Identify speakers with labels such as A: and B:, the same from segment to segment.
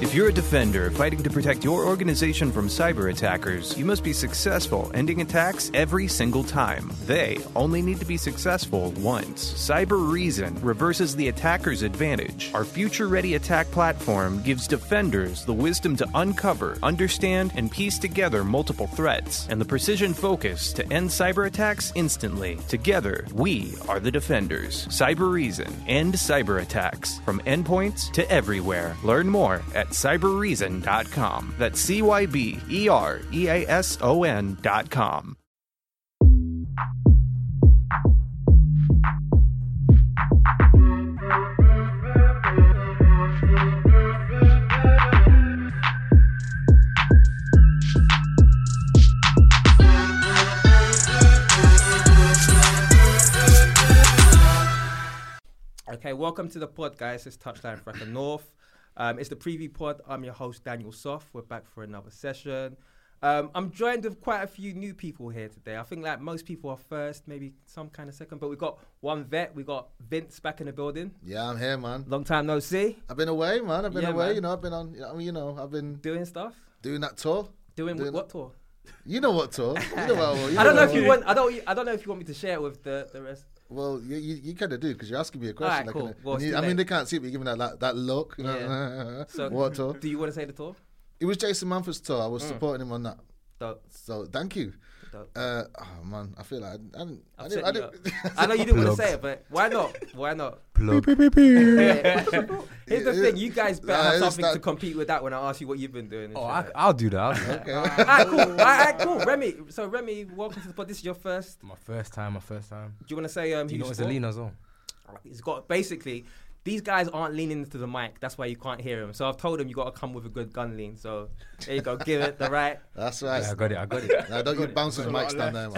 A: If you're a defender fighting to protect your organization from cyber attackers, you must be successful ending attacks every single time. They only need to be successful once. Cyber Reason reverses the attacker's advantage. Our future ready attack platform gives defenders the wisdom to uncover, understand, and piece together multiple threats, and the precision focus to end cyber attacks instantly. Together, we are the defenders. Cyber Reason. End cyber attacks. From endpoints to everywhere. Learn more at cyberreason.com. That's C Y B E R E A S O N.com.
B: Okay, welcome to the pod, guys. It's Touchline Frecker North. Um, it's the preview pod. I'm your host, Daniel Soft. We're back for another session. Um, I'm joined with quite a few new people here today. I think like most people are first, maybe some kind of second, but we got one vet. We got Vince back in the building.
C: Yeah, I'm here, man.
B: Long time no see.
C: I've been away, man. I've been
B: Yeah,
C: away.
B: man.
C: You know, I've been on. I mean, you know, I've been
B: Doing stuff.
C: doing that tour.
B: Doing,
C: Doing-
B: what tour?
C: You know what tour? You know what, you
B: I don't know
C: what-
B: if you want. I don't. I don't know if you want me to share it with the the rest.
C: Well, you, you, you kind of do because you're asking me a
B: Alright,
C: question.
B: cool.
C: and-
B: Well,
C: and
B: it's
C: you-
B: too
C: I mean,
B: late.
C: they can't see, it, but you're giving that that, that look. You know?
B: So,
C: what tour?
B: Do you want to say the tour? Mm.
C: It was Jason Manford's tour. I was supporting him on that.
B: Dope.
C: So thank you.
B: Dope.
C: Uh, oh man, I feel like I didn't. I didn't. I,
B: I've set
C: didn't, I,
B: you
C: didn't
B: up. I know you didn't want to say it, but why not? Why not? Here's the
C: Yeah,
B: thing,
C: yeah.
B: you guys better
C: Nah,
B: have
C: it's
B: something
C: not-
B: to compete with that when I ask you what you've been doing. and
D: Oh, I,
B: shit.
D: I'll do that. I'll do that.
C: okay.
B: Alright, cool. Alright, cool. Remy, so Remy, welcome to the pod. This is your first. Do
D: my first time, my first time.
B: you want to say um?
D: Do you
B: who
D: know it's
B: support?
D: Alina as well?
B: He's got basically. These guys aren't leaning into the mic. That's why you can't hear him. So I've told him you got to come with a good gun lean. So there you go. Give it the right.
C: That's right.
D: Yeah, I got it, I got it.
C: Now don't you bounce those mics down there,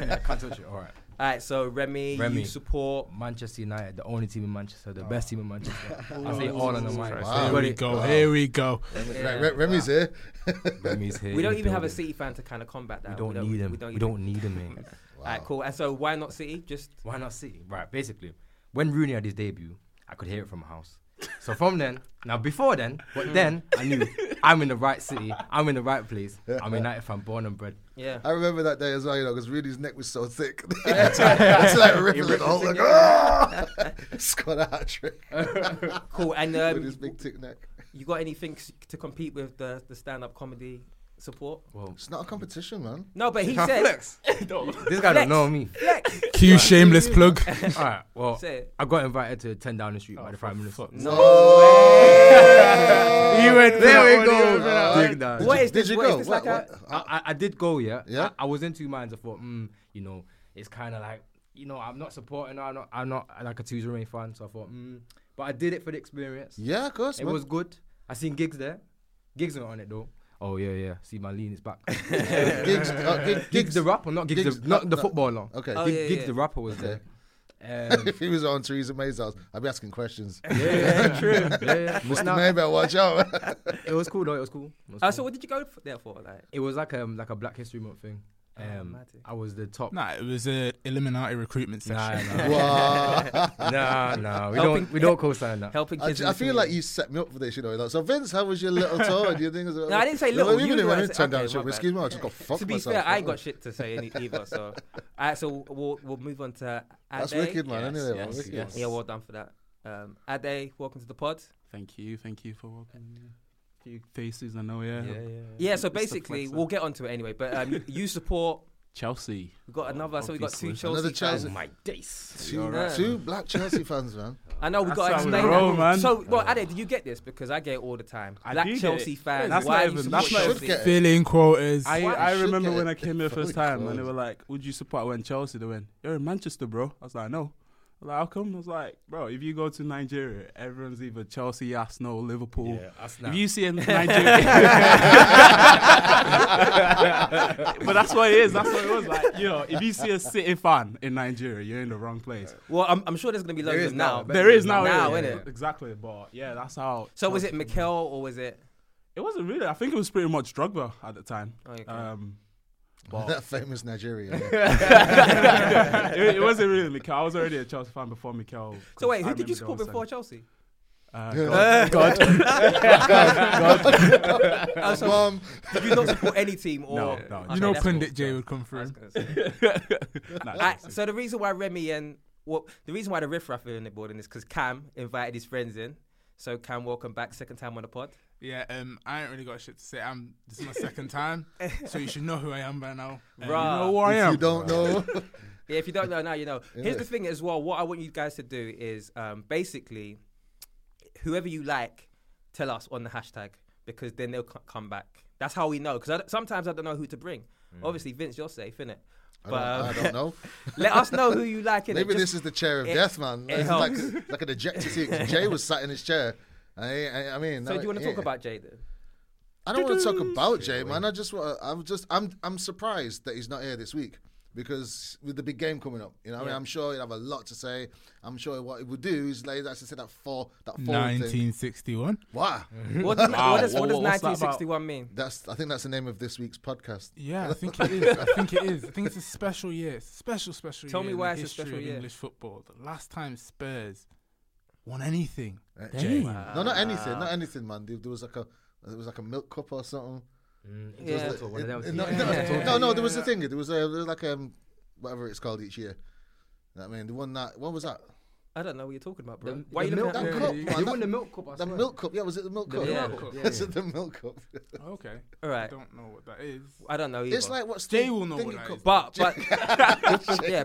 C: man.
D: Can't touch it. All right.
B: All right. So Remy,
D: Remy.
B: you support.
D: Manchester United, the only team in Manchester, the best team in Manchester. I say all on the mic.
C: Wow.
D: So
E: Here we go. Here we go.
C: Re- Re- Remy's here.
D: Remy's here.
B: We don't
D: in
B: even have a
D: building.
B: City fan to kind of combat that.
D: We don't need him.
B: We don't.
D: We don't need him, man.
B: All right, cool. And so why not City? Just
D: Why not City? Right, basically, when Rooney had his debut, I could hear it from my house. So from then, now before then, but then I knew I'm in the right city. I'm in the right place. I'm a United fan, born and bred.
B: yeah.
C: I remember that day as well, you know, because Rudy's neck was so thick. it's like, it's like rippling Oh, the whole like, ah! Scored a hat trick
B: Cool. And
C: ah! with his
B: um,
C: big thick neck.
B: you got anything s- to compete with the the stand up comedy support?
C: It's not a competition, man.
B: No, but he
D: Now
B: said.
D: flex. This guy don't know me.
B: Flex.
E: Cue shameless plug.
D: All right, well,
B: Say it. Oh,
D: I got invited to 10 down the street by the Prime Minister.
B: No.
D: He went, there we go.
C: one, he went for that
D: Dig that.
B: What
C: you-
B: is this?
C: did you
B: what is
C: go?
B: this
C: What-
B: like
C: what-
B: a-
D: I, I- I did go, yeah.
C: Yeah?
D: I, I was in two minds. I thought, mm, you know, it's kind of like, you know, I'm not supporting her. I'm not, I'm not like a Tuesday Rain fan. So I thought, mm. But I did it for the experience.
C: Yeah, of course,
D: It
C: man.
D: was good. I seen gigs there. Gigs went on it, though. Oh, yeah, yeah. See, my lean is back.
C: gigs, uh, gig,
D: gigs the rapper, not gigs,
C: Giggs-
D: the, not the
C: no, no.
D: footballer.
C: Okay.
B: Oh,
D: Gig-
B: yeah,
D: gigs
B: yeah.
D: the rapper was there. Um,
C: If he was on Theresa May's house, I'd be asking questions.
D: yeah, true. Yeah, yeah. But nah,
C: Maybe I watch out.
D: it was cool though. It was cool. It was
B: Uh,
D: cool.
B: so what did you go f- there for? Like, Oh,
D: It was like um like a Black History Month thing. Um,
B: matty.
D: I was the top.
E: Nah, it was a Illuminati recruitment
D: nah,
E: session.
D: nah,
C: wow.
D: nah, nah. We
B: Helping-
D: don't we don't co-sign that.
B: helping
C: I,
B: kids.
C: ju-
B: in
C: I
B: the
C: feel like you set me up for this, you know. like, so Vince, how was your little tour? Do you think? No,
B: I didn't say little, you were the
C: even if I
B: one
C: didn't
B: that-
C: turn down
B: okay,
C: shit,
B: my
C: but
B: bad.
C: excuse me, I just got
B: community.
C: fucked
B: To be
C: myself.
B: fair, I ain't got shit to say any either. So, alright, so we'll we'll move on to Ade.
C: That's wicked, man. anyway, man, wicked.
B: Yeah, well done for that. Um, Ade, welcome to the pod.
F: Thank you, thank you for welcoming me. Few faces I know, yeah.
D: Yeah, yeah.
B: Yeah, so
F: It's the
B: basically,
F: flex, though.
B: we'll um, get onto it anyway. But um, you, you support
F: Chelsea.
B: We've got another, so we've got two
F: Obviously.
B: Chelsea.
C: Another
B: fans.
C: Chelsea. Oh
D: My days.
C: Two, two black Chelsea fans, man.
B: I know we got to
F: how we
B: explain
F: roll,
B: that.
F: man. Oh.
B: So, well, Ade, do you get this? Because I get it all the time.
F: I
B: Black
F: do get
B: Chelsea
F: it.
B: fans.
F: That's not
B: why do
F: even-
B: you
F: that's
B: support
F: not even-
B: Chelsea?
C: get it.
E: Filling quotas.
F: I,
B: Why?
F: I
C: You should
F: remember
C: get
F: when
C: it.
F: I came here first
C: Fucking
F: time and they
C: clothes.
F: were like, Would you support when Chelsea? They went, You're in Manchester, bro. I was like, No. I was like, How come? I was like, Bro, if you go to Nigeria, everyone's either Chelsea, Arsenal, Liverpool.
D: Yeah, Arsenal.
F: if you see a Nigeria. but that's what it is. That's what it was. Like, you know, if you see a City fan in Nigeria, you're in the wrong place.
B: Well, I'm, I'm sure there's going to be loads
D: is
B: of now.
D: now.
B: but-
F: There is now,
B: Now,
F: yeah,
B: innit?
F: Exactly. But yeah, that's how.
B: So was it
F: Chelsea-
B: Mikel or was it?
F: It wasn't really. I think it was pretty much Drogba at the time.
B: Okay.
F: Um,
C: That famous Nigerian.
F: it, it wasn't really Mikel. I was already a Chelsea fan before Mikel. 'cause
B: So wait,
F: I
B: who
F: remember
B: did
F: there
B: you support
F: was
B: before
F: some-
B: Chelsea?
F: Uh, God. God.
B: Oh, so
C: Mom,
B: did you not support any team or?
F: No, no,
B: Okay,
E: You know,
B: that's
E: Pundit
B: cool.
E: J would come through.
F: Nah,
B: I,
F: Chelsea.
B: so the reason why Remy and well, the reason why the riffraff are in the building is because Cam invited his friends in. So Cam, welcome back, second time on the pod.
E: Yeah, um, I ain't really got shit to say. I'm this is my second time, so you should know who I am by now.
B: Bruh.
E: Um, you know who I
C: if you
E: am.
C: don't know.
B: Yeah, if you don't know now, you know. Here's the thing as well. What I want you guys to do is um, basically, whoever you like, tell us on the hashtag because then they'll c- come back. That's how we know. Because sometimes I don't know who to bring.
E: Mm.
B: Obviously, Vince, you're safe, innit?
C: I
B: But
C: don't,
B: um,
C: I don't know.
B: let us know who you like. Innit?
C: Maybe
B: Just-
C: this is the chair of
B: it-
C: death, man.
B: it
C: It's like,
B: helps.
C: like an ejector seat. Jay was sat in his chair. I, I, I mean,
B: So
C: now
B: do you want
C: it-
B: to talk
C: yeah.
B: about Jay then?
C: I don't want to talk about Jay, man. I just, want. I'm just, I'm, I'm surprised that he's not here this week because with the big game coming up, you know, what I mean, I'm sure he'll have a lot to say. I'm sure what he will do is like, that's to say that four, that four thing.
E: 1961.
C: Wow,
B: What, does- what does, what does
F: Wow, what's that about?
B: 1961 mean?
C: that's, I think that's the name of this week's podcast.
E: Yeah, I think it is. I think it is. I think it's a special year. It's a special, special
B: Tell
E: year.
B: me
E: in
B: why
E: the
B: it's a
E: history
B: special
E: of
B: year.
E: English football. The last time Spurs won anything.
C: Uh, Jay. No, not anything, not anything, man. There, there was like a, there was like a milk cup or something.
D: Mm,
B: Yeah.
C: It-
D: one of them
C: it-
D: things.
C: no,
D: Yeah,
C: no,
D: yeah, yeah,
C: No, no, there was a thing. There was a there was like um whatever it's called each year. You know what I mean, the one that what was that?
B: I don't know what you're talking about, bro.
D: The-
B: Why
D: the
B: you
D: milk
B: looking
C: That
B: at me?
D: They
C: cup, man.
D: won the
C: That,
D: milk cup. I
C: the
D: swear.
C: milk cup. Yeah, was it the milk cup?
B: milk
C: Yeah.
B: cup, yeah,
C: Is it the milk cup?
E: Okay.
B: All right.
E: I don't know what that is.
B: I don't know either.
C: It's like what's
E: Jay
C: the
E: will know
C: thingy
E: what that
C: cup?
E: is.
B: But but yeah.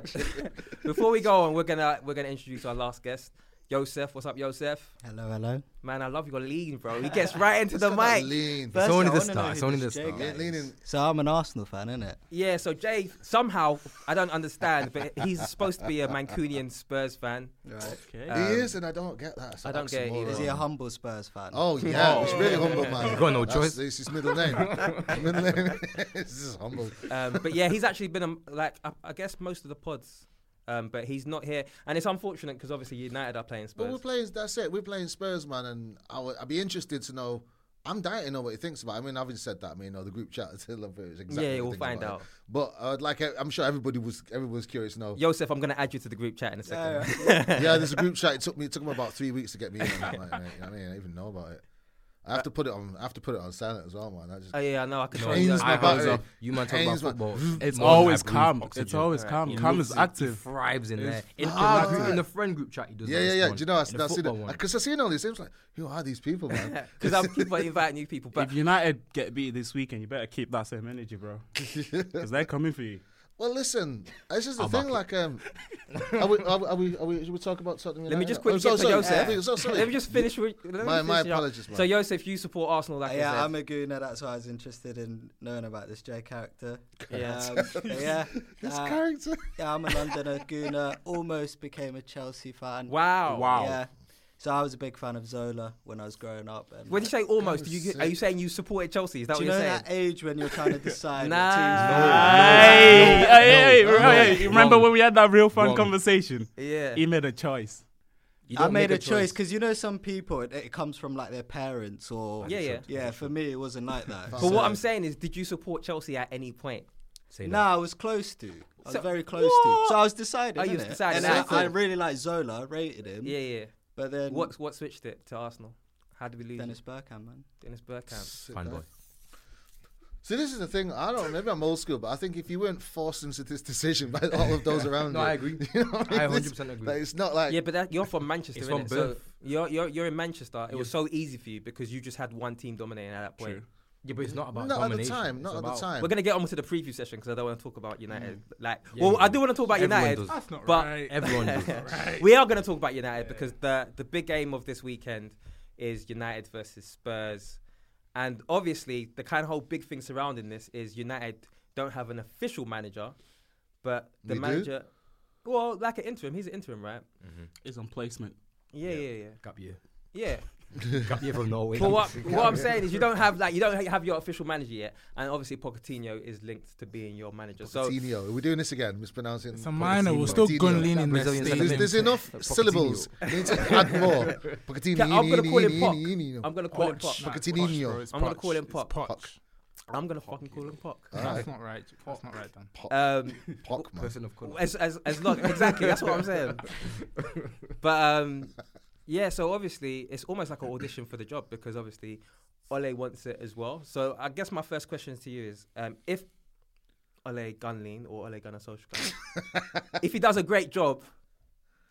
B: Before we go on, we're gonna we're gonna introduce our last guest, Joseph. What's up, Joseph?
G: Hello, hello.
B: Man, I love your lean, bro. He gets right into
C: It's
B: the
C: got that
B: mic.
C: Lean.
D: It's only
G: I
D: the
G: wanna know
D: start.
G: who
D: It's only the
G: this Jay
D: start.
G: guy
C: Yeah, leaning.
G: So I'm an Arsenal fan, innit?
B: Yeah. So Jay somehow I don't understand, but he's suped to be a Mancunian Spurs fan. Um,
G: Right.
F: Okay.
C: He is, and I don't get that. It's
B: I
C: an
B: don't get it either.
G: Is he a
C: oxymoron.
G: humble Spurs fan?
C: Oh yeah, he's really humble, man. You
D: got no choice.
C: It's his middle name. His middle name. This is humble.
B: Um, but yeah, he's actually been um, like I, I guess most of the pods, um, but he's not here, and it's unfortunate because obviously United are playing
C: But we're
B: Spurs.
C: playing. That's it. We're playing Spurs, man, and I would, I'd be interested to know. I'm dying to know what he thinks about. It. I mean, having said that, I mean, you know, the group chat is exactly. what
B: Yeah,
C: he
B: we'll
C: thinks
B: find
C: about
B: out.
C: It. But uh, like, I- I'm sure everybody was everybody was curious to know.
B: Joseph, I'm gonna add you to the group chat in a second.
C: yeah, there's a group chat. It took me. It took me about three weeks to get me. In. on that, like, mate, you know what I mean, I didn't even know about it. I have to put it on. I have to put it on silent as well, man. I just,
B: Oh yeah, I know. I can show
C: Aims
B: you.
C: my
B: that.
D: I
C: battery.
D: goes off. You man talk about
C: Aims my-
D: football.
F: It's
D: more than
F: always
D: I breathe
F: calm.
D: oxygen.
F: It's always calm.
D: He
F: Calm
D: loves
F: is
D: it. He
F: active.
D: thrives in there. In,
C: Ah,
D: our group,
C: right.
D: in the friend group chat, he does.
C: yeah,
D: not
C: yeah, yeah.
D: respond.
C: Do you know? I,
D: In the
C: I see
D: football
C: that
D: one.
C: because I seen all these. It was like, who are these people, man?
B: Because I keep on inviting new people, but
F: If United get beat this weekend, you better keep that same energy, bro. Because they're coming for you.
C: Well, listen, this is the thing. Like, um, are we? Are we? Are we, are we should we talk about something?
B: Let me
C: United?
B: just
C: Oh,
B: quickly
C: so-
B: get to
C: sorry,
B: Joseph.
C: I think- so sorry.
B: Let me just finish with. let me
C: My- my
B: finish up.
C: apologies, man.
B: So, Joseph, you support Arsenal, like I
G: yeah,
B: said.
G: I'm a gooner. That's why I was interested in knowing about this Jay character.
B: Yeah.
G: Um, but yeah.
C: This
G: uh,
C: character.
G: yeah, I'm a Londoner gooner. Almost became a Chelsea fan.
B: wow.
F: Wow.
G: Yeah. So I was a big fan of Zola when I was growing up. And
B: When you say almost,
C: That
B: do you,
C: was
B: are you saying you supported Chelsea? Is that
G: do you
B: what
G: know
B: you're
G: that
B: saying?
G: age when you're trying to decide? what
B: Nah.
F: Hey, hey, hey,
D: no,
F: hey,
D: no,
F: remember
D: wrong.
F: when we had that real fun
D: Wrong.
F: conversation?
B: Yeah.
F: He made a choice.
D: You
G: I
D: don't make
G: made a choice
D: choice.
G: because you know some people it, it comes from like their parents or
B: Yeah, yeah.
G: yeah. For me, it wasn't like that.
B: But what I'm saying is, did you support Chelsea at any point?
D: Say
G: No, I was close to. I was
B: So-
G: very close
B: What?
G: to. So I was deciding.
B: Oh, you was
G: innit?
B: deciding,
G: And I,
B: that's cool.
G: I really liked Zola. I rated him.
B: Yeah, yeah.
G: But then
B: What what switched it to Arsenal? How did we lose?
G: Dennis
B: Dennis,
G: Burkham, man.
B: Dennis Bergkamp.
D: Fine boy.
C: See, this is the thing. I don't. Maybe I'm old school, but I think if you weren't forced into this decision by all of those around
D: No,
C: you,
D: I agree.
C: You know what
D: I 100%
C: mean? It's-
D: agree.
C: Like, it's not like
B: Yeah, but that, you're from Manchester,
D: It's
B: innit?
D: from
B: So
D: birth.
B: you're, you're you're in Manchester. It was so easy for you because you just had one team dominating at that point.
D: Yeah, but it's not about
C: Not at the
D: domination.
C: time.
D: it's
C: Not at the
D: about- Mm.
C: time.
B: We're gonna get on to the preview session because I don't want to talk about United. Like,
D: Yeah,
B: well,
D: you
B: I
D: do.
B: do want to talk about
D: Everyone
B: United,
D: does.
E: That's not
B: but
E: right.
D: Everyone does.
B: we are gonna talk about United because the the big game of this weekend is United versus Spurs, and obviously the kind of whole big thing surrounding this is United don't have an official manager, but the
C: We do?
B: manager, well, like an interim. He's an interim, right?
C: Mm-hmm.
F: It's on placement.
B: Yeah, yeah, yeah,
D: Gap year.
B: yeah.
D: Gap year from Norway.
B: But what, what I'm saying is you don't have like you don't have your official manager yet, and obviously Pochettino is linked to being your manager. So
C: Pochettino. Are we doing this again? Mispronouncing.
E: It's a minor. We're
C: Pochettino.
E: still
C: Pochettino.
E: going lean in there.
D: Brazilian
E: Steve.
C: There's, there's enough syllables. You need to add more. Pochettino.
B: Ca- I'm gonna call him Poch.
C: Pochettino.
B: I'm gonna call him
C: Poch.
B: Poch.
E: Poch, bro,
C: Pochettino.
E: it's
B: I'm gonna
E: Poch.
B: call him
E: It's
B: Poch.
E: Poch.
B: I'm gonna fucking call him Poch.
E: That's not right. That's not right, Dan.
B: Um,
C: Poch, man.
D: Person of colour.
B: as as as long exactly that's what I'm saying. But um, yeah, so obviously it's almost like an audition for the job because obviously Ole wants it as well. So I guess my first question to you is um, if Ole Gunlean or Ole Gunnar Solskjaer, if he does a great job,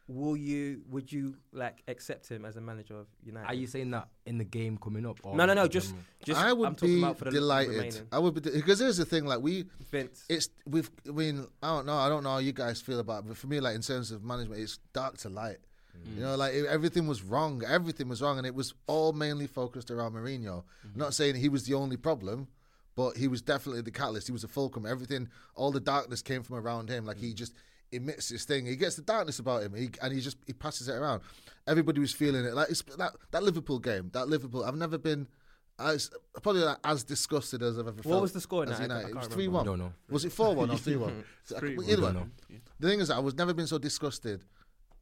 B: will you would you like accept him as a manager of United?
D: Are you saying that in the game coming up? oh, um, Or
B: no, no, no.
D: in
B: Just,
D: general?
B: just.
C: I would
B: I'm talking
C: be
B: about for the
C: delighted.
B: remaining.
C: I would be because here's the thing. Like we,
B: Vince.
C: it's we've. I mean, I don't know. I don't know how you guys feel about, it, but for me, like in terms of management, it's dark to light. You know, like e, everything was wrong. Everything was wrong, and it was all mainly focused around Mourinho. Not saying he was the only problem, but he was definitely the catalyst. He was a fulcrum. Everything, all the darkness came from around him. Like he just emits this thing. He gets the darkness about him, he, and he just he passes it around. Everybody was feeling it. Like it's, that that Liverpool game. That Liverpool. I've never been. As, probably like, as disgusted as I've ever felt.
B: was the score in
C: as
B: that? I
C: United.
B: can't
C: It was
B: remember.
C: three one.
D: Don't know.
C: Was it four one or three one? Either
D: Don't
C: way.
D: know.
C: The thing is, I was never been so disgusted.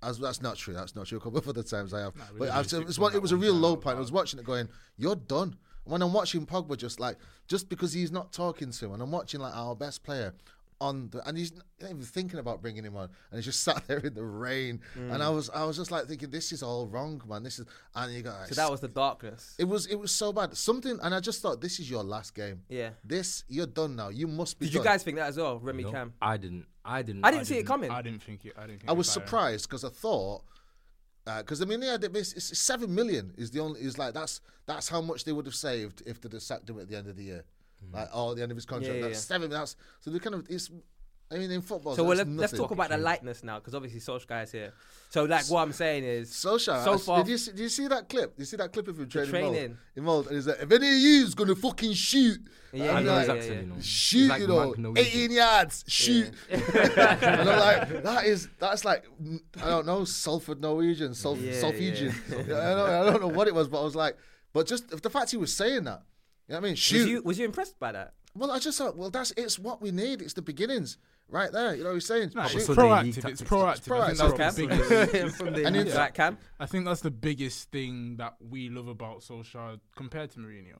C: As that's not true. That's not true. A couple of other times I have, but I've, it's one, it was a real low point. I was watching it, going, "You're done." When I'm watching Pogba, just like just because he's not talking to, and I'm watching like our best player on the, and he's not even thinking about bringing him on, and he's just sat there in the rain,
B: Mm.
C: and I was, I was just like thinking, "This is all wrong, man. This is," and you go,
B: So that was the darkness.
C: it was, it was so bad. Something, and I just thought, "This is your last game.
B: Yeah.
C: this you're done now. You must be."
B: Did you
C: done."
B: guys think that as well, Remy
D: No,
B: Cam?
D: I didn't. I didn't.
B: I didn't see it coming.
E: I didn't think it. I didn't. Think
C: I was
E: about it.
C: surprised because I thought, because I mean, yeah, they- it's, it's seven million is the only is like that's that's how much they would have saved if they'd have sacked him at the end of the year, like or the end of his contract.
B: Yeah, yeah,
C: that's
B: yeah.
C: seven. That's so they kind of it's. I mean, in football,
B: So
C: so
B: well,
C: that's
B: let, let's
C: nothing.
B: talk about the lightness now, because obviously Solskjaer's here. So like, what I'm saying is,
C: Solskjaer,
B: so
C: I-
B: far,
C: did you, see, did you see that clip? Did you see that clip of him training,
B: training.
C: Mold? In Mold, and he's like, if any of you's gonna fucking shoot,
B: Yeah,
C: And
D: I
C: I'm
D: know
C: like,
D: his accent, you know. He's
C: shoot,
D: like
C: you
D: Mark
C: know,
D: Nowitzki.
C: 18 yards, shoot. and I'm like, that is, that's like, mm, I don't know, Salford Norwegian, Salf-
B: Yeah,
C: Salfegian. I, don't, I don't know what it was, but I was like, but just the fact he was saying that, you know what I mean?
B: was
C: Shoot.
B: you was you impressed by that?
C: well, I just thought, well, that's, it's what we need. It's the beginnings right there. You know what he's saying?
E: No, it's
C: Shoot.
D: so they need
E: proactive. It's
D: tactics.
E: proactive. I think
C: It's
E: that's the
B: Cam,
E: biggest.
B: from the
C: And it's-
B: back Cam.
E: I think that's the biggest thing that we love about Solskjaer compared to Mourinho.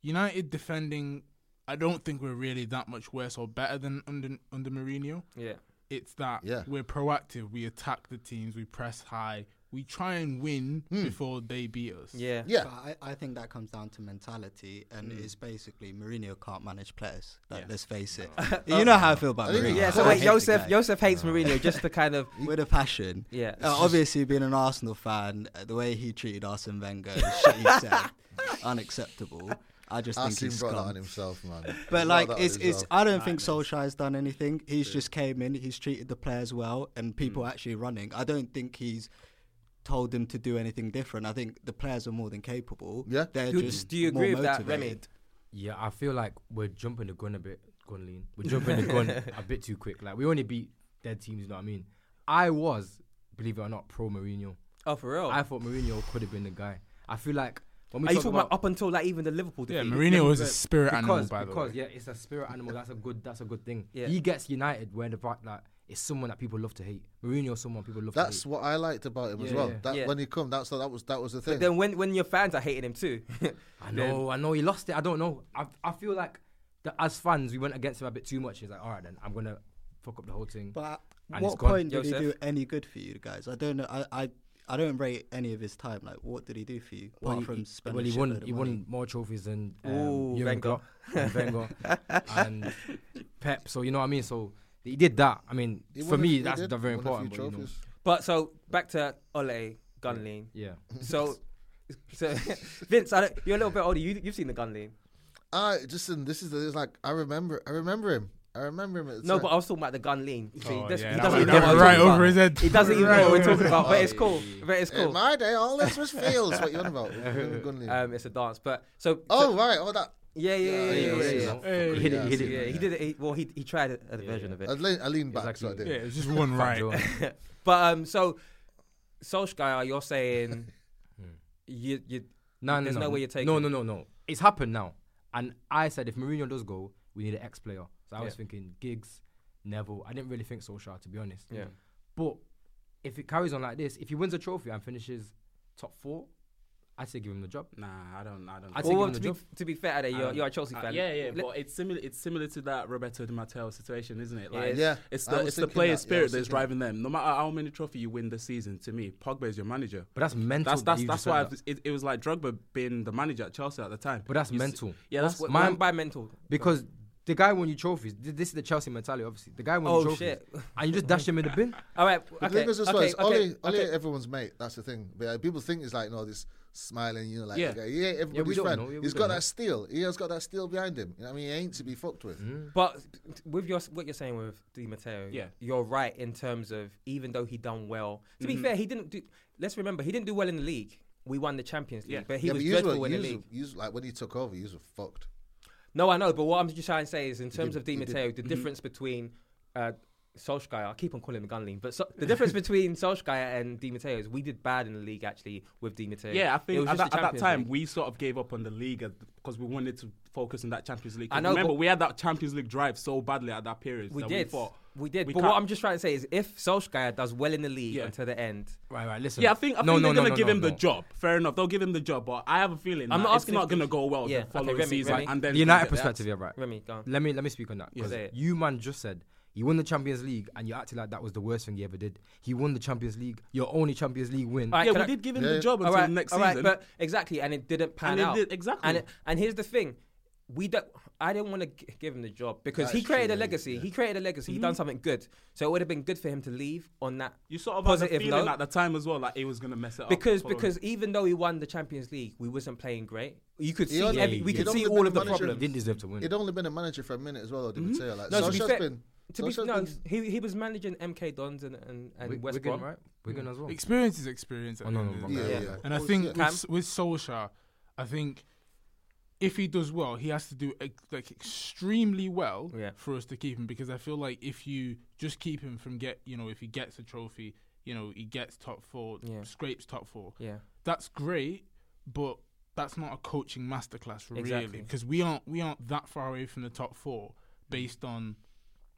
E: United defending, I don't think we're really that much worse or better than under under Mourinho.
B: Yeah,
E: It's that
C: Yeah.
E: we're proactive, we attack the teams, we press high, we try and win before they beat us.
B: yeah,
C: Yeah.
G: But I, I think that comes down to mentality, and
D: Mm.
G: it's basically Mourinho can't manage players. Like, Let's face it. you know how I feel about Mourinho.
B: yeah. So
G: I
B: wait,
G: hate the
B: Joseph
G: guy.
B: Joseph hates Mourinho just to kind of
G: with a passion.
B: Yeah.
G: Uh,
B: It's just-
G: obviously, being an Arsenal fan, uh, the way he treated Arsene Wenger, and shit he said, unacceptable. I just think
C: Arsene
G: he's
C: brought that
G: scum.
C: on himself, man. He brought
G: But like,
C: that on
G: it's it's.
C: himself.
G: I don't think Solskjaer's done anything. He's just came in. He's treated the players well, and people
D: Mm.
G: are actually running. I don't think he's told them to do anything different. I think the players are more than capable.
C: Yeah.
G: They're
B: Do-
G: just.
B: do you
G: more
B: agree with that,
G: motivated.
B: Remy?
D: Yeah, I feel like we're jumping the gun a bit, gun lean. We're jumping the gun a bit too quick. Like we only beat dead teams, you know what I mean? I was, believe it or not, pro Mourinho.
B: oh for real.
D: I thought Mourinho could have been the guy. I feel like when we
B: Are you
D: talk
B: talking about, up until like even the Liverpool
E: Yeah,
B: defeat?
E: Mourinho is a spirit
D: because,
E: animal, by the
D: because,
E: way.
D: yeah, it's a spirit animal. That's a good. That's a good thing.
B: Yeah.
D: He gets United where the fact that it's someone that people love to hate. Mourinho, is someone people love.
C: That's
D: to hate.
C: what I liked about him as
D: Yeah,
C: well.
D: yeah.
C: That
B: Yeah.
C: when he come, that's that was that was the thing.
B: Then when when your fans are hating him too,
D: I know. I know. He lost it. I don't know. I I feel like that as fans we went against him a bit too much. He's like, all right, then I'm gonna fuck up the whole thing.
G: But
D: And it's
G: what
D: gone.
G: point did he do
B: Joseph?
G: any good for you guys? I don't know. I, I I don't rate any of his time. Like, what did he do for you? Apart
D: Well, he-
G: from
D: he-
G: spending
D: well, he
G: a
D: won.
G: shitload of
D: He
G: money.
D: won more trophies than um,
B: Ooh,
D: Jurgen
B: Wenger.
D: Klopp and Wenger and Pep. So you know what I mean. So he did that. I mean,
C: He
D: for
C: won a-
D: me,
C: he
D: that's
C: did
D: the very
C: win a few
D: important. But, you know,
C: trophies.
B: but so back to Ole Gunlean.
D: yeah.
B: So so Vince, I don't, you're a little bit older. You you've seen the Gunlean.
C: I just and this is the, it's like I remember I remember him. I remember him at the
B: No,
C: time.
B: but I was talking about the gun lean. So he, does, he
E: Oh, that
B: doesn't
E: went-
B: even know
E: that
B: what
E: went
B: we're
E: right
B: talking
E: over
B: about.
E: his head.
B: He doesn't even
E: Right
B: know what we're
E: over
B: talking
E: his
B: about, but
E: head.
B: it's cool. But it's
C: In
B: cool.
C: my day, all this was feels. what you on about? Gunley.
B: Um, it's a dance, but so
C: oh
B: so-
C: right, all that.
B: yeah, yeah, yeah, yeah,
C: yeah,
B: yeah,
C: yeah,
B: yeah.
E: Hey.
B: He did it. He
C: Yeah,
B: did it. He did it. he- Well, he he tried a, a version of it.
C: I lean, I lean back, so I
D: Exactly.
C: did.
E: Yeah, it's just one right.
B: But um, so Solskjaer, you're saying
E: Hmm.
B: you you
D: No, no,
B: There's
D: no.
B: no way you're taking
D: No,
B: it.
D: no, no, no. It's happened now. And I said if Mourinho does go, we need an ex player. So I was
B: Yeah.
D: thinking Giggs, Neville. I didn't really think Solskjaer, to be honest.
B: Yeah.
D: But if it carries on like this, if he wins a trophy and finishes top four, I say give him the job.
F: Nah, I don't. I don't.
D: I
F: think-
D: think
B: well,
D: him
B: to
D: the
B: be,
D: job. Um,
B: to be fair, there you're, you're a Chelsea
F: Uh,
B: fan.
F: yeah, yeah,
B: Let-
F: but it's similar. It's similar to that Roberto Di Matteo situation, isn't it?
B: Yeah.
F: Like,
C: Yeah,
F: it's
C: I
F: the
C: was
F: it's the
C: thinking
F: player
C: that, yeah, I
F: spirit
C: was
F: that's
C: thinking
F: driving them. No matter how many trophy you win this season, to me, Pogba is your manager.
D: But that's mental
F: That's
D: that
F: that's
D: you
F: that's
D: just
F: why
D: said
F: I've-
D: that.
F: it, it was like Drogba being the manager at Chelsea at the time.
D: But that's
F: You see-
D: mental.
F: Yeah, that's
B: what-
F: what.
B: what by mental.
D: Because the guy won you trophies. Th- This is the Chelsea mentality, obviously. The guy won
B: Oh,
D: you trophies.
B: shit.
D: And you just dash him in the bin.
B: All right.
C: But
B: okay,
C: the thing is as well,
B: okay,
C: it's
B: okay,
C: Oli, Oli
B: okay.
C: everyone's mate. That's the thing. But, uh, people think it's like no, this smiling, you know, like
F: Yeah.
C: okay, he ain't everybody's
D: don't
C: friend.
D: know, yeah, we
C: He's
D: don't
C: got
D: know.
C: that steel. He has got that steel behind him. You know what I mean, he ain't to be fucked with.
B: But with your what you're saying with Di Matteo,
F: Mm. Yeah.
B: you're right in terms of even though he done well. To
F: Mm-hmm.
B: be fair, he didn't do. Let's remember, he didn't do well in the league. We won the Champions League,
F: Yeah.
B: but he was
C: but yous
B: dreadful
C: were-
B: in the
C: yous
B: league.
C: were- yous- like when he took over, you were fucked.
B: No, I know, but what I'm just trying to say is, in terms
C: did-
B: of Di
C: he did.
B: Matteo, the
F: Mm-hmm.
B: difference between uh, Solskjaer, I keep on calling him Gunling, but so, the difference between Solskjaer and Di Matteo is we did bad in the league actually with Di Matteo.
F: Yeah, I
B: It
F: think
B: was
F: at that,
B: just the
F: at that
B: Champions
F: time
B: League.
F: we sort of gave up on the league because we wanted to focus on that Champions League. 'Cause
B: I know,
F: remember,
B: but-
F: we had that Champions League drive so badly at that period.
B: we
F: that
B: did.
F: We, thought,
B: We did,
F: we
B: but what
F: can't-
B: I'm just trying to say is, if Solskjaer does well in the league
F: Yeah.
B: until the end,
D: Right, right, listen.
F: yeah, I think I
D: No,
F: think
D: no,
F: they're
D: no,
F: gonna
D: no,
F: give
D: no,
F: him
D: no.
F: the job. Fair enough, they'll give him the job, but I have a feeling
B: I'm
F: that
B: not
F: it's
B: asking
F: not
B: if-
F: gonna go well
B: Yeah,
F: the
B: okay,
F: following
B: Remy,
F: season.
B: Remy.
F: And then
D: The United perspective, yeah, right.
B: Remy, go on.
D: Let me let me speak on that. 'cause
B: Say it.
D: You man just said you won the Champions League and you acted like that was the worst thing you ever did. He won the Champions League, your only Champions League win.
B: All right,
F: Yeah,
B: can
F: we
B: I-
F: did give him
C: Yeah.
F: the job
B: All
F: until
B: right,
F: next
B: all right,
F: season.
B: but exactly, and it didn't pan
F: it
B: out.
F: did- exactly.
B: And it- and here's the thing, we don't. I didn't want to g- give him the job because he
C: That's true,
B: created a
C: yeah,
B: legacy. He created a legacy. He done something good, so it would have been good for him to leave on that
F: Mm-hmm. You sort of
B: positive
F: had the feeling
B: note.
F: at the time as well, like he was gonna mess it
B: because
F: up. following-
B: because even though he won the Champions League, we wasn't playing great. You could see
C: only-
B: every, we
C: he
B: could
C: only
B: see
C: been
B: all
C: the
B: of the
C: manager-
B: problems. Mm-hmm.
D: Didn't deserve to win.
C: He'd only been a manager for a minute as well, though, Di Matteo. Like,
B: No, to be
C: Uh, Solskjaer's
B: fair-
C: been.
B: To be,
C: Solskjaer's
B: no,
C: been-
B: he he was managing MK Dons and and, and
D: Wi-
B: West
D: Wigan,
B: Brom.
D: right? Wigan as well.
E: Experience is experience. at
D: Oh,
E: the
D: no,
E: end
D: no,
E: of the
D: wrong
E: day.
C: yeah,
D: Yeah.
C: yeah.
E: And I
C: Of course,
E: think
C: yeah.
B: Cam?
E: with, with Solskjaer, I think if he does well, he has to do ex- like extremely well
B: Yeah.
E: for us to keep him because I feel like if you just keep him from get, you know, if he gets a trophy, you know, he gets top four,
B: Yeah.
E: scrapes top four.
B: Yeah.
E: That's great, but that's not a coaching masterclass really
B: Exactly.
E: because we aren't we aren't that far away from the top four based on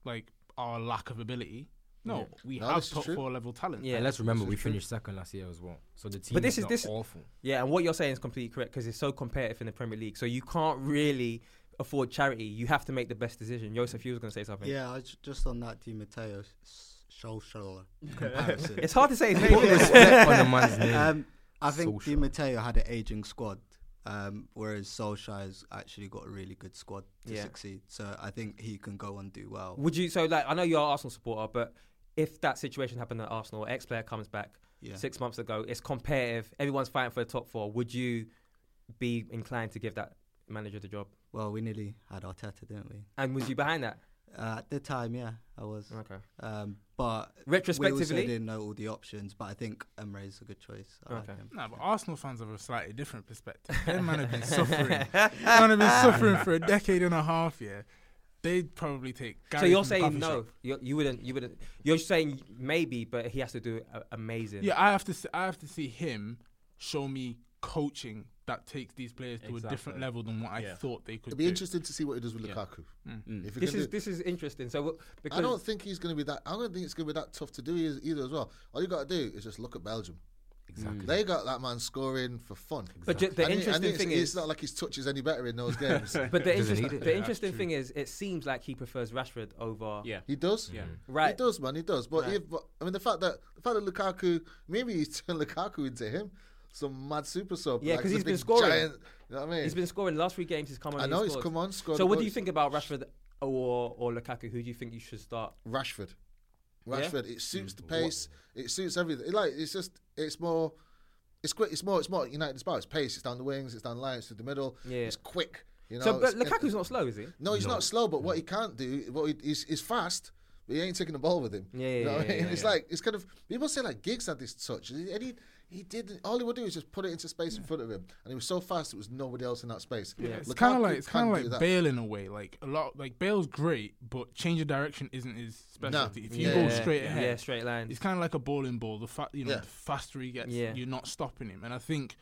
E: like our lack of ability. No, we
C: No,
E: have
C: this is
E: top
C: true.
E: four level talent.
B: Yeah.
D: And let's remember we
C: This is true.
D: finished second last year as well. So the team
B: But this
D: is,
B: is-
D: not
B: this-
D: awful.
B: Yeah, and what you're saying is completely correct because it's so competitive in the Premier League. So you can't really afford charity. You have to make the best decision. Joseph, you was going to say something.
G: Yeah, I was just on that Di Matteo Solskjaer comparison.
B: It's hard to say his
D: Put
B: name.
D: respect on the man's name.
G: um, I think Di
D: Solskjaer.
G: Matteo had an aging squad, um, whereas Solskjaer's actually got a really good squad to
B: Yeah.
G: succeed. So I think he can go and do well.
B: Would you, so like, I know you're an Arsenal supporter, but if that situation happened at Arsenal, ex player comes back
G: Yeah.
B: six months ago, it's competitive, everyone's fighting for the top four, would you be inclined to give that manager the job?
G: Well, we nearly had Arteta, didn't we?
B: And was you behind that?
G: Uh, at the time, yeah, I was.
B: Okay.
G: Um, but we also
B: Retrospectively?
G: didn't know all the options. But I think Emre's a good choice. I
B: Okay.
G: like him.
E: No, but Arsenal fans have a slightly different perspective. Their man have been suffering. Man have been suffering for a decade and a half. Yeah, they'd probably take. Gary
B: so you're
E: from the
B: saying
E: coffee
B: no,
E: shop.
B: you, you wouldn't, you wouldn't, you're saying maybe, but he has to do a, amazing.
E: Yeah, I have to. See, I have to see him show me coaching that takes these players to a different
F: Exactly.
E: level than what I
F: Yeah.
E: thought they could.
C: It'd be
E: do.
C: interesting to see what he does with Lukaku.
D: Mm.
F: Mm.
C: If he
B: This
C: can
B: is
C: do-
B: this is interesting. So w- because
C: I don't think he's going to be that. I don't think it's going to be that tough to do e- either. As well, all you got to do is just look at Belgium. Exactly. They got that man scoring for fun.
B: But ju- the
C: And it- and
B: interesting
C: it's-
B: thing
C: it's
B: is-
C: not like his touch is any better in those games.
B: But the,
D: Doesn't
B: interest,
D: need it.
B: the
D: Yeah,
B: interesting thing is, it seems like he prefers Rashford over.
F: Yeah.
C: he does. Yeah.
B: Right.
C: He does, man. He does. But, if, but I mean, the fact that the fact that Lukaku, maybe he's turned Lukaku into him, some mad super sub.
B: Yeah,
C: like
B: 'cause
C: he's
B: he's
C: a
B: been
C: big
B: scoring.
C: Giant, you know what I mean?
B: He's been scoring the last three games. He's come on.
C: I
B: and
C: know
B: he
C: he's
B: scored.
C: come on, scored
B: So
C: the
B: what do you
C: goals.
B: think about Rashford or or Lukaku? Who do you think you should start?
C: Rashford. Rashford. It suits
B: Mm,
C: the pace. It suits everything. It, like it's just it's more. It's quick. It's more. It's more United style. It's pace. It's down the wings. It's down the line. It's through the middle.
B: Yeah.
C: It's quick. You know,
B: so, but
C: it's-
B: Lukaku's not slow, is he?
C: No, he's not slow, but what he can't do, what he, he's, he's fast, but he ain't taking the ball with him.
B: Yeah,
C: You know
B: yeah,
C: what I
B: yeah,
C: mean?
B: yeah,
C: It's
B: yeah.
C: like it's kind of people say like gigs had this touch, and he he did all he would do is just put it into space in front of him, and he was so fast it was nobody else in that space. Yeah,
E: It's kind of like it's kind of like Bale in a way. Like a lot, like Bale's great, but change of direction isn't his specialty. If you
C: Yeah,
E: go
C: yeah,
E: straight
B: yeah.
E: ahead,
B: Yeah, straight lines.
E: It's kind of like a ball in ball. The fa- you know,
C: Yeah.
E: the faster he gets,
B: Yeah.
E: you're not stopping him. And I think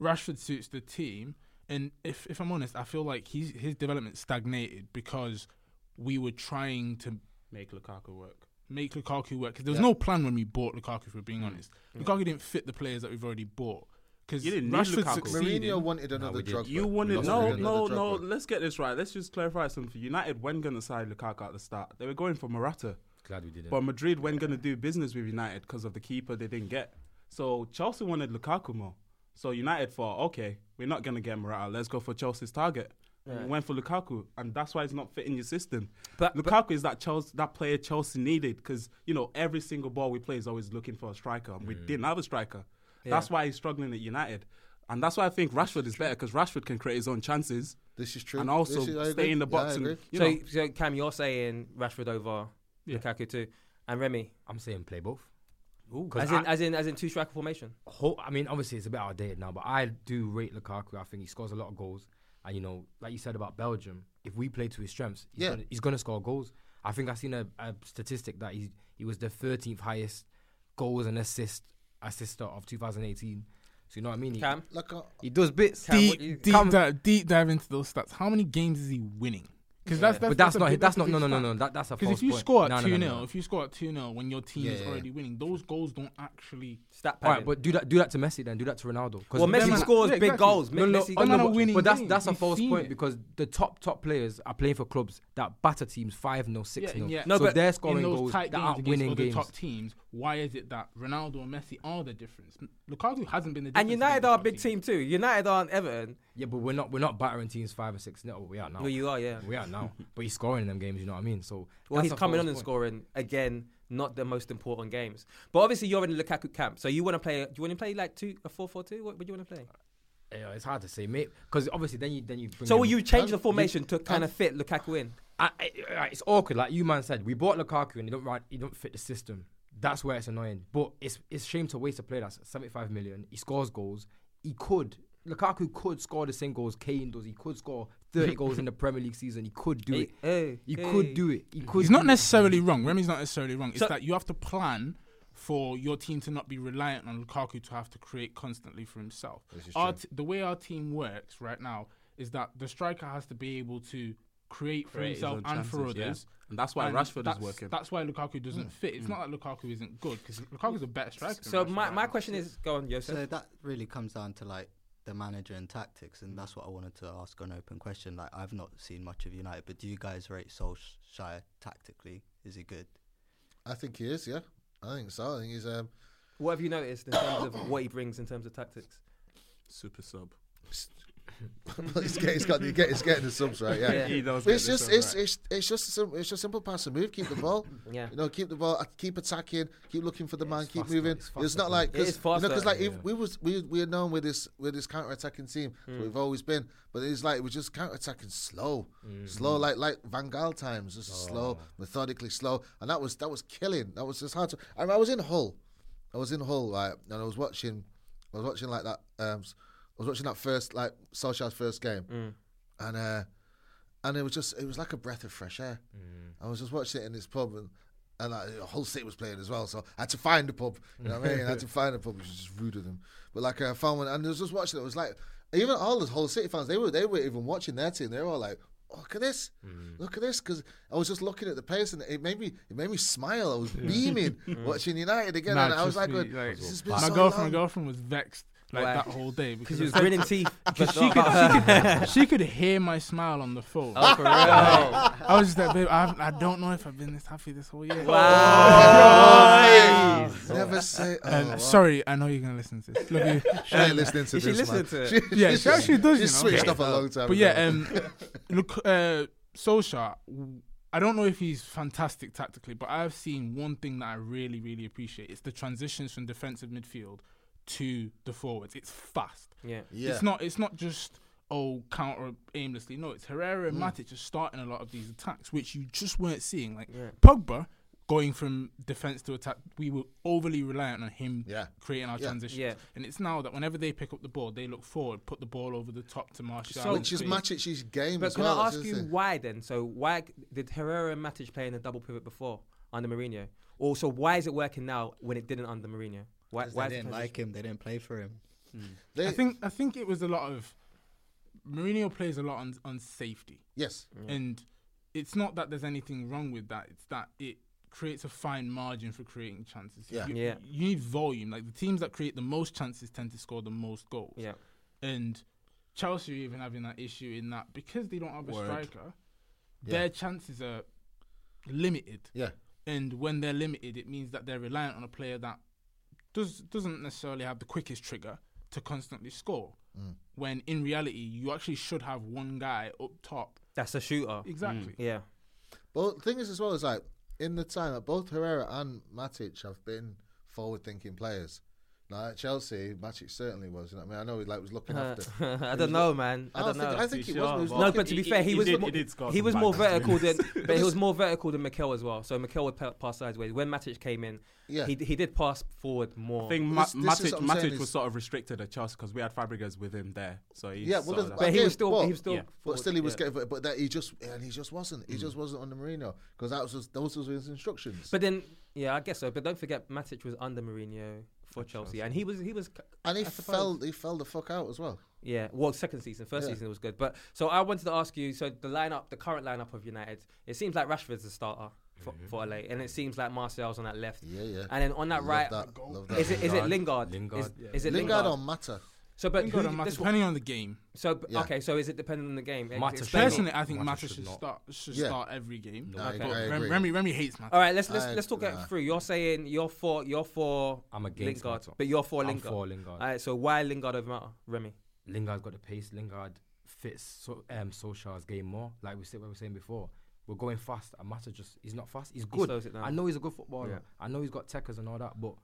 E: Rashford suits the team. And if if I'm honest, I feel like he's his development stagnated because we were trying to
D: Make Mm. Lukaku work.
E: make Lukaku work. 'Cause there was no plan when we bought Lukaku. If we're
B: Mm.
E: being honest, Lukaku didn't fit the players that we've already bought. Because
F: Mm. You didn't need
E: Rashford
F: Lukaku.
E: succeeded.
C: Mourinho wanted another
D: we did.
C: drug.
F: You wanted no, no, no. Let's get this right. Let's just clarify something. United weren't going to sign Lukaku at the start. They were going for Morata,
D: Glad we didn't.
F: but Madrid weren't going to do business with United because of the keeper they didn't get. So Chelsea wanted Lukaku more. So United thought, okay, we're not going to get Morata. Let's go for Chelsea's target. And we went for Lukaku, and that's why it's not fitting your system.
B: But- but-
F: Lukaku is that Chelsea, that player Chelsea needed because you know every single ball we play is always looking for a striker, and we
E: Mm.
F: didn't have a striker. That's why he's struggling at United, and that's why I think Rashford is better because Rashford can create his own chances.
C: This is true.
F: and also
C: This is- I
F: stay
C: agree.
F: in the
C: Yeah,
F: box.
C: I
F: and,
C: agree.
F: you
B: so,
F: know,
B: so, Cam, you're saying Rashford over Lukaku too, and Remy,
D: I'm saying play both.
B: as
D: Because
B: in, as in, as in two striker formation.
D: ho- I mean, obviously it's a bit outdated now, but I do rate Lukaku. I think he scores a lot of goals, and you know, like you said about Belgium, if we play to his strengths, he's,
C: Yeah.
D: gonna, he's gonna score goals. I think I seen a, a statistic that he he was the 13th highest goals and assist assister of 2018. So you know what I mean? He,
B: Cam,
C: Like, uh,
D: he does bits.
B: Cam, what do you-
E: deep, deep,
D: Come-
E: dive, deep dive into those stats. How many games is he winning? Because that's, that's
D: But that's
E: a
D: not
E: big-
D: that's not
E: a
D: no
E: big
D: no no
E: stat.
D: no that, that's a
E: Because
D: false
E: if you
D: point.
E: score
D: No,
E: at
D: no, no,
E: two 0
D: no, no.
E: if you score at two 0 when your team is
C: Yeah, yeah,
E: already winning, those goals don't actually.
B: stat
D: All right,
B: padding.
D: but do that do that to Messi then. Do that to Ronaldo. 'Cause
B: Well,
D: them
B: Messi
D: man-
B: scores
E: yeah,
B: big
E: exactly.
B: goals.
E: No,
B: Messi
E: no,
B: scores
E: on
B: big
E: the
B: goals.
E: winning
D: But that's
E: games,
D: that's a
E: we've
D: false
E: seen
D: point
E: it.
D: because the top top players are playing for clubs that batter teams five 0 six 0
E: yeah.
D: No,
E: No,
D: so
E: but
D: they're
E: in
D: scoring
E: those
D: goals
E: tight
D: that
E: games
D: are
E: against
D: winning
E: other
D: games.
E: top teams. Why is it that Ronaldo and Messi are the difference? Lukaku hasn't been the difference.
B: and United
E: against
B: are a
E: top
B: big
E: teams.
B: team too. United aren't Everton.
D: Yeah, but we're not we're not battering teams five or six 0 We are now.
B: Well, you are, yeah.
D: We are now. but he's scoring in them games. You know what I mean? So
B: Well,
D: that's
B: he's
D: a
B: coming
D: false
B: on and
D: point.
B: scoring again. Not the most important games, but obviously you're in the Lukaku camp, so you want to play. Do you want to play like two, a four-four-two? What would you want to play?
D: Yeah, it's hard to say, mate. Because obviously then you then you bring.
B: So will
D: in-
B: you change the formation to kind of fit Lukaku in?
D: I, I, I- it's awkward. Like you man said, we bought Lukaku and he don't right, he don't fit the system. That's where it's annoying. But it's it's shame to waste a player that's 75 million. He scores goals. He could Lukaku could score the same goals Kane does. He could score 30 goals in the Premier League season. He could do
B: Hey,
D: it.
B: hey,
D: he
B: hey.
D: could do it. He could.
E: He's not
D: do it.
E: necessarily wrong. Remy's not necessarily wrong. It's
B: So-
E: that you have to plan for your team to not be reliant on Lukaku to have to create constantly for himself. Our t- the way our team works right now is that the striker has to be able to create for
F: Create his
E: himself
F: own
E: and
F: chances,
E: for others.
F: yeah. And that's why Rashford is
E: that's,
F: working.
E: That's why Lukaku
D: Hmm.
E: doesn't fit. It's not that Lukaku isn't good because Lukaku's a better striker. than
B: So
E: Rashford
B: my,
E: right
B: my
E: now.
B: question is, go on, Joseph.
G: So that really comes down to like the manager and tactics, and that's what I wanted to ask an open question. Like I've not seen much of United, but do you guys rate Solskjaer tactically? Is he good?
C: I think he is. Yeah, I think so. I think he's um,
B: What have you noticed in terms of what he brings in terms of tactics?
F: super sub.
C: he's, getting, he's, got, he's getting- he's getting the subs right. Yeah,
B: Yeah. He
F: does
C: It's
F: get the
C: just
F: subs
C: it's,
F: right.
C: it's it's just a sim- it's just simple pass and move. Keep the ball.
B: Yeah.
C: You know, keep the ball. uh, Keep attacking. Keep looking for the man. Keep
D: faster,
C: moving.
D: it's
C: It's,
D: faster,
C: not like
B: It is
C: because you know, 'cause,
B: faster.
C: like if we was we we are known with this with this counter attacking team.
B: Hmm.
C: So we've always been, but it's like we're just counter attacking slow,
B: Hmm.
C: slow like like Van Gaal times, just
B: Oh.
C: slow, methodically slow, and that was that was killing. That was just hard to. I, mean, I was in Hull, I was in Hull, like, and I was watching, I was watching like that. Um, s- I was watching that first like Solskjaer's first game, and uh, and it was just it was like a breath of fresh air. I was just watching it in this pub and. And like, the whole city was playing as well, so I had to find a pub. You know what I mean? I had to find a pub, which was just rude of them. But like, I found one, and I was just watching it. It was like, even all the whole city fans, they were they were even watching their team. They were all like, "Look at this,
E: Mm.
C: look at this," because I was just looking at the pace, and it made me it made me smile. I was beaming watching United again,
E: Mm. Nah,
C: and I was like,
E: trust me,
C: going,
E: like,
C: "This has been
E: my
C: so
E: girlfriend,
C: long."
E: my girlfriend was vexed like
B: Why?
E: that whole day
B: Because
E: because
B: he was
E: I-
B: grinning teeth.
E: She
B: But
E: could, she,
B: not about her.
E: could, she could hear my smile on the phone.
B: Oh, for real.
E: I was just like, babe, I, haven't- I don't know if I've been this happy this whole year.
C: Oh, yeah. Never say. Oh,
E: And,
C: wow.
E: sorry, I know you're gonna listen to this. Love you.
C: She ain't listening to
B: Is she
C: this. man.
B: listening to it?
C: She,
E: Yeah, she actually does,
C: She
E: you know.
C: switched off a long time.
E: But
C: ago.
E: yeah, um, look, uh, Solskjaer, w- I don't know if he's fantastic tactically, but I've seen one thing that I really, really appreciate. It's the transitions from defensive midfield to the forwards. It's fast.
B: Yeah.
C: Yeah.
E: It's not. It's not just oh counter aimlessly. No, it's Herrera and
C: Mm.
E: Matic just starting a lot of these attacks, which you just weren't seeing. Like Pogba going from defense to attack, we were overly reliant on him
C: Yeah.
E: creating our transitions.
B: Yeah.
E: And it's now that whenever they pick up the ball, they look forward, put the ball over the top to Martial.
B: So-
C: Which is Matic's game
B: But
C: as
B: can
C: well.
B: I
C: that's
B: ask
C: the
B: you
C: thing.
B: why then? So why c- did Herrera and Matic play in a double pivot before under Mourinho? Also, why is it working now when it didn't under Mourinho? Why?
G: They
B: Why is it
G: didn't like him. They didn't play for him.
B: Hmm.
C: They-
E: I think I think it was a lot of Mourinho plays a lot on on safety.
C: yes.
E: And it's not that there's anything wrong with that. It's that it creates a fine margin for creating chances.
C: Yeah.
E: You,
B: Yeah.
E: you need volume. Like the teams that create the most chances tend to score the most goals.
B: Yeah.
E: And Chelsea are even having that issue in that because they don't have a
F: Word.
E: striker, their chances are limited.
C: Yeah.
E: And when they're limited, it means that they're reliant on a player that does doesn't necessarily have the quickest trigger to constantly score. When in reality, you actually should have one guy up top.
B: That's a
C: Mm.
B: shooter.
E: Exactly.
B: Mm. Yeah.
C: But the thing is, as well, is like in the time that both Herrera and Matic have been forward-thinking players. Now at Chelsea, Matic certainly was. You know what I mean, I know he like was looking after.
B: Uh, I don't know, man. I don't
C: think,
B: know.
C: I think he
F: Sure,
C: was. but he was
F: but-
C: looking-
B: No, but to be
F: He-
B: fair,
F: he-
B: he,
F: he
B: was
F: did-
B: more,
F: he did score
B: he
F: some
B: was
F: bad
B: more
F: ones.
B: vertical than but he was more vertical than Mikel as well. So Mikel would pa- pass sideways. When Matic came in,
C: Yeah.
B: he he did pass forward more.
F: I think Ma-
C: This- this
F: Matic,
C: is what I'm saying
F: Matic
C: is-
F: was sort of restricted at Chelsea because we had Fabregas with him there. So he
C: Yeah, well,
F: sort
C: that's-
F: of-
C: I
B: but he
C: get
B: was
C: it,
B: still
C: but-
B: he was still
F: Yeah.
C: But
B: forward,
C: still, he was
B: yeah. Mm.
C: getting. But that he just and he just wasn't. He just wasn't under Mourinho because that was just, those was his instructions.
B: But then yeah, I guess so. But don't forget Matic was under Mourinho for Chelsea, and he was he was c-
C: and he
B: I suppose-
C: fell. He fell the fuck out as well.
B: Yeah, well, second season, first
C: Yeah.
B: season it was good, but so I wanted to ask you. So the lineup, the current lineup of United, it seems like Rashford's the starter for, for LA, and it seems like Martial's on that left.
C: Yeah, yeah.
B: And then on that
C: Love
B: right,
C: that, love that.
B: is it is it Lingard?
H: Lingard,
B: Is,
H: yeah.
B: is it Lingard?
C: Lingard or Mata?
B: so, but
E: Lingard
B: who,
E: and Matic,
B: that's what-
E: depending on the game.
B: so b-
C: Yeah.
B: okay, so is it dependent on the game? Ex-
H: Matic
B: explain it.
H: should
E: Personally, I think
H: Matic
E: Matic,
H: should
E: should
H: not.
E: start should
C: Yeah.
E: start every game.
C: I agree,
E: But
C: I
E: Rem-
C: agree.
E: Remy Remy hates Matic.
B: All right, let's let's
C: I-
B: let's talk
C: nah.
B: it through. You're saying you're for you're for
D: I'm against
B: Lingard,
D: Matic.
B: but you're for
D: I'm
B: Lingard.
D: for Lingard.
B: All right, so why Lingard over Mata, Remy?
D: Lingard's got the pace. Lingard fits so, um, Solskjaer's game more. Like we said, we were saying before, we're going fast. And Mata just he's not fast. He's good.
B: slows it down.
D: I know he's a good footballer.
B: Yeah.
D: I know he's got techers and all that, but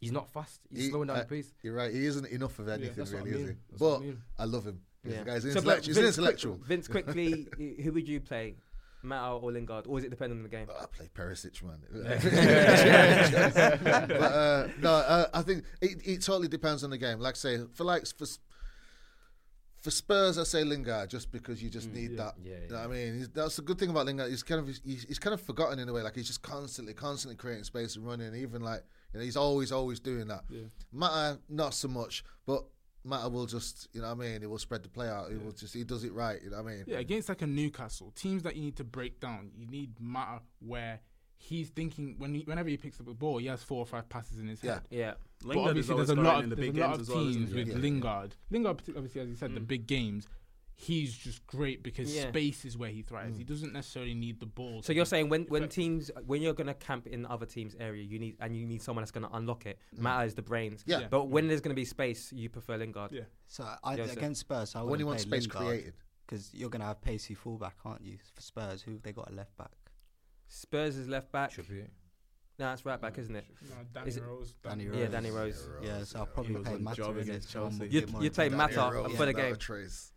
D: he's not fast. He's
C: He-
D: slowing down
C: uh,
D: the pace.
C: You're right. He isn't enough of anything,
D: that's what I
C: really, is he?
D: mean. That's what
C: But
D: I mean.
C: I love him. This guy's
B: So, but
C: intellect- he's an
B: Vince quick-
C: intellectual.
B: Vince, quickly, y- who would you play, Mata or Lingard, or is it dependent on the game?
C: Oh, I play Perisic, man. but uh, no, uh, I think it, it totally depends on the game. Like I say, for like for S- for Spurs, I say Lingard just because you just need that.
D: Mm, Yeah,
C: You know what I mean, He's- that's the good thing about Lingard. He's kind of he's, he's kind of forgotten in a way. Like he's just constantly, constantly creating space and running. Even like you know, he's always, always doing that. Matter not so much, but. Matter will just, you know what I mean? He will spread the play out. He will just, he does it right, you know what I mean?
E: Yeah, against like a Newcastle, teams that you need to break down, you need matter where he's thinking when he, whenever he picks up the ball, he has four or five passes in his
C: Yeah.
E: head.
B: Yeah.
E: But
F: Lingard is
E: obviously,
F: always
E: there's a
F: scoring in
E: lot of,
F: the
E: there's
F: big
E: a lot
F: games
E: of
F: as well.
E: teams
F: isn't Mm. he?
E: with Lingard. Lingard, partic- obviously, as you said, the big games, he's just great because
B: Yeah.
E: space is where he
F: Mm.
E: thrives. He doesn't necessarily need the ball.
B: So you're saying when, when teams when you're gonna camp in other teams' area, you need and you need someone that's gonna unlock it. Matter is the brains.
C: Mm. Yeah. Yeah.
B: But when there's gonna be space, you prefer Lingard.
E: Yeah.
G: So I,
B: Yeah, so-
G: against Spurs, I
C: When you
G: wouldn't
C: want
G: play
C: space created.
G: because you're gonna have pacey fullback, aren't you? For Spurs, who have they got a left back?
B: Spurs is left back.
H: should be.
B: No, it's right back, isn't it?
E: No, Danny
B: Is it-
E: Rose,
G: Danny
B: Yeah, Danny Rose.
G: Yeah, so I'll probably
F: He was
G: play
F: on
G: Mata
F: job
G: in
F: against
G: it. Someone
F: Chelsea.
G: will
B: You'd-
G: get more
B: you'd play
G: involved.
B: Mata for the
C: without
B: game.
C: a trace.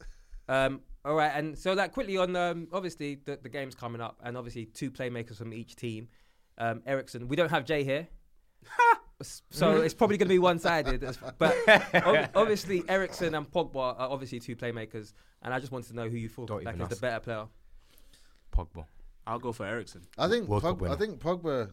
B: Um, all right, and so like quickly on um, obviously the, the game's coming up, and obviously two playmakers from each team. Um, Ericsson, we don't have Jay here, S- so it's probably going to be one sided. But ob- obviously Ericsson and Pogba are obviously two playmakers, and I just wanted to know who you thought
D: Don't
B: like is
D: even
B: the
D: ask.
B: better player.
H: Pogba.
F: I'll go for Ericsson.
C: I think
H: World Cup
C: Pogba, I
H: winner.
C: think Pogba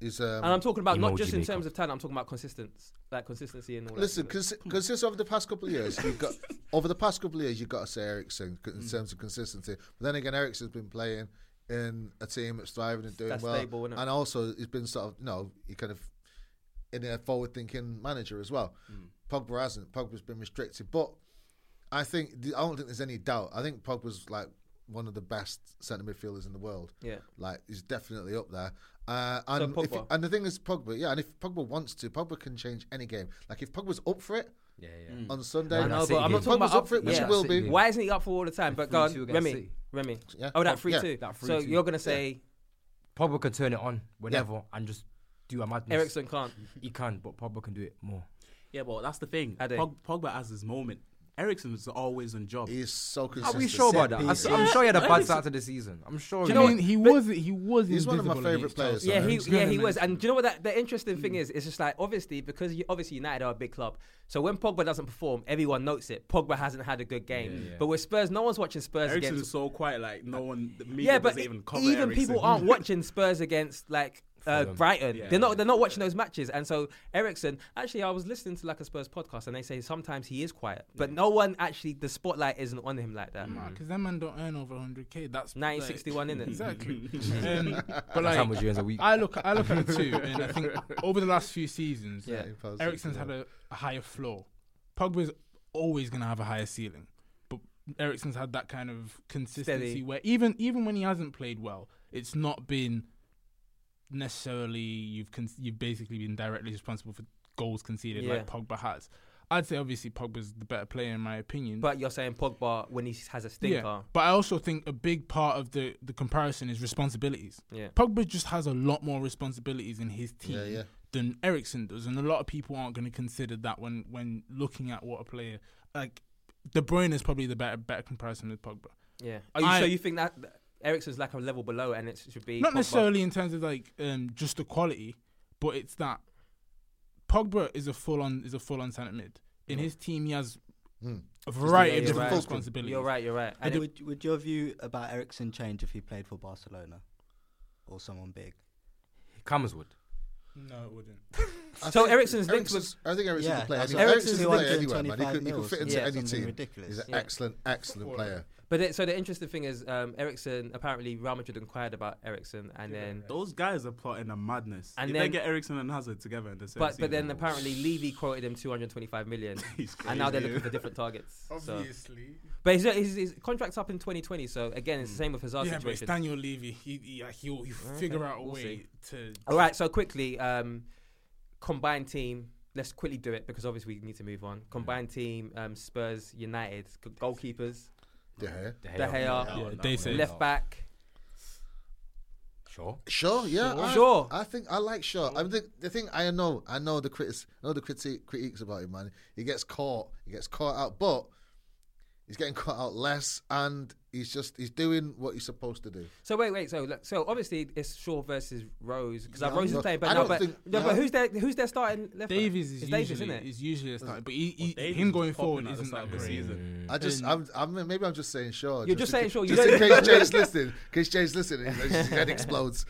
C: is. Um,
B: And I'm talking about not
H: Emoji
B: just in
H: maker.
B: terms of talent. I'm talking about consistency, like consistency and all.
C: listen,
B: that.
C: because just over the past couple of years, you've got over the past couple of years, you've got to say Ericsson in terms of consistency. But then again, Ericsson's been playing in a team that's thriving and doing
B: That's
C: well,
B: stable, innit?
C: and also he's been sort of you know he kind of in a forward-thinking manager as well. Pogba hasn't. Pogba's been restricted, but I think I don't think there's any doubt. I think Pogba's like one of the best centre midfielders in the world.
B: Yeah.
C: like he's definitely up there. Uh, and
B: So
C: if-
B: Pogba.
C: and the thing is, Pogba, yeah, and if Pogba wants to, Pogba can change any game. Like if Pogba's up for it
D: Yeah, yeah.
C: on Sunday,
B: I know,
C: if
B: but I'm not
C: Pogba's
B: Mm. talking about
C: up for it, which
B: yeah.
C: he will be.
D: City.
B: Why isn't he up for all the time? But go on,
D: 3-2 against
B: Remy,
D: City.
B: Remy.
C: Yeah.
B: Oh, that
C: Yeah.
B: free two.
D: That
B: so
D: 3-2.
B: you're gonna say
D: Pogba can turn it on whenever and just do a madness.
B: Ericsson can't?
D: he can, but Pogba can do it more.
F: Yeah, but that's the thing.
B: Ade.
F: Pog- Pogba has his moment. Ericsson is always on job.
C: He's so
D: Are
C: consistent.
D: we sure about that?
C: Set
D: I,
C: pieces.
D: am sure he had a bad start to the season. I'm sure.
E: Do you
D: he
E: know,
D: did.
E: what? he was he was
C: He's one of my
E: invisible
C: favourite
E: against
C: players,
E: Chelsea.
C: though.
B: Yeah, he,
C: He's
B: yeah, he was. And do you know what that, the interesting
C: Mm.
B: thing is? It's just like obviously because you, obviously United are a big club, so when Pogba doesn't perform, everyone notes it. Pogba hasn't had a good game. But with Spurs, no one's watching Spurs
F: Ericsson
B: against.
F: is so quiet, like no one. The media
B: yeah, but
F: doesn't
B: e-
F: even
B: even,
F: cover
B: people
F: Eriksen.
B: aren't watching Spurs against like. Uh, Brighton, they're not they're not watching those matches, and so Ericsson. Actually, I was listening to like a Spurs podcast, and they say sometimes he is quiet, but no one actually the spotlight isn't on him like that.
E: because that Mm. man don't earn over 100k. That's
B: 1961,
E: like,
B: innit?
E: Exactly. um, but
D: How
E: like,
D: much you earn a week?
E: I look, I look at it too, and I think over the last few seasons,
B: Yeah.
C: pieces.
E: Ericsson's had a, a higher floor. Pogba's always going to have a higher ceiling, but Ericsson's had that kind of consistency
B: Steady.
E: where even even when he hasn't played well, it's not been necessarily you've con- you've basically been directly responsible for goals conceded
B: Yeah.
E: like Pogba has. I'd say obviously Pogba's the better player in my opinion,
B: But you're saying Pogba when he has a stinker,
E: but I also think a big part of the, the comparison is responsibilities.
B: Yeah.
E: Pogba just has a lot more responsibilities in his team
C: Yeah, yeah.
E: than Ericsson does, and a lot of people aren't going to consider that when when looking at what a player like De Bruyne is probably the better better comparison with Pogba.
B: yeah. Are you,
E: I-
B: so you think that Ericsson's like a level below, and it should be
E: Not
B: Pogba?
E: necessarily in terms of like um, just the quality, but it's that Pogba is a full on is a full on centre mid. In his team, he has
C: Hmm.
E: a variety of
B: you're
E: different
B: right.
E: responsibilities.
B: You're right. You're right. And it-
G: would, would your view about Ericsson change if he played for Barcelona or someone big?
D: Cameras would.
E: No, it wouldn't.
C: I
B: so
C: think
B: Ericsson's linked with
C: Ericsson's- I think Ericsson
G: Yeah,
C: could play.
G: I
C: anywhere.
G: mean,
C: Ericsson's a
G: Ericsson's
C: player anywhere, man. He
G: 225
C: could, he could
G: mils.
C: fit into
G: Yeah,
C: any
G: something
C: team.
G: ridiculous.
C: He's an
B: Yeah.
C: excellent, excellent player.
B: But it, so the interesting thing is, um, Ericsson apparently Real Madrid inquired about Ericsson, and then
F: Those guys are plotting a madness.
B: And
F: And if they
B: then-
F: get Ericsson and Hazard together in the same
B: but but
F: season,
B: then apparently Levy quoted him 225 million,
F: He's
B: and now they're
F: crazy.
B: looking for different targets. so.
E: Obviously.
B: But his, his, his contract's up in 2020, so again it's the same with Hazard
E: Yeah, but it's
B: situation.
E: Daniel Levy. He, he like, he'll, he'll figure out a
B: we'll
E: way to.
B: All right, so quickly, um, combined team. Let's quickly do it because obviously we need to move on. Combined team: um, Spurs, United, g- goalkeepers,
C: De Gea.
B: De Gea,
E: Yeah, they say
B: left back.
D: Sure.
C: Sure, yeah, I,
B: Sure.
C: I think I like Shaw. I think the thing I know, I know the critics, I know the critique, critiques about him, man. He gets caught, he gets caught out, but he's getting caught out less, and he's just he's doing what he's supposed to do.
B: So wait, wait. So look, so obviously it's Shaw versus Rose because
C: No,
B: Rose is
C: no,
B: playing, but
C: I
B: no,
C: don't
B: but,
C: think-
B: no,
C: no.
B: but who's their who's their starting left? back?
E: Davies is
B: It's
E: usually
B: Davies, isn't it?
E: is usually a starter, but he, he,
F: Davies
E: him
F: was
E: going
F: popping
E: forward
F: at the
E: isn't
F: start
E: that
F: of the
E: good.
F: season.
C: I just, I'm, I'm, maybe I'm just saying Shaw.
B: You're just saying
C: in-
B: Shaw, you
C: Just in
B: don't-
C: case James listening, in case James listening, his his head explodes.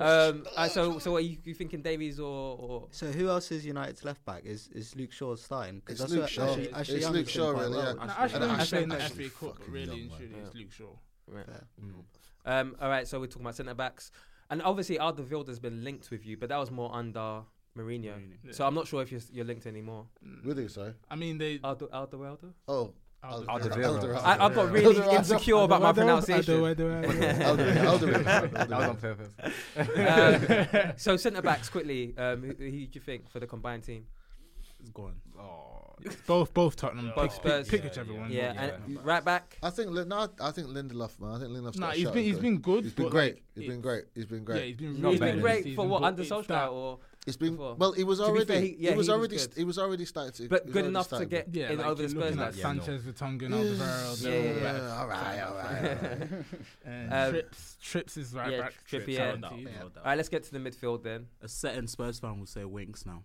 B: Um, uh, so so are you, you thinking Davies or, or
G: So who else is United's left back? Is is Luke Shaw starting?
C: It's Luke Shaw. It's Luke Shaw, really. Yeah.
E: No, Ashley
C: And
E: Young's
C: Ashley-
E: playing the
C: Ashley
E: FA Cup, but
C: fucking
E: really
C: Young,
E: and
C: man.
E: truly it's Luke Shaw.
B: um? All right, so we're talking about centre backs, and obviously Alderweireld has been linked with you, but that was more under Mourinho. So I'm not sure if you're, you're linked anymore.
E: Mm.
C: With who? Sorry.
E: I mean, they.
B: Alder Alderweireld.
C: Oh, Alderweireld.
B: I, I've got really insecure about my pronunciation.
C: Alderweireld.
D: That was on
C: Alderweireld.
D: purpose.
B: Um, so centre backs quickly. Um, who, who do you think for the combined team?
F: it's gone.
C: Oh.
E: both both Tottenham.
B: Both
E: Pick,
B: Spurs.
E: pick, pick
B: Yeah,
E: whichever one.
B: Yeah, and right back.
C: I think Lin- no, I think Lindelof, man. I think Lindelof's
E: Nah,
C: got a
E: he's
C: shot
E: been
C: at
E: he's
C: goal.
E: been good.
C: He's been
E: but,
C: great.
E: like,
C: he's been
E: it-
C: great. He's been
E: Yeah,
C: great.
E: he's
D: Not
E: been. really
B: He's been
D: bad.
E: good
B: great
E: this season,
B: for what
E: but
B: under
E: it's
B: Solskjaer
E: that-
B: or
C: It's been
B: before.
C: well. He was
B: To be
C: already.
B: fair, he- yeah,
C: he was
B: he was
C: already.
B: good.
C: st- he was already starting. To,
B: but
C: he was
B: good
C: already
B: enough to
C: starting.
B: get
E: Yeah,
B: in
E: like
B: over the
E: you're
B: Spurs
E: looking
B: match.
E: at Sanchez, Vertonghen, Alderweireld.
B: Yeah,
E: they're all
B: yeah,
E: better.
C: Yeah, all right, all right. all right.
E: And
B: Um,
E: Trips, Trips is right
B: yeah,
E: back.
B: Trippier.
E: Tripp's
B: No
E: guaranteed.
B: All right, let's get to the midfield then.
F: A certain Spurs fan will say Winks now.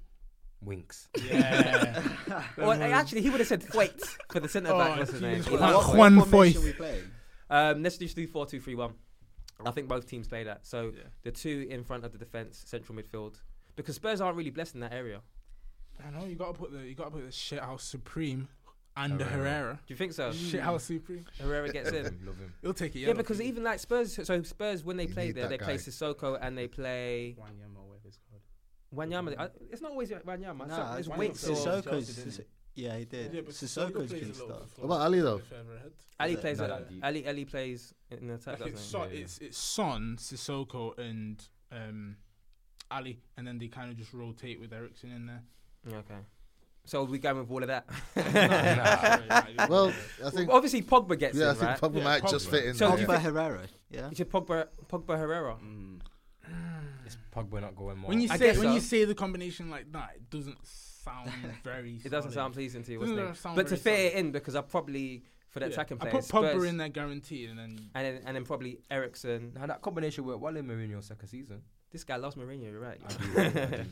D: Winks.
E: Yeah.
B: Well, actually, he would have said Thwait for the centre back.
E: Oh,
B: what's his name?
E: Jesus.
B: He would-
E: Wow. Juan Foyth.
B: Um, let's just do four two three one. I think both teams play that. So the two in front of the defence, central midfield, because Spurs aren't really blessed in that area.
E: I know you gotta put the you gotta put the shit house supreme and the Herrera.
B: Do you think so?
E: Shit house supreme.
B: Herrera gets in.
D: Love him.
E: He'll take it.
B: Yeah, because even like Spurs, so Spurs when they
C: You
B: play
C: need
B: there,
C: that
B: they play
C: guy.
B: Sissoko and they play Wanyama. I- It's not always Wanyama. so-
G: Nah,
B: it's
G: Wan-
B: Winks or
G: Sissoko. Sissoko- Yeah, he did. Sissoko's been stuff.
C: What about Ali though?
B: Ali
G: Is it
B: plays.
D: not
B: at-
D: that deep?
B: Ali Ali plays in attack.
E: Like it's,
B: doesn't he?
E: Son, it's it's Son, Sissoko, and um, Ali, and then they kind of just rotate with Ericsson in there.
B: Okay. So we going with all of that.
C: Well, I think.
B: Obviously Pogba gets
C: Yeah, I
B: in,
C: think
B: right?
C: Pogba
E: Yeah,
C: might just
E: Pogba.
C: fit in.
B: So
C: there,
B: do you
C: yeah.
G: Pogba Herrera. Yeah.
B: Is it Pogba, Pogba Herrera?
C: Mm.
D: Pogba not going more.
E: When you
B: I
E: say
B: guess
E: when you
B: so.
E: say the combination like that, it doesn't sound very.
B: It doesn't
E: solid.
B: sound pleasing to you,
E: Doesn't
B: wasn't
E: that
B: it?
E: sound
B: But to
E: very
B: fit
E: solid?
B: it in, because I probably for that attacking
E: I
B: player,
E: put
B: Spurs
E: Pogba in there guaranteed, and then
B: and then and then probably Ericsson.
D: Now that combination worked well in Mourinho's second season.
B: This guy loves Mourinho, you're right.
D: I do, I do, I do.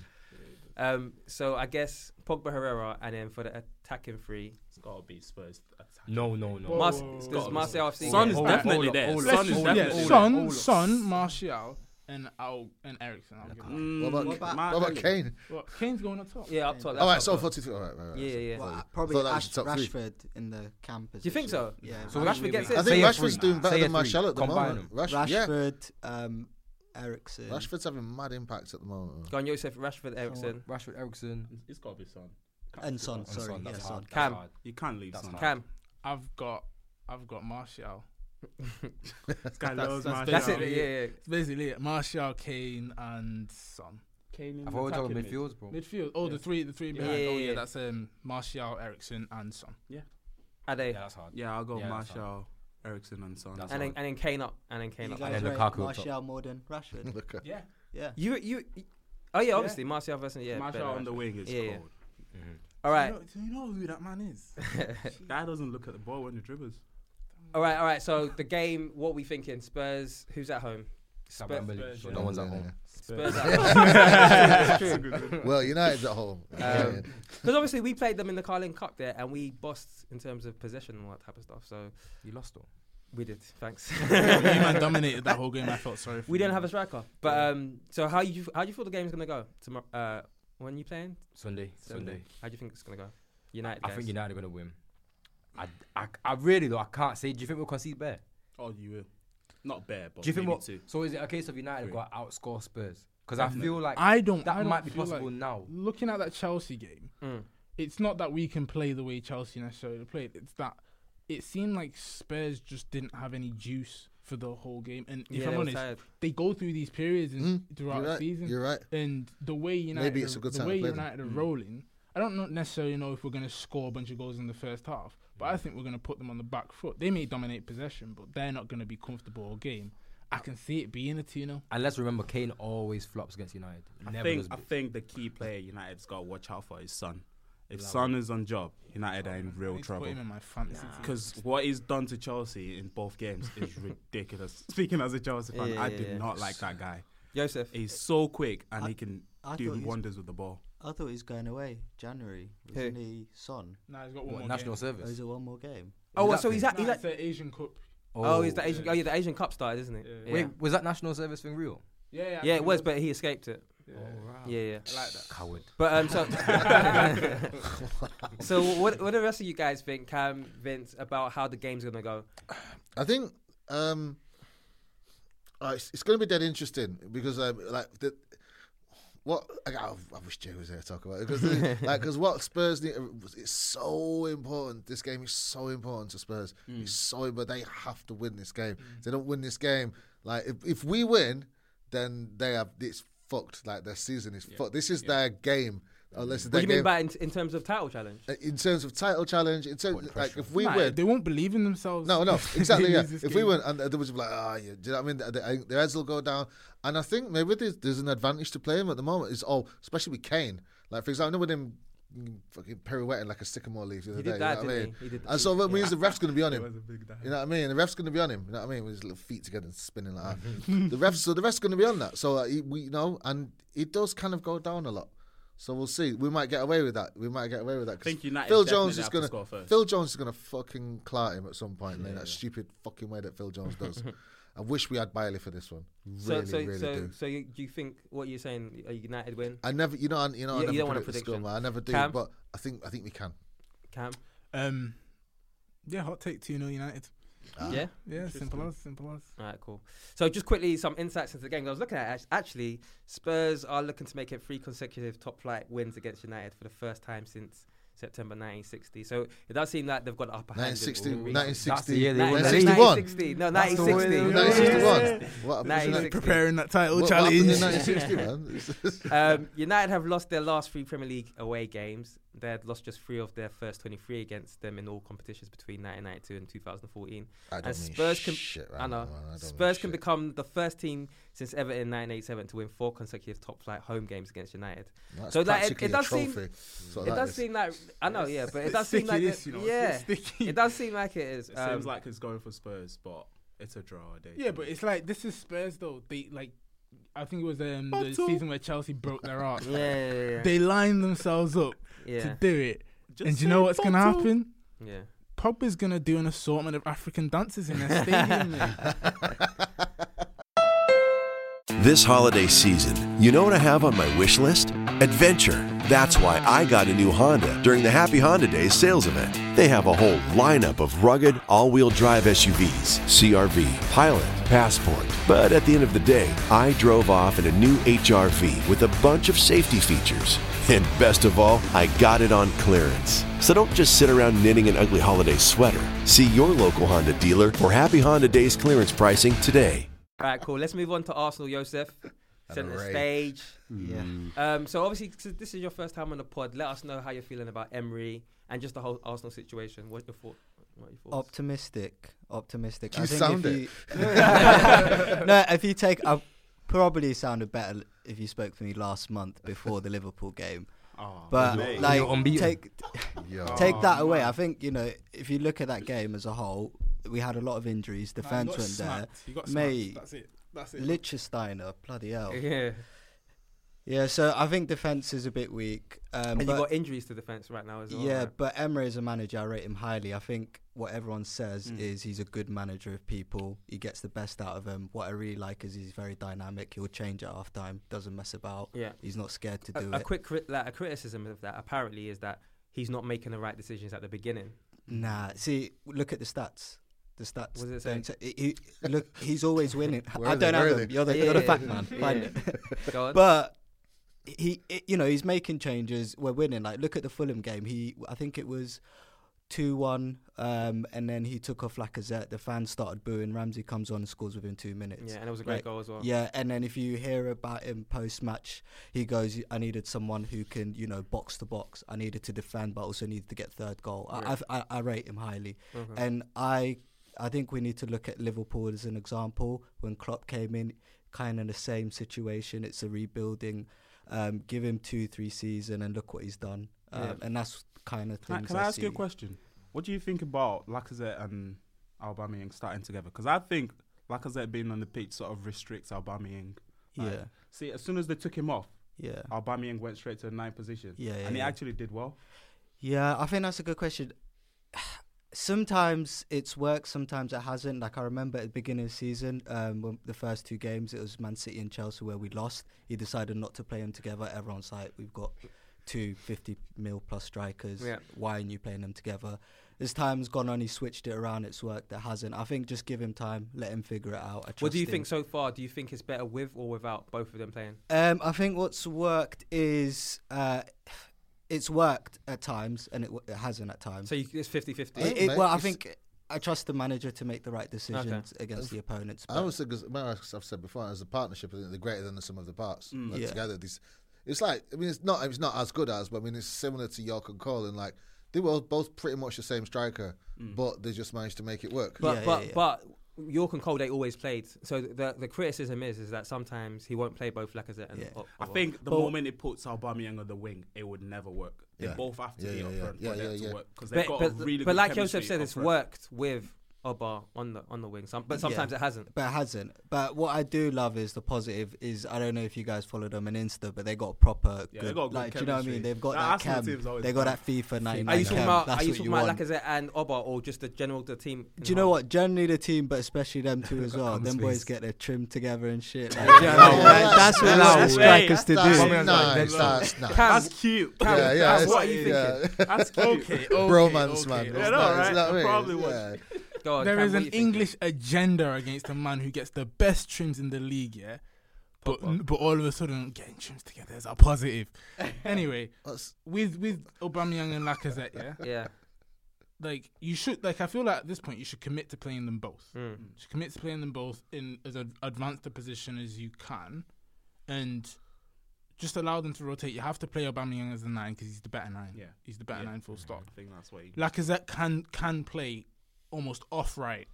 B: um, so I guess Pogba, Herrera, and then for the attacking three,
H: It's got to be Spurs. attack.
D: No, no, no.
B: Mas-
E: Whoa. It's
B: does
E: gotta be
B: Marcel FC?
F: Son is
D: Hold up,
F: definitely
D: hold up,
F: there.
D: hold
F: Son
D: up,
F: is
D: hold up,
F: definitely
D: hold
F: there.
D: up.
E: Son,
D: Olaf.
E: Son, Martial, and Al and Ericsson. I'll give it.
C: What about,
G: What about-
C: what about
F: Martinelli.
C: Kane?
E: Well, Kane's going up top.
B: yeah, up top.
C: All right,
B: that's
C: so
B: up top.
C: 43. All right, right, right.
B: yeah, yeah.
G: Well,
C: I
G: uh,
C: thought
G: probably
C: that was
G: Ash-
C: top three.
G: Rashford in the camp
B: you think
G: position.
B: so?
G: Yeah.
D: So
G: I
D: Rashford
G: mean,
D: gets
B: it.
C: I
B: Say
C: think
D: a
C: Rashford's
D: three.
C: doing better
D: Say a
C: than
D: three.
C: Martial at the
D: Combine
C: moment. Rashford, yeah.
G: Rashford, um, Ericsson.
C: Rashford's having mad impact at the moment.
B: Gone Joseph, Rashford, Ericsson,
D: Rashford, Ericsson,
H: It's got to be Son. Can't
G: and
H: be
G: Son.
H: Son.
G: Sorry,
D: Son,
G: yeah,
D: that's
G: Son.
D: hard.
B: Cam.
D: That's hard.
F: You can't leave Son.
B: Cam.
E: I've got, I've got Martial.
F: This guy loves
E: that's
B: That's
F: Martial.
B: it. Yeah, yeah.
E: It's basically it. Martial, Kane, and Son.
H: Kane in
D: I've always talked
H: attacking
D: about
H: mid.
D: midfields, bro.
E: Midfield. Oh, the three, the three behind.
B: yeah,
E: oh
B: yeah.
E: yeah, that's um Martial, Ericsson, and Son.
B: Are they?
H: Yeah, that's hard.
F: Yeah, I'll go
H: Yeah, that's
F: Martial, Ericsson, and Son.
H: That's
B: and then
H: hard.
B: and then Kane up, and then Kane
G: You
B: up.
G: guys
D: then
G: rate
D: Lukaku up top.
G: Martial more than Rashford.
C: Look at
H: Yeah.
G: Yeah.
B: You you. Oh yeah, obviously Martial versus yeah.
F: Martial
B: better
F: on the
B: Rashford.
F: wing is
B: Yeah, yeah.
F: cold.
D: Mm-hmm.
B: All right,
F: Do you know who that man is? Guy doesn't look at the ball when he dribbles.
B: all right, all right. So the game, what we thinking? Spurs, who's at home?
D: Can't
B: Spurs-
D: remember.
H: Spurs,
D: Sure,
H: yeah.
D: no one's at
C: Yeah.
D: home.
B: Spurs at home. It's true.
C: Well, United's at home.
B: Um, Because obviously we played them in the Carling Cup there, and we bossed in terms of possession and all that type of stuff. So
D: You lost though.
B: we did. Thanks.
E: you man dominated that whole game. I felt sorry. for
B: we
E: you.
B: don't have a striker. But um, so how you how do you feel the game's gonna go tomorrow? Uh, when you playing
D: Sunday, Sunday.
B: How do you think it's gonna go? United.
D: I
B: guys.
D: think United are gonna win. I, I, I really though I can't say. Do you think we'll concede better?
F: Oh, you will. Not bare, but
D: Do you think
F: maybe
D: what?
F: two.
D: So is it a case of United got to outscore Spurs? Because I feel like
E: I don't.
D: that
E: I don't
D: might be
E: feel
D: possible
E: like-
D: now.
E: Looking at that Chelsea game,
B: Mm.
E: it's not that we can play the way Chelsea necessarily played. It's that it seemed like Spurs just didn't have any juice for the whole game. And if
B: Yeah, they
E: I'm
B: were
E: honest,
B: tired.
E: they go through these periods in,
F: Hmm?
C: you're
E: throughout the
C: right.
E: season.
C: You're right.
E: And the way United,
C: Maybe it's
E: are-
C: a good
E: the
C: time to
E: way
C: play them. Mm.
E: United are rolling, I don't know, necessarily know if we're going to score a bunch of goals in the first half. But
C: Mm.
E: I think we're going to put them on the back foot. They may dominate possession, but they're not going to be comfortable all game. I can see it being a 2 0.
D: And let's remember, Kane always flops against United.
F: I
D: Never
F: think
D: does
F: I
D: big.
F: think the key player United's got to watch out for is Son. If Son is on job, United are in real
E: Put
F: trouble.
E: him in my fantasy team.
F: Because what he's done to Chelsea in both games is ridiculous. Speaking as a Chelsea fan,
B: Yeah,
F: I
B: yeah,
F: did
B: yeah.
F: not like that guy.
B: Joseph.
F: He's so quick and he can
G: I
F: do
G: thought he's-
F: wonders with the ball.
G: I thought he's going away January. Wasn't he Son?
E: Nah, he's got one
D: What,
E: more
D: national
E: game.
G: Oh,
D: service.
G: is it one more game?
B: Oh,
D: that
B: so
D: thing?
B: he's at, he's
E: Nah,
B: at
E: it's the Asian Cup.
B: Oh, he's the Asian.
E: yeah.
B: Oh, yeah, the Asian Cup started, isn't it?
E: Yeah.
B: Yeah,
D: Wait, was that national service thing real?
E: Yeah, yeah. I
B: Yeah, it
E: think
B: was, but he escaped it.
E: Yeah.
C: Oh,
B: Yeah, yeah.
E: I like that.
D: Coward.
B: But um, so, so what? What do the rest of you guys think, Cam, Vince, about how the game's gonna go?
C: I think um, uh, it's, it's going to be dead interesting because um, like the what like, I, I wish Jay was there to talk about it because like because what Spurs need it's so important. This game is so important to Spurs.
B: Mm.
C: It's so but they have to win this game. If they don't win this game, like if, if we win, then they have it's fucked. Like their season is fucked. This is their game. Unless
B: Mm. What
C: their
B: do you mean
C: game uh,
B: by in, in terms of title challenge?
C: in terms of title challenge, in terms like if we
E: Nah,
C: win,
E: They won't believe in themselves.
C: no, no, exactly.
E: They
C: yeah.
E: lose this
C: If we
E: game.
C: went and there was like, ah, yeah, do you know what I mean? The, the, the heads will go down, and I think maybe there's, there's an advantage to play him at the moment. Is oh, especially with Kane. Like for example, I know with him mm, fucking pirouetting like a sycamore leaf the other
B: did
C: day.
B: that,
C: you know what I
B: didn't
C: mean?
B: he? He did-
C: and so that means the ref's gonna be on him.
F: a big dive.
C: You know what I mean? The ref's going to be on him. You know what I mean? With his little feet together and spinning like
B: Mm-hmm.
C: that. the ref's so the ref's going to be on that. So uh, he, we you know, and it does kind of go down a lot. So we'll see. We might get away with that. We might get away with that. 'cause
F: Think United
C: Phil
F: definitely
C: Jones is
F: have to
C: going
F: score first.
C: Phil Jones is going to fucking clout him at some point. in that stupid fucking way that Phil Jones does. I wish we had Bailey for this one. Really,
B: so, so,
C: really
B: so,
C: do.
B: so you, do you think what you're saying? A United win,
C: I never, you know, I, you know,
B: You- you
C: I never
B: don't want a
C: predict the score,
B: prediction.
C: man. I never do,
B: Cam?
C: but I think I think we can.
B: Cam?
E: Um, yeah, hot take 2 0 United.
C: Ah.
B: Yeah.
E: Yeah, simple as, simple as.
B: All right, cool. So just quickly, some insights into the game. I was looking at act- actually, Spurs are looking to make it three consecutive top flight wins against United for the first time since September 1960. So it does seem like they've got the upper hand. in all
C: 1960,
B: regions.
D: That's the year
C: 1960,
D: they won the
B: 1960. No,
C: 1961,
D: That's the way
B: 1960.
D: they were.
C: 1961. What happened to
B: 1960.
C: that?
E: Preparing that title
C: What- what happened
E: challenge.
C: in 1960, man?
B: Um, United have lost their last three Premier League away games. They had lost just three of their first 23 against them in all competitions between 1992 and 2014.
C: I don't
B: and
C: mean shit right
B: I
C: now,
B: know.
C: man. I don't mean
B: Spurs can
C: shit.
B: become the first team since ever in 1987 to win four consecutive top flight home games against United.
C: That's
B: so like, it,
C: practically
B: it
C: a
B: does
C: trophy.
B: seem
C: That's what
B: it
C: that
B: does
C: is.
B: seem like I know, yeah, but it does seem
F: sticky,
B: like
F: this,
B: it-
F: you know, it's
B: yeah,
F: sticky.
B: it does seem like it is.
H: It
B: um,
H: seems like it's going for Spurs, but it's a draw. Day
E: Yeah, but it's like this is Spurs though. They like, I think it was um, the season where Chelsea broke their arse.
B: yeah, yeah, yeah, yeah.
E: They lined themselves up
B: yeah,
E: to do it,
F: Just
E: and do
F: say
E: you know what's gonna
F: bottle.
E: happen?
B: yeah.
E: Pop is gonna do an assortment of African dances in their stadium. mate.
I: This holiday season, you know what I have on my wish list? Adventure. That's why I got a new Honda during the Happy Honda Days sales event. They have a whole lineup of rugged all wheel drive SUVs CRV, Pilot, Passport. But at the end of the day, I drove off in a new HRV with a bunch of safety features. And best of all, I got it on clearance. So don't just sit around knitting an ugly holiday sweater. See your local Honda dealer for Happy Honda Days clearance pricing today.
B: All right, cool. Let's move on to Arsenal, Joseph. Centre
C: rave.
B: stage.
G: Yeah.
B: Um, so obviously, since this is your first time on the pod, let us know how you're feeling about Emery and just the whole Arsenal situation. What your thought? What your thoughts?
G: Optimistic. Optimistic.
C: You sound
G: if
C: it.
G: you, no, if you take, I probably sounded better l- if you spoke to me last month before the Liverpool game.
C: Oh,
G: but
H: mate.
G: like,
D: You're unbeaten.
G: take
C: Yo.
G: take
B: Oh,
G: that away. I think you know if you look at that game as a whole, we had a lot of injuries. The
E: Nah,
G: fans
E: you got
G: weren't there.
E: smacked. You got
G: Mate.
E: smacked. That's it. That's it.
G: Lichtensteiner, bloody hell.
B: yeah,
G: Yeah, so I think defense is a bit weak. Um,
B: and you
G: but-
B: got injuries to defence right now as well.
G: yeah,
B: right?
G: but Emery is a manager. I rate him highly. I think what everyone says
B: Hmm.
G: is he's a good manager of people. He gets the best out of them. What I really like is he's very dynamic. He'll change at half time. Doesn't mess about.
B: Yeah.
G: He's not scared to do
B: a, a
G: it.
B: quick cri- like, a criticism of that apparently is that he's not making the right decisions at the beginning.
G: nah. See, look at the stats. The stats.
B: What does it
G: don't t- he- he- look, he's always winning.
C: Where
G: I
C: are they?
G: don't have
C: Where are
G: them.
C: they?
G: You're the,
B: Yeah,
G: you're the
B: yeah,
G: fact
B: yeah.
G: man.
B: Yeah.
G: Find it.
B: Go on.
G: but he, it- you know, he's making changes. We're winning. Like, look at the Fulham game. He, I think it was two one, um, and then he took off Lacazette. The fans started booing. Ramsey comes on and scores within two minutes.
B: yeah, and it was a great
G: like,
B: goal as well.
G: Yeah, and then if you hear about him post match, he goes, "I needed someone who can, you know, box to box. I needed to defend, but also needed to get third goal. I I've- I, I rate him highly, and I I think we need to look at Liverpool as an example. When Klopp came in, kind of the same situation. It's a rebuilding. Um, give him two, three season, and look what he's done. Um, And that's kind of
F: Can I,
G: things.
F: can I ask you a
G: see.
F: question? What do you think about Lacazette and Aubameyang starting together? Because I think Lacazette being on the pitch sort of restricts Aubameyang. Like,
G: Yeah.
F: See, as soon as they took him off,
G: Yeah.
F: Aubameyang went straight to a nine position.
G: Yeah, yeah,
F: and he
G: yeah.
F: actually did well.
G: Yeah, I think that's a good question. Sometimes it's worked, sometimes it hasn't. Like I remember at the beginning of the season, um, when the first two games, it was Man City and Chelsea where we lost. He decided not to play them together. Everyone's like, we've got two 50 mil plus strikers.
B: Yeah.
G: Why aren't you playing them together? As time's gone on, he switched it around. It's worked. It hasn't. I think just give him time, let him figure it out. I
B: what
G: trust
B: do you
G: him.
B: think so far? Do you think it's better with or without both of them playing?
G: Um, I think what's worked is uh, it's worked at times and it, w- it hasn't at times.
B: So you, it's 50-50.
C: I think,
G: It- it-
C: mate,
G: well, I
C: it's-
G: think I trust the manager to make the right decisions against the opponents.
C: I
G: but-
C: always think, as well, as I've said before, as a partnership, I think they're greater than the sum of the parts. Like,
G: Yeah.
C: Together, these, it's like I mean, it's not it's not as good as, but I mean, it's similar to York and Cole, and like they were both pretty much the same striker, but they just managed to make it work.
B: But
G: Yeah,
B: but
G: yeah, yeah.
B: but York and Cole they always played. So the the criticism is is that sometimes he won't play both Lacazette and.
G: Yeah.
B: Or,
F: I think the moment it puts Aubameyang on the wing, it would never work. They
C: Yeah.
F: both have to
C: Yeah,
F: be
C: yeah,
F: up
C: yeah.
F: front
C: Yeah,
F: for
C: yeah,
F: them
C: yeah.
F: to work because
B: But,
F: they've got
B: but,
F: a really
B: but
F: good
B: like
F: chemistry
B: Joseph said,
F: up
B: it's
F: front.
B: worked with Oba on the on the wing. Some, but sometimes it hasn't.
G: But it hasn't. But what I do love is the positive is I don't know if you guys follow them on Insta, but they got proper
F: Yeah, they
G: good.
F: got good
G: like, do you know what I mean?
F: chemistry.
G: They've got
F: That
G: that,
F: Arsenal
G: chem.
F: team's always
G: They got
F: good.
G: that FIFA 99
B: Are you talking
G: chem.
B: about
G: That's
B: are you
G: what
B: talking
G: you
B: about
G: want.
B: Lacazette and Oba or just the general the team? in
G: Do you know
B: whole?
G: what? Generally the team, but especially them two as well.
D: Come
G: Them
D: space.
G: boys get their trim together and shit. like, do you know what I mean?
C: Yeah,
G: Like, That's what
C: that's-
G: that's strikers to
C: that's
G: do.
C: nice, that's nice.
B: Cam,
F: That's cute.
B: Cam,
C: yeah, yeah,
B: Cam,
C: it's-
B: what are you thinking?
C: yeah.
F: That's cute. okay,
C: Bromance, man. It's
F: Yeah, no,
C: nice,
F: right?
C: you know what I
F: I
C: mean?
F: probably would.
C: Yeah.
B: Go on,
E: There
B: Cam,
E: is
B: what
E: an
B: you thinking?
E: English agenda against a man who gets the best trims in the league, yeah. But but all of a sudden, getting trims together is a positive. anyway,
C: That's-
E: with with Aubameyang and Lacazette, yeah,
B: Yeah,
E: like you should like I feel like at this point you should commit to playing them both.
B: Hmm.
J: Mm.
E: You should commit to playing them both in as ad- advanced a position as you can, and just allow them to rotate. You have to play Aubameyang as the nine because he's the better nine.
J: Yeah.
E: he's the better
J: Yeah.
E: nine. Full stop.
J: I think that's what he-
E: Lacazette can can play almost off right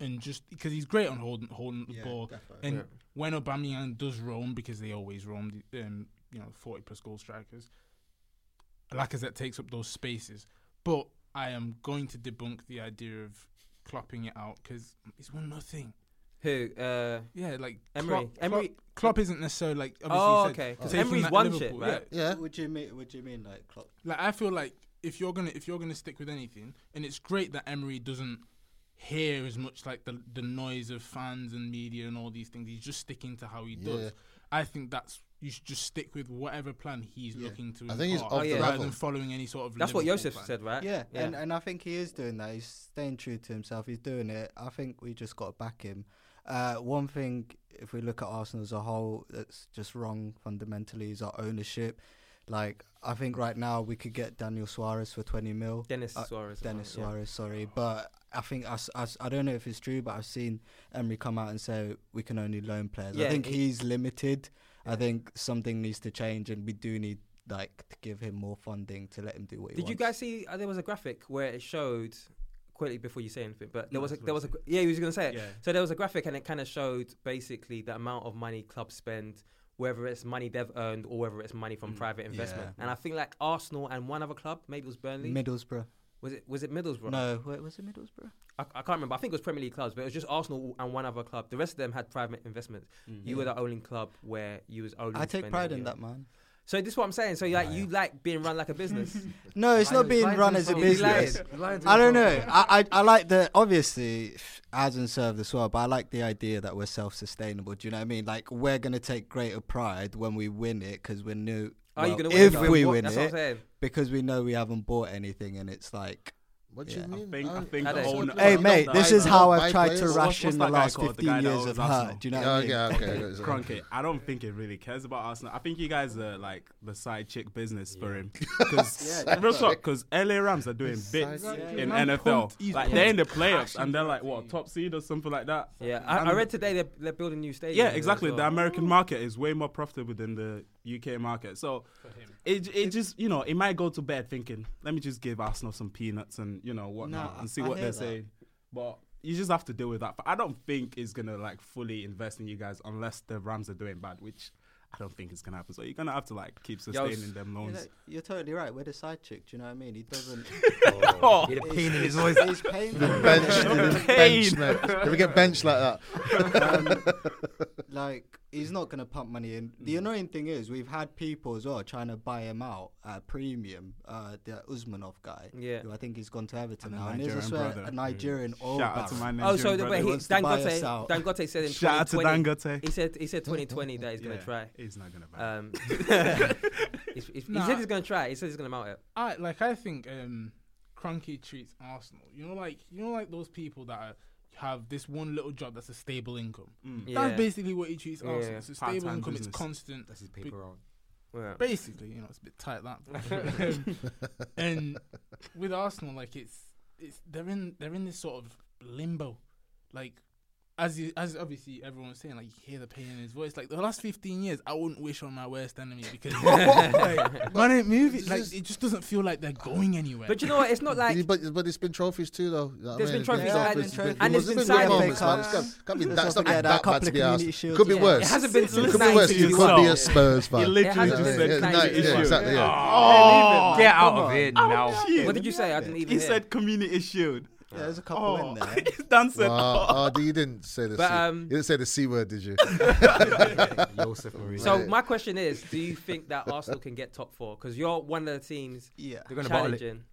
E: and just because he's great on holding holding the
J: Yeah,
E: ball.
J: definitely.
E: And
J: Yeah.
E: when Aubameyang does roam, because they always roam, the, um, you know, forty plus goal strikers, Lacazette takes up those spaces. But I am going to debunk the idea of clopping it out because it's one nothing.
B: Who? Uh,
E: yeah, like
B: Emery.
E: Klopp,
B: Emery.
E: Klopp, Klopp isn't necessarily like. Obviously
B: Oh,
E: he said
B: okay. 'Cause
E: taking
B: Emery's
E: that
B: won shit,
E: Liverpool,
B: right?
G: Yeah. What do you mean? What do you mean, like Klopp?
E: Like I feel like if you're gonna if you're gonna stick with anything, and it's great that Emery doesn't hear as much like the the noise of fans and media and all these things. He's just sticking to how he
C: Yeah.
E: does. I think that's you should just stick with whatever plan he's
C: Yeah.
E: looking to.
C: I think he's
E: impart,
C: off the
E: rather
C: level. uh,
E: than following any sort of.
B: Oh, That's what
E: Liverpool
B: Joseph
E: plan.
B: said, right?
G: Yeah,
B: Yeah.
G: And, and I think he is doing that. He's staying true to himself. He's doing it. I think we just got to back him. Uh, one thing, if we look at Arsenal as a whole, that's just wrong fundamentally is our ownership. Like, I think right now we could get Daniel Suarez for 20 mil. Uh,
B: Dennis Suarez, I
G: Dennis
B: think, yeah.
G: Suarez, sorry. But I think, I, s- I s- I don't know if it's true, but I've seen Emery come out and say we can only loan players. I
B: Yeah,
G: think
B: he-
G: he's limited. I think something needs to change, and we do need, like, to give him more funding to let him do what he
B: Did
G: wants.
B: you guys see? Uh, there was a graphic where it showed quickly before you say anything, but there
G: No,
B: was a,
G: that's what
B: there
G: I
B: was a
G: said.
B: gr- yeah, he was gonna say it.
G: Yeah.
B: So there was a graphic, and it kind of showed basically the amount of money clubs spend, whether it's money they've earned or whether it's money from private investment.
G: Mm, Yeah.
B: And I think like Arsenal and one other club, maybe it was Burnley,
G: Middlesbrough.
B: Was it was it Middlesbrough?
G: No, wait, was it Middlesbrough?
B: I, I can't remember. I think it was Premier League clubs, but it was just Arsenal and one other club. The rest of them had private investments.
G: Mm.
B: You were
G: Yeah.
B: the only club where you was only.
G: I take
B: spending
G: pride
B: on
G: in
B: you.
G: that, man.
B: So this is what I'm saying. So like you like being run like a business.
G: No, it's not being run as a business. I don't know. I, I I like the obviously ads and serve as well, but I like the idea that we're self-sustainable. Do you know what I mean? Like we're gonna take greater pride when we win it because we're new.
B: Are you gonna
G: well,
B: win it,
G: if
B: though?
G: we
B: What-
G: win
B: that's
G: it?
B: what I'm saying.
G: Because we know we haven't bought anything, and it's like.
C: What do
G: yeah.
C: you mean?
J: think- I
C: Oh,
J: think the
C: don't-
J: whole-
G: Hey
J: Well,
G: mate,
J: done,
G: this
J: done,
G: is how
J: done.
G: I've tried to
J: What's-
G: ration
J: what's
G: the
J: that guy
G: last
J: called? The
G: 15
J: guy that
G: years
J: owns
G: of
J: Arsenal?
G: hurt. Do you know what I mean?
J: Cronkite, I don't think it really cares about Arsenal. I think you guys are like the side chick business for him. Because
K: Yeah,
J: LA Rams are doing
K: Side
J: bits
K: chick.
J: in
K: Man
J: NFL.
K: pumped, he's
J: Like they're in the
K: pumped.
J: playoffs
K: Actually
J: and they're like what top seed or something like that.
B: Yeah, I, I
J: And-
B: read today they're, they're building new stadiums.
J: Yeah,
B: there as
J: exactly.
B: well.
J: The American market is way more profitable than the UK market. So it it just you know it might go to bed thinking let me just give Arsenal some peanuts and you know whatnot
K: No,
J: and see
K: I
J: what
K: hear
J: they're
K: that.
J: saying. But you just have to deal with that. But I don't think it's gonna like fully invest in you guys unless the Rams are doing bad, which I don't think is gonna happen. So you're gonna have to like keep
G: Yo,
J: sustaining them
G: you
J: loans.
G: know, you're totally right. We're the side chick. Do you know what I mean? He doesn't.
J: Oh.
C: He's-
G: He's- He's pain.
C: Been benched, been benched, mate. Did we get benched like that?
G: Um, like he's not going to pump money in.
J: Mm.
G: The annoying thing is we've had people as well trying to buy him out at a premium. Uh, the Usmanov guy,
B: Yeah.
G: who I think he's gone to Everton
B: And a
G: now, and there's a,
B: Nigerian
G: swear,
B: brother.
G: a Nigerian oil
J: Mm. Shout out to
G: baron.
J: my
B: Oh, so the,
J: brother
B: way
J: who
B: he,
J: wants to buy
B: Dangote,
J: us out.
B: Dangote said in
J: Shout out to
B: 2020
J: Dangote.
B: He said he said 2020 that he's gonna
J: Yeah,
B: try.
J: He's not gonna buy.
B: Um, he's- he's-
E: Nah.
B: He said he's gonna try. He said he's gonna mount it.
E: I like I think um Cronky treats Arsenal. You know, like you know, like those people that are, have this one little job that's a stable income.
J: Mm.
B: Yeah.
E: That's basically what he treats
B: Yeah.
E: Arsenal. It's a stable
J: Part-time
E: income.
J: business.
E: It's constant.
K: That's his
E: Be-
K: paper round.
B: Yeah.
E: Basically, you know, it's a bit tight that. but- and with Arsenal, like it's it's they're in they're in this sort of limbo, like. As you, as obviously everyone's saying, like you hear the pain in his voice. Like the last fifteen years, I wouldn't wish on my worst enemy because like, man, it moves. Like it just doesn't feel like they're going anywhere.
B: But you know what? It's not like
C: but but it's been trophies too, though. You know what
B: There's
C: I
B: been
C: mean?
B: trophies
C: There's
B: and-
C: been
B: and there's
C: there's
B: been
C: good
B: side
C: moments, man.
B: effects.
C: It's got- can't be that.
G: Let's not
C: It's not
G: forget
C: that
G: our
C: bad
G: couple
C: to
G: of
C: be asked.
G: community shields
C: Could be
G: as
C: worse.
G: well.
B: It hasn't been since
C: Could be worse. It could be a
B: 1997.
C: Spurs fan.
B: It literally
C: Yeah,
B: just
C: yeah,
B: said
C: yeah, yeah,
B: 1997.
C: exactly. Yeah.
J: Oh,
D: Get out of here now.
J: shit.
B: What did you say? I didn't even.
J: He
B: hear.
J: said community shield.
G: Yeah, there's a couple in there.
J: Dan said,
C: Wow. Oh, you didn't say the
B: But,
C: C.
B: um,
C: you didn't say the c word, did you?
K: Joseph Mourinho.
B: So my question is, do you think that Arsenal can get top four? Because you're one of the teams.
G: Yeah.
B: they're
G: They're
B: gonna
G: gonna
K: bottle it.
B: challenging.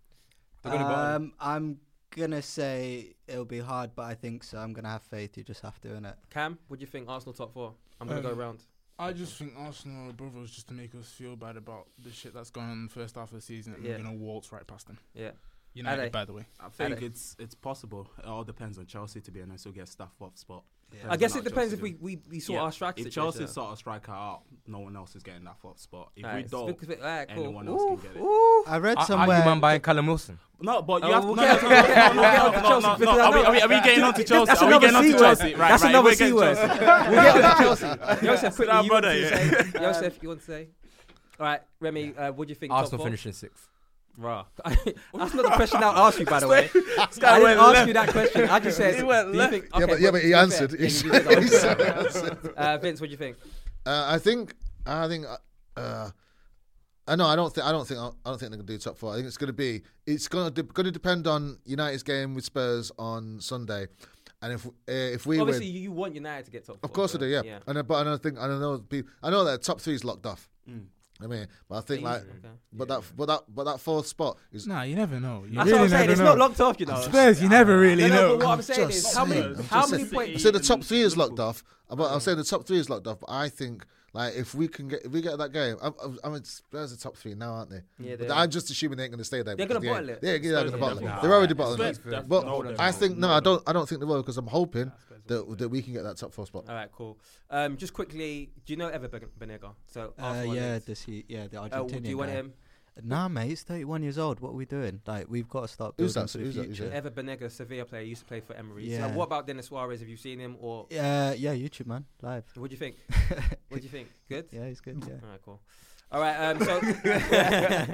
K: They're gonna bottle it.
G: Um, I'm gonna say it'll be hard, but I think so. I'm gonna have faith. You just have to, innit?
B: Cam, what do you think? Arsenal top four. I'm gonna go
E: Um,
B: round.
E: I just think Arsenal are above us just to make us feel bad about the shit that's going on in the first half of the season, and
B: Yeah.
E: we're gonna waltz right past them.
B: Yeah. Are they?
E: United, by the way.
J: I
B: Are
J: think
B: they?
J: it's it's possible. It all depends on Chelsea, to be honest. Who gets staff off spot?
B: I guess
J: on
B: it
J: how
B: depends
J: Chelsea
B: if we
J: do.
B: we, we sort our strike
J: If
B: situation
J: Chelsea
B: out.
J: sort of striker out, no one else is getting that fourth spot. If we
B: Alright,
J: don't,
B: speak- speak- alright, cool.
J: anyone else can get it.
G: I read
D: Are- Are
G: somewhere.
D: you man buying Callum Wilson?
J: No, but you
B: Oh,
J: have
B: we'll
J: to. no,
B: get-
J: no,
B: we'll
J: no,
B: get- we'll get
J: no,
B: onto
J: no,
B: Chelsea
J: no,
B: because
J: no, no. Are we- are we- are we getting onto Chelsea?
B: That's
J: Are we
B: another
J: getting onto
B: C word.
J: Chelsea? Right,
B: That's
J: right,
B: another
J: we're
B: C
J: getting
B: word.
J: Chelsea.
B: We'll get onto Chelsea. Joseph, quickly,
J: our
B: you want
J: brother,
B: to
J: yeah. Um,
B: say? Joseph, you want to say? All right, Remy, uh, what do you think?
D: Arsenal
B: top four?
D: finishing sixth.
B: Bruh. That's not the question I asked you, by the way.
D: This guy
B: I didn't
D: went
B: ask
D: left.
B: you that question. I just said,
D: He went
B: do you
D: left.
B: think-
C: Yeah,
B: okay,
C: but- yeah,
B: well,
C: but he
B: to be fair,
C: answered.
B: yeah,
C: He
B: you did
C: said- he
B: answer.
C: said-
B: Uh, Vince, what do you think?
C: Uh, I think, I think, uh, uh, I know. I don't think. I don't think. I don't think they're going to do top four. I think it's going to be. It's going to going to depend on United's game with Spurs on Sunday, and if uh, if we
B: Obviously,
C: win,
B: you you want United to get top four.
C: of course I
B: so,
C: do. Yeah. And I- but I don't think. I don't know. People, I know that top three is locked off.
B: Mm.
C: I mean, but I think
B: Easy,
C: like,
B: okay.
C: but that, but that, but that fourth spot is.
E: Nah, you never know. Oh, You
B: That's
E: really
B: what I'm saying.
E: never
B: It's
E: know.
B: not locked off, you know.
E: Spurs, you never really
B: No, no,
E: know.
B: but what I'm saying
C: Just
B: is, how many,
C: saying, I'm
B: how
C: just
B: many
C: saying. I
B: points?
C: said the top three is locked off, but I'm saying the top three is locked off. But I think like if we can get if we get that game, I, I, I mean Spurs are top three now, aren't they?
B: Yeah, they
C: but
B: are.
C: I'm just assuming they ain't going to stay there.
B: They're
C: because
B: gonna
C: they
B: bottle
C: ain't-
B: it.
C: Yeah, yeah, they're
B: Spurs
C: going to
B: are
C: bottle it.
B: definitely-
C: They're already
B: Nah,
C: bottling
B: Spurs
C: it. But
B: definitely-
C: I think no, I don't. I don't think they will because I'm hoping that that we can get that top four spot.
B: All right, cool. Um, just quickly, do you know Ever Benega? So
G: Uh,
B: Arsenal
G: yeah,
B: next.
G: this he, yeah, the
B: Uh,
G: Argentinian.
B: do you want
G: guy.
B: him?
G: Nah, mate, he's 31 years old. What are we doing? Like, we've got to start building
C: Who's that?
G: for the
C: Who's that? Who's
G: future.
B: Ever Benega, Sevilla player, used to play for Emery.
G: Yeah.
B: So what about Dennis Suarez? Have you seen him or
G: Uh, yeah, YouTube man, live.
B: what do you think? what do you think? Good.
G: Yeah, he's good. Yeah.
B: All right, cool. All right, um, so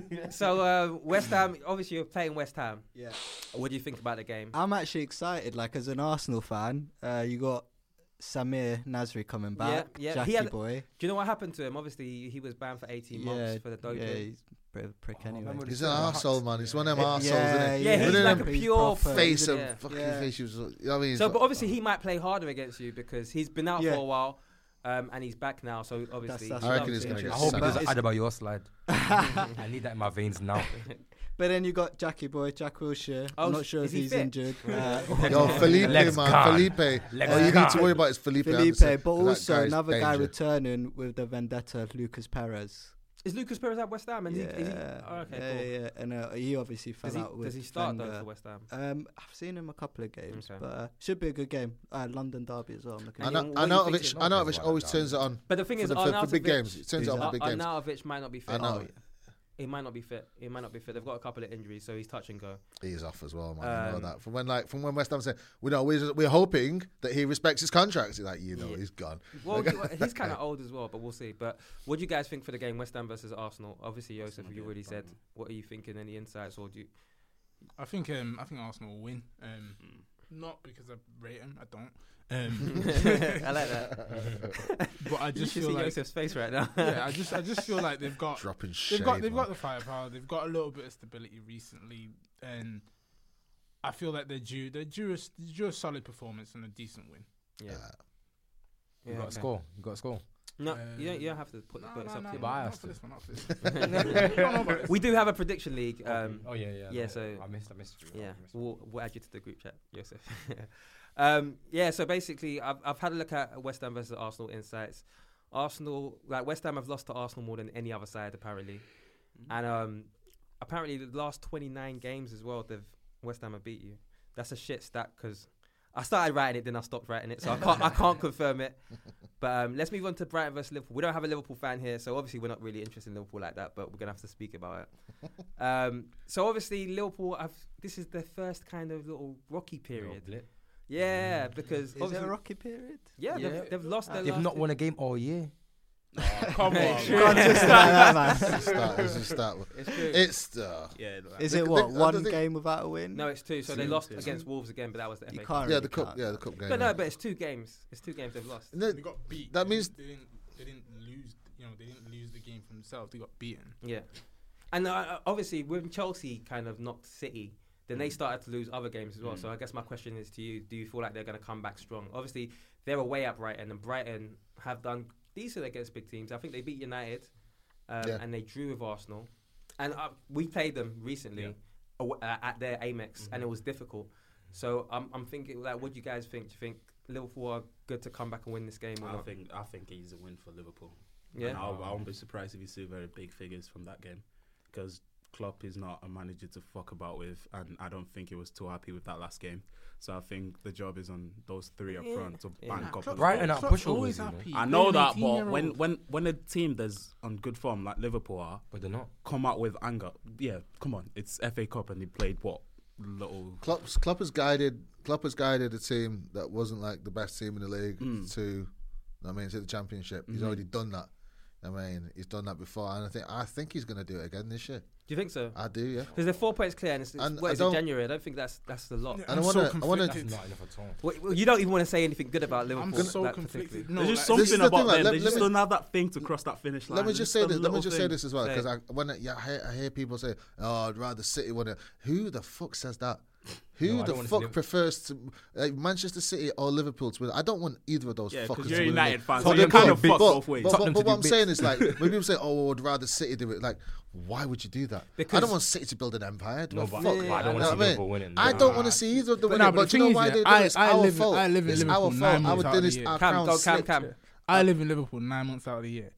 B: so uh, West Ham. Obviously, you're playing West Ham.
G: Yeah.
B: What do you think about the game?
G: I'm actually excited. Like as an Arsenal fan, uh, you got Samir Nasri coming back,
B: yeah, he
G: Jackie
B: had-
G: boy.
B: Do you know what happened to him? Obviously, he was banned for 18 months for the Oh, doping.
G: yeah, he's a bit of a prick anyway.
C: He's an arsehole, man. He's one of them arseholes,
G: Yeah,
C: isn't he?
B: yeah, he's
C: Within
B: like
C: them
B: a pure
G: proper-
C: face of
B: yeah.
C: fucking
G: Yeah.
C: face. He was, you know what I mean? oh.
B: So, but obviously, he might play harder against you because he's been out
G: Yeah.
B: for a while, um, and he's back now. So obviously,
G: that's
C: I
G: what
C: reckon
G: I'm
C: he's gonna
G: saying.
C: get
G: I
D: I hope
G: hope
D: it
C: sacked.
G: he
C: But
D: doesn't
G: doesn't-
D: add about your slide. I need that in my veins now.
G: But then you got Jackie boy, Jack Wilshere.
B: Oh,
G: I'm not
B: is
G: sure if
B: he
G: he's
B: fit?
G: injured. Uh,
C: Yo, Felipe,
D: Legs
C: man,
D: gone.
C: Felipe.
D: Legs
C: All you need to
D: gone.
C: worry about is Felipe.
G: Felipe,
C: Anderson.
G: but
C: That
G: also
C: guy's
G: another guy
C: danger.
G: returning with the vendetta of Lucas Perez.
B: is Lucas Perez at West Ham? And
G: yeah,
B: he, is he, oh, okay,
G: yeah,
B: cool.
G: yeah, and uh, he obviously fell
B: Does he,
G: out with
B: does he start though
G: Wenger.
B: for West Ham?
G: Um, I've seen him a couple of games,
B: Okay.
G: but uh, should be a good game. Uh, London derby as well. I'm looking
C: And
B: Yeah,
G: forward
C: Ana-
B: what do you
C: Anatovich,
B: think?
C: Anatovich always turns it on.
B: But the thing
C: for
B: is,
C: the- for- for big games, it turns out for
B: Ar-
C: big games.
B: Arnautovic might not be fit.
C: Arnautovic.
B: He might not be fit. He might not be fit. They've got a couple of injuries, so he's touch and go.
C: He's off as well, man. you
B: Um,
C: know that from when like from when West Ham said, we know we're, we're hoping that he respects his contract. He's like, you know,
B: Yeah.
C: he's gone.
B: Well, he- he's kind of old as well, but we'll see. But what do you guys think for the game, West Ham versus Arsenal? Obviously, Joseph, you already said. What are you thinking? Any insights or do you?
E: I think um, I think Arsenal will win. Um,
B: Hmm.
E: not because I rate them, I don't. Um,
B: I like that.
E: but I
B: You
E: just
B: should
E: feel
B: see
E: like
B: Joseph's face right now.
E: yeah, I just I just feel like they've got
C: Dropping shit.
E: they've got they've got the firepower. They've got a little bit of stability recently, and I feel like they're due they're due a, s- due a solid performance and a decent win.
B: yeah.
D: You got
B: okay.
D: to score. You got to score.
B: No,
E: Um,
B: you, don't, you don't have to put the put us up.
D: no,
B: to
D: no.
B: it.
D: I
E: not
D: asked
E: for
D: him.
E: this one, not for this one.
B: we do have a prediction league. Um,
D: oh yeah, yeah.
B: yeah,
D: no,
B: so-
D: I missed. I missed. you.
B: Yeah,
D: I missed you.
B: we'll, we'll add you to the group chat, Joseph. um, yeah, so basically, I've, I've had a look at West Ham versus Arsenal insights. Arsenal, like West Ham, have lost to Arsenal more than any other side apparently,
D: Mm-hmm.
B: and um, apparently the last twenty nine games as well, they've West Ham have beat you. That's a shit stat because I started writing it, then I stopped writing it, so I can't I can't confirm it. But um, let's move on to Brighton versus Liverpool. We don't have a Liverpool fan here, so obviously we're not really interested in Liverpool like that. But we're gonna have to speak about it. Um, so obviously Liverpool, have, this is their first kind of little rocky
D: Little
B: period.
D: blip.
B: Yeah, because
G: Is it
B: obviously,
G: a rocky period?
B: yeah,
D: Yeah.
B: They've, they've lost. Their
D: They've
B: last
D: not won a game all year.
E: Come on,
G: Go on, just like that, man.
C: start. This is start.
B: It's true.
C: It's uh,
E: yeah,
G: Is
C: They-
G: it
C: they-
G: what
C: I don't
G: one
C: think-
G: game without a win?
B: no, it's two. So they lost against Wolves again, but that was the
G: you
B: FA.
G: can't.
C: yeah,
G: really
C: the cup.
G: count
C: Yeah, the
G: that.
C: cup game.
B: But no, but it's two games. It's two games they've lost.
C: No,
E: they got beat.
C: That
E: They
C: means-
E: didn't- they didn't they didn't lose. You know, they didn't lose the game for themselves. They got beaten.
B: Yeah, and uh, obviously when Chelsea kind of knocked City, then
J: Mm.
B: they started to lose other games as well. So I guess my question is to you: Do you feel like they're going to come back strong? Obviously they're away at Brighton, and Brighton have done decent against big teams. I think they beat United, um,
C: Yeah.
B: and they drew with Arsenal, and uh, we played them recently aw- uh, at their Amex,
J: Mm-hmm.
B: and it was difficult. So I'm, I'm thinking, like, what do you guys think? Do you think Liverpool are good to come back and win this game? Or
J: I
B: not?
J: think I think he's a win for Liverpool.
B: Yeah.
J: and I, I won't be surprised if you see very big figures from that game, because Klopp is not a manager to fuck about with, and I don't think he was too happy with that last game. So I think the job is on those three up
B: Yeah.
J: front to
B: Yeah.
J: bank up. on
D: Brighton
J: goals.
D: are pushing always
J: I know that, but when, when when a team that's on good form like Liverpool are
D: But they're not.
J: come out with anger, yeah, come on, it's FA Cup and they played what little
C: Klopp's, Klopp has guided. Klopp has guided a team that
B: Hmm.
C: wasn't like the best team in the league to. I mean, to the championship. He's already done that. I mean, he's done that before, and I think I think he's going to do it again this year.
B: Do you think so?
C: I do, yeah.
B: Because they're four points clear, and it's, it's,
C: And
B: what
C: I
B: is it,
C: don't-
B: January. I don't think that's that's the lot.
C: Yeah, And I I'm wanna- so I wanna- conflicted.
B: That's
C: That's not enough at
B: Well, well, you don't even want to say anything good about Liverpool.
C: gonna- so
B: that
C: conflicted.
B: particularly.
C: No,
J: There's just
C: like-
J: something
C: this is the
J: about
C: thing, like,
J: them.
C: let-
J: they
C: let
J: just
C: me-
J: don't have that thing to cross that finish line.
C: Let me
J: There's
C: just say
J: some
C: this. Let me
J: little
C: just say
J: thing.
C: this as well, because I when I, yeah, I, hear, I hear people say, "Oh, I'd rather City won it." Who the fuck says that?
J: No,
C: Who
J: I
C: the
J: don't want
C: fuck
J: Liverpool-
C: prefers to like, Manchester City or Liverpool to win? I don't want either of those
J: Yeah, 'cause you're
C: fuckers. to
J: a
C: win
J: United
C: it.
J: fan, so
C: But-
J: you're
C: but-
J: kind of
C: but-
J: fucked
C: but-
J: both ways.
C: But,
J: Tottenham
C: but
J: to
C: what
J: do
C: I'm
J: bits.
C: saying is like, when people say, "Oh, I'd rather City do it," like, why would you do that? I
J: Because-
C: don't want City to build an empire. Do
J: No,
C: I?
J: but-
C: fuck?
J: but I don't want
C: You know
J: to see
C: what I mean?
J: Liverpool winning.
C: I don't
J: Nah.
C: want to see either of them
J: But
C: winning.
J: nah, but the
C: But do you
J: thing
C: know
J: is,
C: why
J: yeah,
C: they do
E: I-
C: it? It's
E: I
C: our
E: live-
C: fault.
E: I live in
C: It's
E: Liverpool
C: our
E: nine
C: fault.
E: months
C: Our
E: out of the
C: dinners,
E: year.
C: our
E: Cam, go,
C: crown
E: Cam,
C: slipped.
E: Cam. I live in Liverpool nine months out of the year.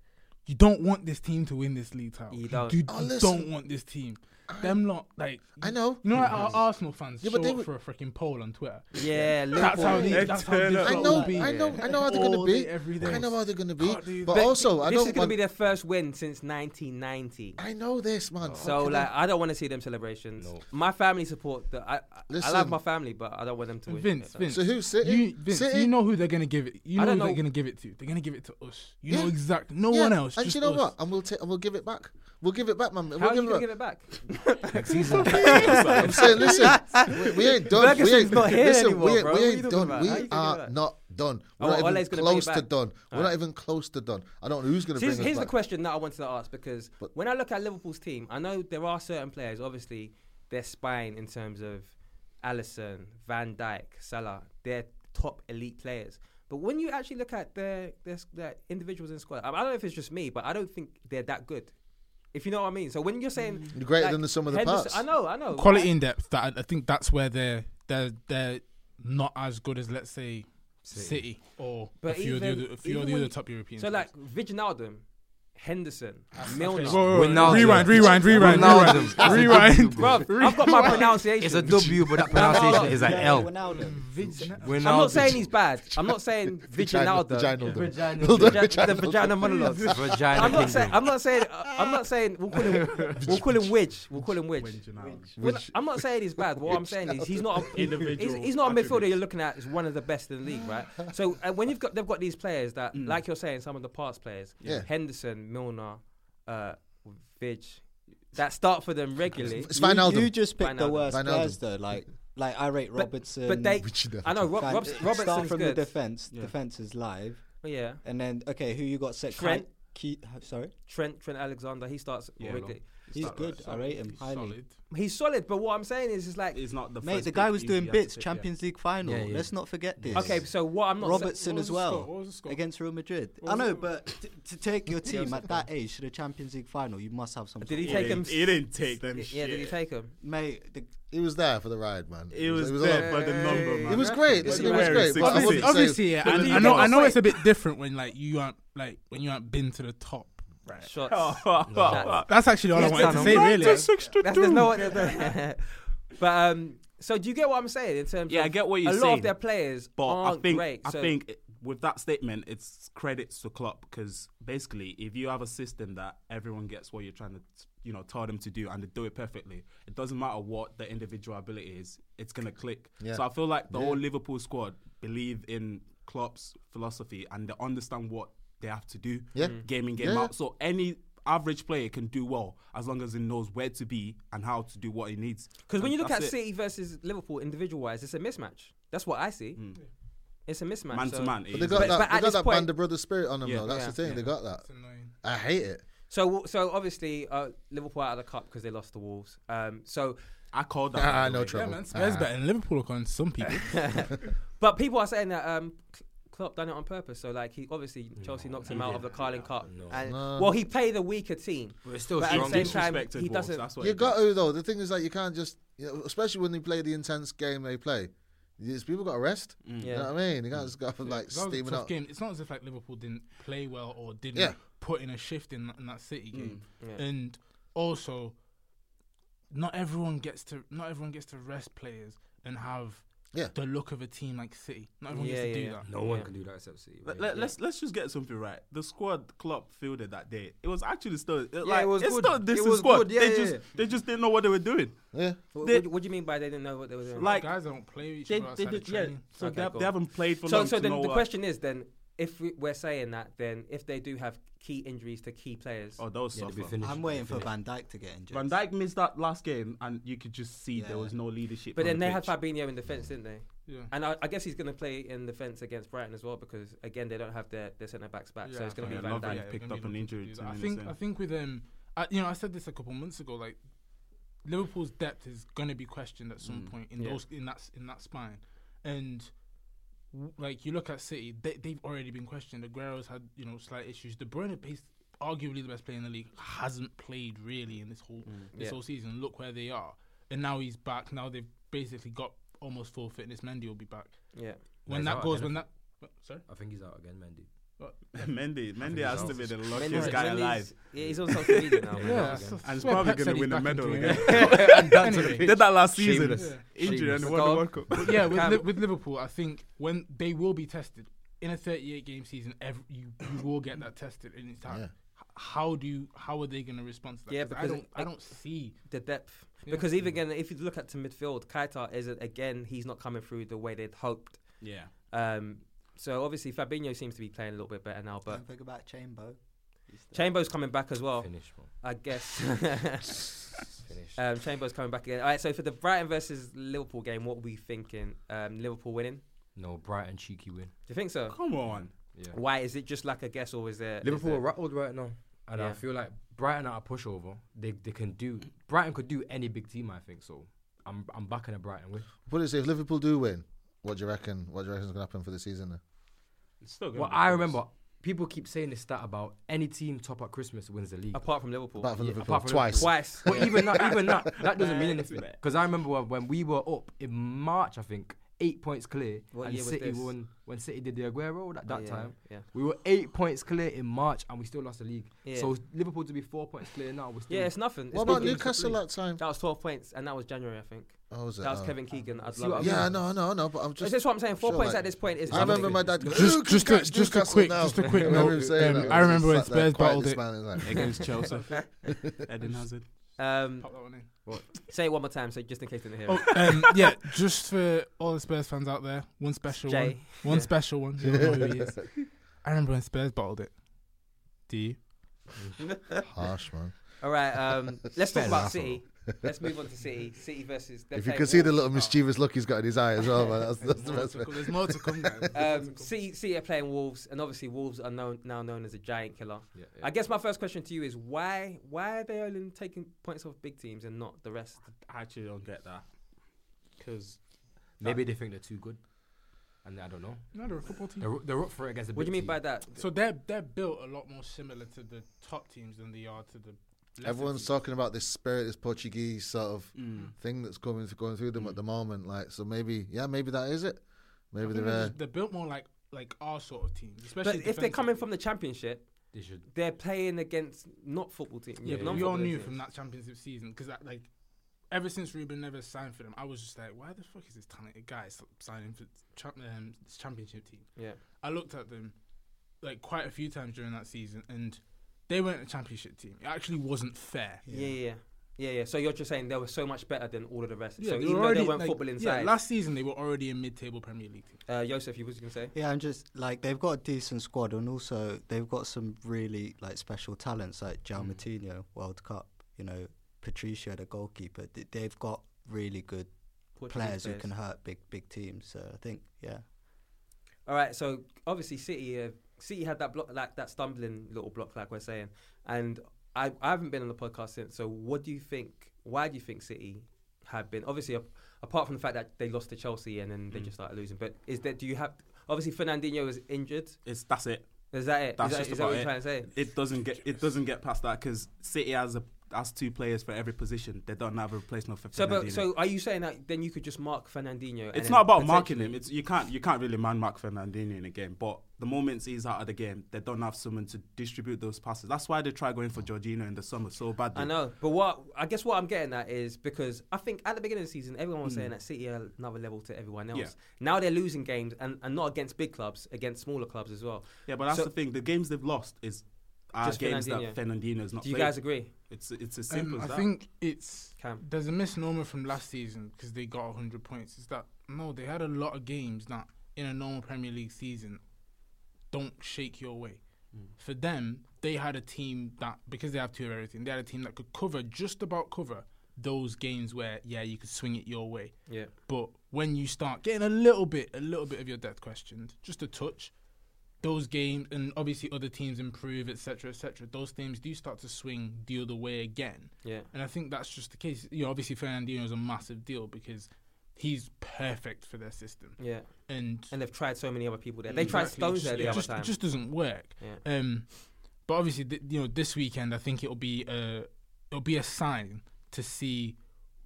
E: You don't want this team to win this league title. You
B: don't.
E: You,
B: Oh,
E: you
B: listen.
E: don't want this team. Them lot, like
C: I know.
E: You know, like, our Arsenal fans
C: Yeah,
E: yeah,
C: but
E: show
C: they
E: up
C: were-
E: for a freaking poll on Twitter.
B: Yeah,
E: that's how.
C: Liverpool.
E: They, that's how
C: I
E: this lot
C: know,
E: will be.
C: I know, I know how they're
E: All
C: gonna
E: day,
C: be.
E: every day.
C: I know how they're gonna be.
E: Can't do
C: But
E: that.
C: also, I
B: this
C: don't
B: is going to
C: want
B: be their first win since 1990.
C: I know this, man.
B: So
C: Fucking
B: like,
C: hell.
B: I don't want to see them celebrations. My family support. The, I I- I love
C: Listen.
B: my family, but I don't want them to win.
E: Vince, Vince.
C: City?
E: You, Vince,
C: City?
E: you know who they're gonna give it. You
C: I
E: know, who
C: don't
E: they're
C: know.
E: gonna give it to. They're gonna give it to us. You know
C: Yeah.
E: exactly. No
C: Yeah,
E: one else.
C: And
E: just
C: you know
E: us.
C: what? And we'll ta- and we'll give it back. We'll give it back, man. We'll
B: How are you
C: give
B: going
C: it
B: to give
C: back.
B: it back?
C: I'm saying, listen, we, we ain't done. We
B: Ferguson's
C: ain't,
B: not here
C: listen,
B: anymore,
C: we ain't,
B: bro.
C: we
B: What are you
C: ain't
B: talking
C: done.
B: about? How you
C: We
B: talking
C: are
B: about?
C: not done.
B: Oh,
C: We're not
B: Ole's
C: even
B: gonna bring it
C: close to
B: back.
C: done. We're
B: Alright.
C: not even close to done. I don't know who's going to
B: So
C: bring
B: here's,
C: us
B: here's the
C: back.
B: question that I wanted to ask because when I look at Liverpool's team, I know there are certain players, obviously, their spine in terms of Allison, Van Dijk, Salah, they're top elite players. But when you actually look at their their, s- their individuals in squad, I I don't know if it's just me, but I don't think they're that good. If you know what I mean. So when you're saying
C: You're Mm, greater than the sum of the
B: Henderson-
C: parts.
B: I know, I know.
E: Quality
B: I-
E: in depth. That I think that's where they're they're they're not as good as let's say City, or a few of the other, a few of
B: even
E: the
B: when-
E: other top European.
B: So like Wijnaldum, Henderson, Milner.
E: Whoa, whoa, whoa. Rewind, rewind, rewind,
B: Wijnaldum.
E: rewind. Rewind.
B: Bruv, I've got my pronunciation.
E: It's a W, but that pronunciation is an L.
B: I'm
E: Wijnaldum.
B: not saying he's bad. I'm not saying
C: Vagina-
B: Wijnaldum.
C: vaginaldum.
B: Vagina-
C: Wijnaldum.
B: vagi- The vagina
C: Vagina-
B: monologues.
C: Vagina
B: I'm not saying.
C: kingdom.
B: I'm not saying. I'm not saying. We'll call him. We'll call him Widge. We'll call him Widge. We're not- I'm not saying he's bad. What I'm saying is he's not a he's,
E: Individual
B: he's not a midfielder
E: attributes.
B: you're looking at is one of the best in the league, right? So uh, when you've got they've got these players that, like you're saying, some of the parts players,
C: Mm. Yeah.
B: Henderson, Milner, uh, Vidge, that start for them regularly.
C: It's
G: you, you just picked the
B: Wijnaldum.
G: worst players though. Like, like I rate
B: But-
G: Robertson.
B: but they- I know, Rob-
G: Van-
B: Robs-
G: Start
B: Robertson's
G: from
B: good.
G: the defense.
B: Yeah.
G: Defense is live.
B: Oh, Yeah.
G: And then okay, who you got set?
B: Trent.
G: Key, sorry.
B: Trent Trent Alexander, he starts
G: Yeah,
B: regularly.
G: He's He's good. right. I rate him He's highly. solid.
B: He's solid, but what I'm saying is, it's like
J: he's not the
G: Mate,
J: first
G: the guy
J: pick
G: was
J: you-
G: doing
J: you had to
G: bits.
J: pick, yeah.
G: Champions League final.
J: Yeah, yeah.
G: Let's not forget this.
B: Okay, so what I'm not
G: Robertson
B: what was
G: as
B: the
G: well
B: score? What was the score?
G: against Real Madrid.
B: What
G: I
B: was
G: know,
B: the-
G: but t- to take your
B: Yeah, it was
G: team
B: the
G: at that age to the Champions League final, you must have some.
B: Did he
G: sort of-
B: take him?
J: he didn't take them
B: Yeah, did he
J: shit.
B: take him?
G: Mate, the,
C: He was there for the ride, man.
J: It was,
C: a
J: there
C: lot-
J: for the number, man.
C: It was great. Listen, it was
J: Wearing
C: great.
J: six
C: but I
E: obviously,
C: wouldn't say-
E: obviously, yeah.
C: But
E: I, I know, I know it's a bit different when like you aren't like when you aren't been to the top. Right.
B: Shots.
E: Shots. That's actually all I wanted to say, really.
B: That's, there's no, there's no but um, so do you get what I'm saying in terms?
J: Yeah,
B: of
J: I get what you're
B: a
J: saying.
B: lot of their players
J: but
B: aren't
J: I think,
B: great.
J: I
B: so
J: think it- with that statement, it's credits to Klopp because basically, if you have a system that everyone gets what you're trying to, you know, tell them to do and they do it perfectly, it doesn't matter what the individual ability is, it's gonna click.
C: Yeah.
J: So I feel like the
C: Yeah.
J: whole Liverpool squad believe in Klopp's philosophy and they understand what they have to do,
C: Yeah. Mm.
J: game in game
C: Yeah.
J: out. So any average player can do well as long as he knows where to be and how to do what he needs.
B: because when
J: And
B: you look at
J: that's it.
B: City versus Liverpool individual wise, it's a mismatch. That's what I see. It's a mismatch.
J: Hmm. Man to
B: so-
J: man, it
C: But they got that, they
B: at
C: got
B: this
C: that
B: point-
C: band of brother spirit on them,
J: Yeah.
C: though. That's
B: Yeah.
C: the thing. They got that. I hate it.
B: So, so obviously, uh, Liverpool out of the cup because they lost the Wolves. Um, so
J: I called that.
C: Ah,
J: by the
C: no
J: way.
C: trouble.
E: man, Spurs
C: Ah.
E: better than Liverpool according to some people.
B: But people are saying that um, Cl- Klopp done it on purpose. So like he obviously Chelsea knocked him
J: he
B: out of the
J: didn't.
B: Carling Cup. And,
C: No.
B: Well, he played a weaker team.
J: But it's still
B: at the
J: strong.
B: same time,
J: Disrespected
B: he
J: Wolves,
B: doesn't.
J: that's what
C: You
J: it
C: got to though. The thing is, like, you can't just, you know, especially when they play the intense game they play. These people got to rest. You
B: Yeah.
C: know what I mean? You
B: Mm.
C: can't just go like
E: Mm. That was a
C: steaming
E: tough
C: up.
E: game. It's not as if like Liverpool didn't play well or didn't
C: Yeah.
E: put in a shift in, that- in that City game.
B: Mm. Yeah.
E: And also, not everyone gets to not everyone gets to rest players and have
C: Yeah.
E: the look of a team like City. Not everyone
B: Yeah,
E: gets to
B: yeah,
E: do
B: yeah.
E: that.
H: No one
B: Yeah.
H: can do that except City.
J: Let,
H: mate.
J: us let's just get something right. The squad Klopp fielded that day. It was actually still it, like
H: it was
J: it's
H: good.
J: not this
H: It was
J: squad.
H: good, yeah,
J: they
H: yeah,
J: just
H: yeah.
J: they just didn't know what they were doing.
C: Yeah.
B: What,
J: They-
B: what, do you mean by they didn't know what they were doing?
J: Like
E: Guys don't play with each
J: they,
E: other
J: they
E: outside of
J: did yeah.
E: training.
J: So
B: Okay,
J: they, have-
B: cool.
J: they haven't played for
B: so,
J: long.
B: so
J: to
B: then
J: know
B: the
J: what-
B: question is then if we- we're saying that, then if they do have key injuries to key players,
J: Oh, those
B: will
J: suffer.
G: I'm waiting for Van Dijk to get injured.
J: Van Dijk missed that last game, and you could just see
B: Yeah.
J: there was no leadership.
B: But
J: on
B: then
J: the
B: they had
J: pitch.
B: Fabinho in defence, didn't they?
J: Yeah.
B: And I, I guess he's going to play in defence against Brighton as well because again they don't have their, their centre backs back, so
E: Yeah.
B: it's going
J: Yeah,
B: to be Van
J: Lovren
B: Dijk.
J: picked
E: gonna
J: up an
E: be
J: injury.
E: looking to do
J: 10
E: that. I
J: minutes
E: think
J: in.
E: I think with um, I, you know, I said this a couple months ago. Like Liverpool's depth is going to be questioned at some
J: Mm.
E: point in
J: Yeah.
E: those in that s- in that spine, and w- like you look at City, they, they've already been questioned. Aguero's had you know slight issues. De Bruyne, based, arguably the best player in the league, hasn't played really in this whole this
J: Mm,
B: Yeah.
E: whole season. Look where they are, and now he's back. Now they've basically got almost full fitness. Mendy will be back.
B: Yeah.
E: When
D: He's
J: Oh,
E: that
D: out
E: goes,
D: again,
E: when
D: I
E: that
D: think.
E: what? sorry.
D: I think he's out again, Mendy.
E: What?
J: Mendy,
D: I think
J: Mendy
D: he's
J: has
D: out.
J: to be the
D: Mendy's-
J: luckiest guy
D: Mendy's-
J: alive.
D: yeah,
B: he's on social media now, man.
E: Yeah,
J: and
E: I
J: he's
E: swear
J: probably
E: Pep said
J: going to
E: he's
J: win the
E: back in
J: medal
E: two
J: again.
E: years. And done to the
J: Did that last
E: pitch.
J: season,
E: Shameless.
J: injured and
E: Shameless.
J: won the World Cup.
E: But yeah, with, Li- with Liverpool, I think when they will be tested in a 38 game season, ev you, you will get that tested, and it's how,
B: Yeah.
E: how do you, how are they going to respond to that?
B: Yeah,
E: 'Cause
B: because
E: I don't
B: it-
E: I don't see
B: the depth
E: Yeah.
B: because even again, if you look at to midfield, Kaita isn't again. He's not coming through the way they'd hoped.
J: Yeah.
B: Um. So obviously Fabinho seems to be playing a little bit better now, but
G: Don't think about Chambo.
B: Chambo's coming back as well.
D: Finish, bro.
B: I guess. um, Chambo's coming back again. All right. So for the Brighton versus Liverpool game, what are we thinking? Um, Liverpool winning?
D: No, Brighton cheeky win.
B: Do you think so?
J: Come on.
D: Yeah.
B: Why is it just like a guess, or is there is
D: Liverpool
B: there-
D: are rattled right now, and I
B: Yeah.
D: feel like Brighton are a pushover. They they can do Brighton could do any big team. I think so. I'm I'm backing a Brighton win.
C: Put it this way, if Liverpool do win, what do you reckon? What do you reckon is going to happen for the season? Then?
J: It's still
D: Well, I remember people keep saying this stat about any team top at Christmas wins the league.
B: Apart from Liverpool.
C: Apart from Liverpool. Twice.
B: Twice.
D: But even that, even that, that doesn't mean
B: Nah,
D: anything. Because I remember when- when we were up in March, I think eight points clear,
B: What
D: and
B: year was
D: City
B: this?
D: won when City did the Aguero at that
B: Oh, yeah,
D: time.
B: yeah.
D: We were eight points clear in March, and we still lost the league.
B: Yeah.
D: So Liverpool to be four points clear now, we're still
B: Yeah, it's nothing. It's
C: What about
B: nothing.
C: Newcastle that time?
B: That was 12 points, and that was January, I think.
C: Oh, was it?
B: That was
C: Oh.
B: Kevin Keegan. I'd
C: See
B: love
C: what
B: it.
C: I mean? Yeah, no, no, no, but I'm just-
B: This is what I'm saying. Four
C: Sure,
B: points
C: like-
B: at this point is.
C: I remember my dad-
E: Just, just, a, just a
C: Newcastle
E: quick,
C: now.
E: just a quick
C: I remember him
E: note.
C: saying
E: um,
C: that.
E: I remember when
C: Sat there
E: Spurs
C: quiet,
E: battled
C: this
E: it
C: man is like-
J: against Chelsea. Eden Hazard.
B: Um,
E: Pop that one in.
B: Say it one more time, so just in case they didn't hear
E: Oh,
B: it.
E: um, yeah, just for all the Spurs fans out there, one special
B: Jay.
E: one. One
B: Yeah.
E: special one. You don't know who he is. I remember when Spurs bottled it. Do you?
C: Harsh, man.
B: All right, um, let's talk
C: Fair
B: about
C: enough.
B: City. Let's move on to City. City versus. they're
C: If you
B: playing
C: can see the
B: Wolves.
C: little mischievous look he's got in his eye as well, man, that's, that's the
E: More
C: best
E: to
C: bit.
E: come- There's more to come, guys. There's more to
B: Um, City, City are playing Wolves, and obviously Wolves are known, now known as a giant killer.
D: Yeah, yeah.
B: I guess my first question to you is why why are they only taking points off big teams and not the rest?
J: I actually don't get that. Because
D: Maybe they think they're too good, and I don't know.
E: No, they're a football team.
D: They're, they're up for it against the.
B: What do
D: big
B: you mean
D: team.
B: by that?
E: So they're they're built a lot more similar to the top teams than they are to the. lesser
C: Everyone's
E: teams.
C: talking about this spirit, this Portuguese sort of
E: Mm.
C: thing that's coming going through them at the moment. Like, so maybe, yeah, maybe that is it.
E: I
C: Maybe
E: think
C: they're.
E: they're,
C: Uh,
E: just- they're built more like like our sort of teams,
B: But
E: especially.
B: if they're coming
E: defensively.
B: from the championship,
D: They should.
B: they're playing against not football teams.
E: Yeah, but we
B: non-football
E: all knew
B: teams.
E: from that championship season because like ever since Ruben Neves signed for them, I was just like, why the fuck is this talented guy s- signing for cha- um, this championship team?
B: Yeah.
E: I looked at them like quite a few times during that season, and they weren't a championship team. It actually wasn't fair.
B: Yeah, yeah, yeah. Yeah, yeah. So you're just saying they were so much better than all of the rest.
E: Yeah,
B: so
E: they
B: even
E: were
B: though
E: already,
B: they weren't
E: like,
B: football
E: yeah,
B: inside,
E: last season they were already a mid-table Premier League team.
B: uh, Joseph, you was going to say?
G: Yeah, I'm just like they've got a decent squad, and also they've got some really like special talents like Jao Matinho, World Cup. You know, Patricio, the goalkeeper. Th- They've got really good
B: Portuguese
G: players, who
B: players.
G: can hurt big big teams. So I think yeah,
B: All right. So obviously City, uh, City had that block, like that stumbling little block, like we're saying. And I, I haven't been on the podcast since. So what do you think? Why do you think City have been? Obviously, ap- apart from the fact that they lost to Chelsea and then they
J: Mm.
B: just started losing. But is that? Do you have? Obviously, Fernandinho is injured.
J: It's that's it.
B: Is that it?
J: That's
B: Is that-
J: just
B: is that what
J: about
B: you're trying
J: it.
B: to say?
J: It doesn't get it doesn't get past that because City has a has two players for every position. They don't have a replacement for.
B: So,
J: Fernandinho.
B: but, so are you saying that then you could just mark Fernandinho? and
J: It's
B: then
J: not about marking
B: potentially-
J: him. It's you can't you can't really man mark Fernandinho in a game. But the moments he's out of the game, they don't have someone to distribute those passes. That's why they try going for Jorginho in the summer so badly.
B: I know, but what I guess what I'm getting at is because I think at the beginning of the season, everyone was saying that City are another level to everyone else.
J: Hmm. Yeah.
B: Now they're losing games and, and not against big clubs, against smaller clubs as well.
J: Yeah, but that's
B: So-
J: the thing. The games they've lost is are
B: Just
J: games
B: Fernandinho.
J: that Fernandinho's not.
B: Do you
J: played.
B: guys agree?
J: It's it's as simple
E: Um,
J: as
E: I
J: that.
E: think it's
B: Cam.
E: there's a misnomer from last season because they got 100 points. Is that no, they had a lot of games that in a normal Premier League season don't shake your way.
B: Mm.
E: For them, they had a team that because they have two of everything, they had a team that could cover just about cover those games where yeah you could swing it your way.
B: Yeah.
E: But when you start getting a little bit, a little bit of your depth questioned, just a touch, those games and obviously other teams improve, etc., etc. Those teams do start to swing the other way again.
B: Yeah.
E: And I think that's just the case. You know, obviously Fernandinho is a massive deal because he's perfect for their system.
B: Yeah.
E: And
B: and they've tried so many other people there. They tried
E: Exactly.
B: Stones
E: Just-
B: there the
E: it
B: other
E: just,
B: time.
E: It just doesn't work.
B: Yeah.
E: Um, but obviously, th- you know, this weekend I think it'll be a it'll be a sign to see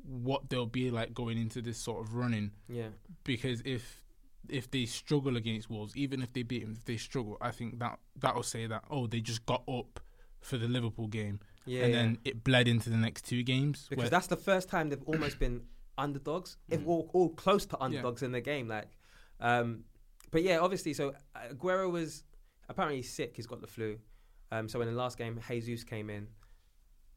E: what they'll be like going into this sort of running.
B: Yeah.
E: Because if if they struggle against Wolves, even if they beat them, if they struggle, I think that that'll say that oh they just got up for the Liverpool game.
B: Yeah,
E: and
B: yeah.
E: then it bled into the next two games.
B: because
E: where- Mm.
B: that's the first time they've almost been underdogs, if all, all close to underdogs in the game. Like, um, but yeah, obviously. So Aguero was apparently he's sick. He's got the flu. Um, so in the last game, Jesus came in.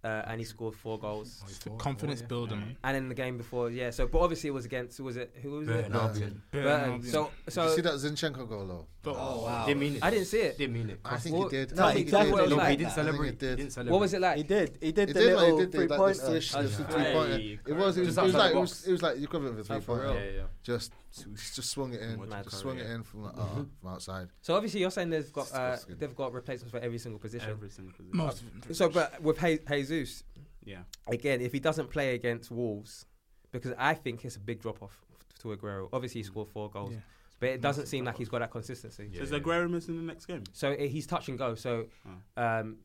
B: Uh, and Oh, he scored four goals.
E: It's the confidence builder, man.
B: And in the game before, yeah. So, but obviously it was against. Was it who was it?
G: Burton Albion.
B: Burton.
G: Burton
B: Burton.
G: Albion.
B: So,
G: Did
B: so
C: you see that Zinchenko goal though?
B: But-
G: Oh,
B: wow.
G: Didn't mean it.
B: I didn't see it.
G: Didn't mean it.
C: I think he did.
G: No,
B: Tell me
G: exactly.
B: exactly what it was
G: No, he
B: like.
G: didn't
B: I
G: celebrate.
C: think he did.
G: Didn't
B: What was it like?
L: He did. He did
C: It
L: the
C: did, man,
L: little
C: it did,
L: three
C: did, like, the
L: pointer.
C: swish, the
L: Yeah.
C: three pointer.
L: Hey,
C: It was, it was,
L: Just
C: it was
L: outside
C: like,
L: the
C: it was,
L: box.
C: it was like the equivalent of a
L: Oh,
C: three
L: for
C: pointer.
L: real? Yeah, yeah.
C: Just, just swung it in, just swung it in from, the, uh, from outside.
B: Mm-hmm. So obviously you're saying they've got uh, they've got replacements for every single position.
J: Every single position.
B: Uh,
J: Most of them, pretty
B: so,
J: much.
B: but with Je- Jesus,
J: Yeah.
B: Again, if he doesn't play against Wolves, because I think it's a big drop off to Aguero. Obviously, he
J: Mm.
B: scored four goals,
J: Yeah.
B: but it doesn't seem like he's got that consistency.
J: So is Aguero missing the next game?
B: So i he's touch and go. So
J: Oh.
B: um,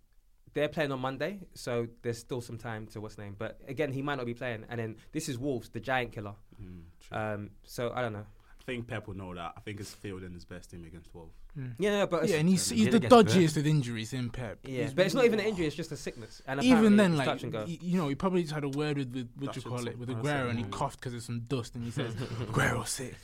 B: they're playing on Monday, so there's still some time to what's name. But again, he might not be playing. And then this is Wolves, the giant killer.
J: Mm,
B: um, so I don't know.
J: I think Pep will know that. I think it's fielding his best team against Wolves.
B: Yeah, no, but
E: Hmm. yeah, and he's, he's the dodgiest with injuries in Pep.
B: Yeah,
E: He's
B: but it's not
E: really-
B: even an injury; it's just a sickness. And
E: even
B: apparently
E: then,
B: it's
E: like
B: touch and go.
E: y- you know, he probably just had a word with with what
B: That
E: you
B: shit's
E: call it with
B: embarrassing,
E: Aguero, and he
B: man.
E: coughed because of some dust, and he says, "Aguero sick."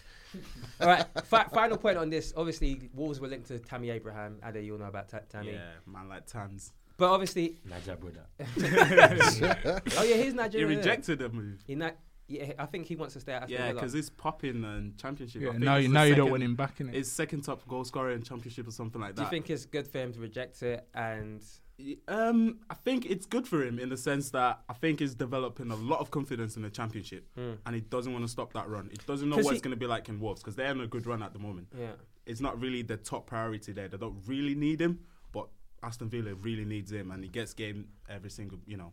B: All right, fi- final point on this. Obviously, Wolves were linked to Tammy Abraham. I know you all know about Ta- Tammy.
J: Yeah, man, like Tams.
B: But obviously,
J: Naja Buddha.
B: oh yeah, he's Nigerian.
J: He rejected the move.
B: He na- yeah, I think he wants to stay at. Aston
J: Yeah,
B: Villa.
J: because it's popping in championship.
E: Yeah,
J: I think
E: now
J: it's
E: you-
J: the
E: now you don't
J: second-
E: want him back, innit?
J: It's second top goal scorer in championship or something like
B: Do you
J: that.
B: think it's good for him to reject it? And
J: Um, I think it's good for him in the sense that I think he's developing a lot of confidence in the championship,
B: Mm.
J: and he doesn't want to stop that run. He doesn't know
B: 'Cause
J: what
B: he-
J: it's going to be like in Wolves because they're in a good run at the moment.
B: Yeah.
J: it's not really the top priority there. They don't really need him, but Aston Villa really needs him, and he gets game every single you know,